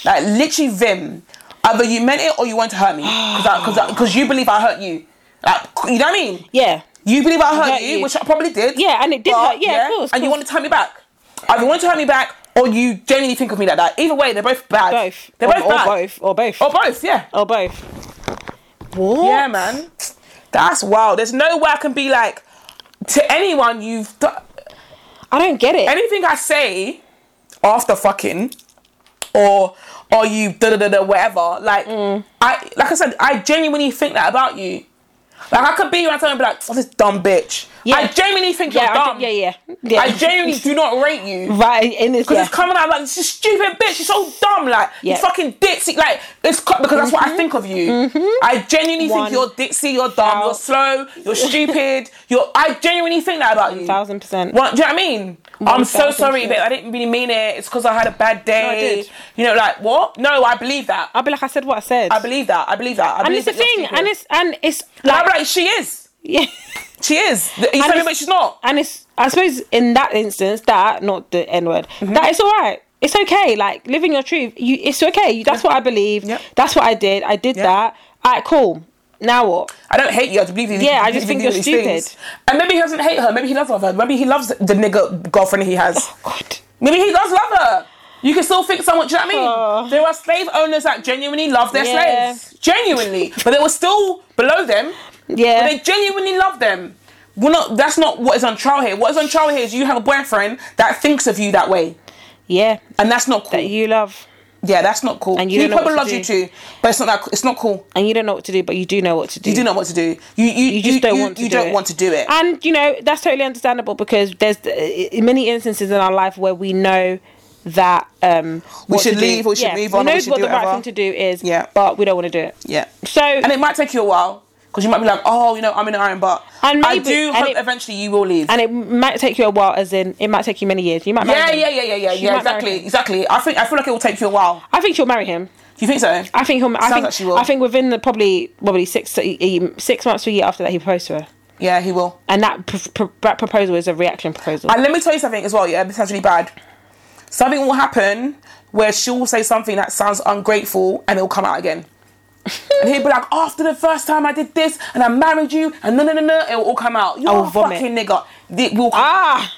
A: Like, literally vim. Either you meant it or you want to hurt me. Because you believe I hurt you. Like, you know what I mean?
B: Yeah,
A: You believe I hurt
B: hurt
A: you,
B: you.
A: which I probably did.
B: Yeah, and it did hurt. Yeah, of course,
A: And you
B: course.
A: wanted to hurt me back. Either you wanted to hurt me back, or you genuinely think of me like that. Either way, they're both bad.
B: both.
A: They're
B: or,
A: both
B: or
A: bad.
B: both. Or both.
A: Or both, yeah.
B: Or both. What?
A: Yeah, man. That's wild. There's no way I can be like to anyone. You've done
B: I don't get it.
A: anything I say after fucking, or or you da da da da whatever. Like
B: Mm.
A: I like I said, I genuinely think that about you. Like I could be around someone and be like, "What's this dumb bitch?"
B: Yeah.
A: I genuinely think
B: yeah,
A: you're
B: I
A: dumb.
B: don't- yeah, yeah, yeah.
A: I genuinely do not rate you.
B: right in this.
A: Because
B: Yeah.
A: it's coming out like this is stupid bitch. You're so dumb. Like
B: Yeah. Mm-hmm.
A: you fucking ditzy. Like it's cu- because that's what I think of you. I genuinely
B: One
A: think you're ditzy. You're dumb. You're slow. You're stupid. You're. I genuinely think that about you.
B: thousand percent.
A: What, do you know what I mean? I'm so
B: thousand
A: sorry,
B: percent.
A: but I didn't really mean it. It's because I had a bad day.
B: did.
A: You know, like what? No, I believe that. I
B: I'll be like, I said what I said.
A: believe that. I believe that. I
B: and
A: believe
B: it's the
A: that you're
B: thing,
A: stupid.
B: and it's and it's
A: I'll
B: like,
A: be like, she is.
B: yeah,
A: She is. You tell me,
B: it's-
A: but she's not.
B: and it's I suppose in that instance that not the N word
A: Mm-hmm.
B: that it's all right. It's okay, like living your truth. You, it's okay. You, that's what I believe.
A: Yep.
B: That's what I did. I did that. Alright, cool. Now what?
A: I don't hate you. I just believe you.
B: Yeah, I
A: you
B: just
A: believe
B: think you're
A: these things.
B: stupid.
A: And maybe he doesn't hate her. Maybe he loves her. Maybe he loves the nigga girlfriend he has.
B: God.
A: Maybe he does love her. You can still think someone. Do you know what I mean?
B: Oh.
A: There are slave owners that genuinely love their
B: Yeah.
A: slaves, genuinely, but they were still below them.
B: Yeah.
A: They genuinely love them. We're not. That's not what is on trial here. What is on trial here is you have a boyfriend that thinks of you that way,
B: yeah.
A: and that's not cool.
B: That you love.
A: yeah, that's not cool.
B: And you
A: he
B: don't know
A: probably loves
B: what to
A: you too, but it's not that. It's not cool.
B: And you don't know what to do, but you do know what to do.
A: You do know what to do. You you, you
B: just don't want to
A: you
B: do
A: don't
B: it.
A: want to do it.
B: and you know that's totally understandable because there's uh, many instances in our life where we know that um we
A: should leave, we should move on, or
B: we know
A: we should
B: what
A: do
B: the right
A: whatever.
B: thing to do is
A: Yeah.
B: but we don't want to do it
A: yeah.
B: so
A: And it might take you a while because you might be like, oh, you know, I'm in iron, but
B: And
A: I
B: maybe-
A: do
B: and
A: hope
B: it-
A: eventually you will leave.
B: and it might take you a while as in it might take you many years you might marry
A: yeah,
B: him.
A: yeah, yeah, yeah, yeah,
B: She
A: yeah.
B: might marry
A: Exactly,
B: him.
A: exactly. I think I feel like it will take you a while.
B: i think she'll marry him
A: Do you think so?
B: i think he'll i
A: Sounds
B: think
A: like she will.
B: i think within the probably probably six to e- e- six months to a year after that he proposed to her
A: yeah, he will.
B: and that, pr- pr- that proposal is a reaction proposal
A: And let me tell you something as well, yeah, this is really bad. Something will happen where she will say something that sounds ungrateful and it'll come out again. and he'll be like, after the first time I did this and I married you and no, no, no, no, it'll all come out. You're
B: will
A: a
B: vomit.
A: fucking nigger. It will come
B: ah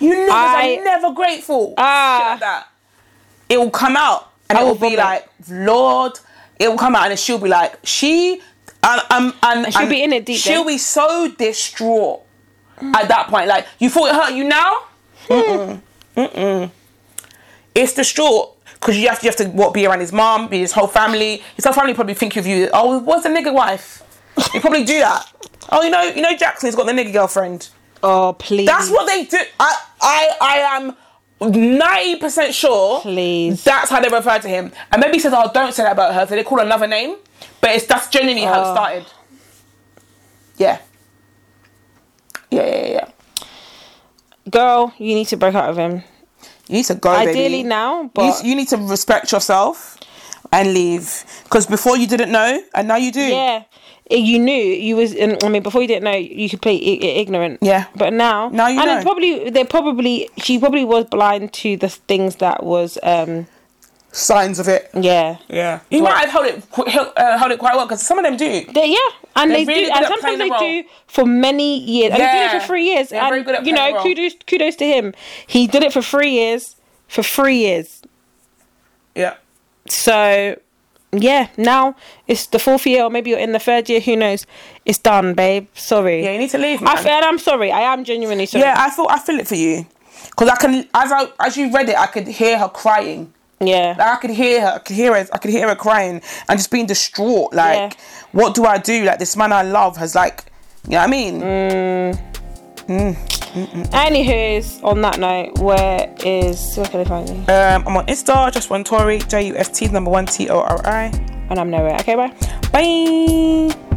A: You niggas
B: I-
A: are never grateful.
B: Ah.
A: Shit like that. It will come out and
B: I
A: it will
B: will
A: be
B: vomit.
A: like, Lord, it will come out and she'll be like, she, and, um, and,
B: she'll be in it deep
A: She'll
B: then.
A: be so distraught at that point. Like, you thought it hurt you now? Mm-mm. Mm-mm.
B: Hmm.
A: It's distraught. Because you have to, you have to what, be around his mom, be his whole family. His whole family probably think of you, oh, what's the nigga wife? They probably do that. Oh, you know, you know Jackson's got the nigga girlfriend.
B: oh please
A: That's what they do. I I I am ninety percent sure.
B: Please.
A: That's how they refer to him. And maybe he says, "Oh, don't say that about her." So they call her another name. But it's that's genuinely how it
B: Oh.
A: started. Yeah. Yeah, yeah, yeah, yeah.
B: girl you need to break out of him
A: You need to go.
B: ideally
A: baby.
B: now
A: You,
B: but
A: you need to respect yourself and leave. Because before you didn't know, and now you do.
B: Yeah, I- you knew you was. and, I mean, before you didn't know, you could play I- I- ignorant.
A: Yeah.
B: but now,
A: Now you
B: and
A: know.
B: it probably they probably she probably was blind to the things that was. um
A: Signs of it.
B: Yeah,
A: Yeah. You
B: Like-
A: might have held it qu- held, uh, held it quite well because some of them do.
B: they, yeah, and
A: They're
B: they
A: really
B: do,
A: good
B: and
A: at playing
B: sometimes
A: the
B: they
A: role.
B: do for many years. And they did
A: Yeah.
B: it for three years,
A: They're very
B: and
A: good at
B: you
A: playing the
B: know,
A: role.
B: kudos kudos to him. He did it for three years, for three years.
A: Yeah.
B: So. Yeah, now it's the fourth year, or maybe you're in the third year. Who knows? It's done, babe. Sorry.
A: Yeah, you need to leave. Man.
B: I feel, and I'm sorry. I am genuinely sorry.
A: Yeah, I feel I feel it for you, because I can as I as you read it, I could hear her crying.
B: yeah.
A: Like I could hear her, I could hear her, I could hear her crying and just being distraught. Like,
B: Yeah.
A: what do I do? Like this man I love has like, you know what I mean?
B: Anywho's on that note, where is where can they find me?
A: Um, I'm on Insta, just one Tory, J U S T number one T O R I.
B: And I'm nowhere. Okay, bye.
A: Bye.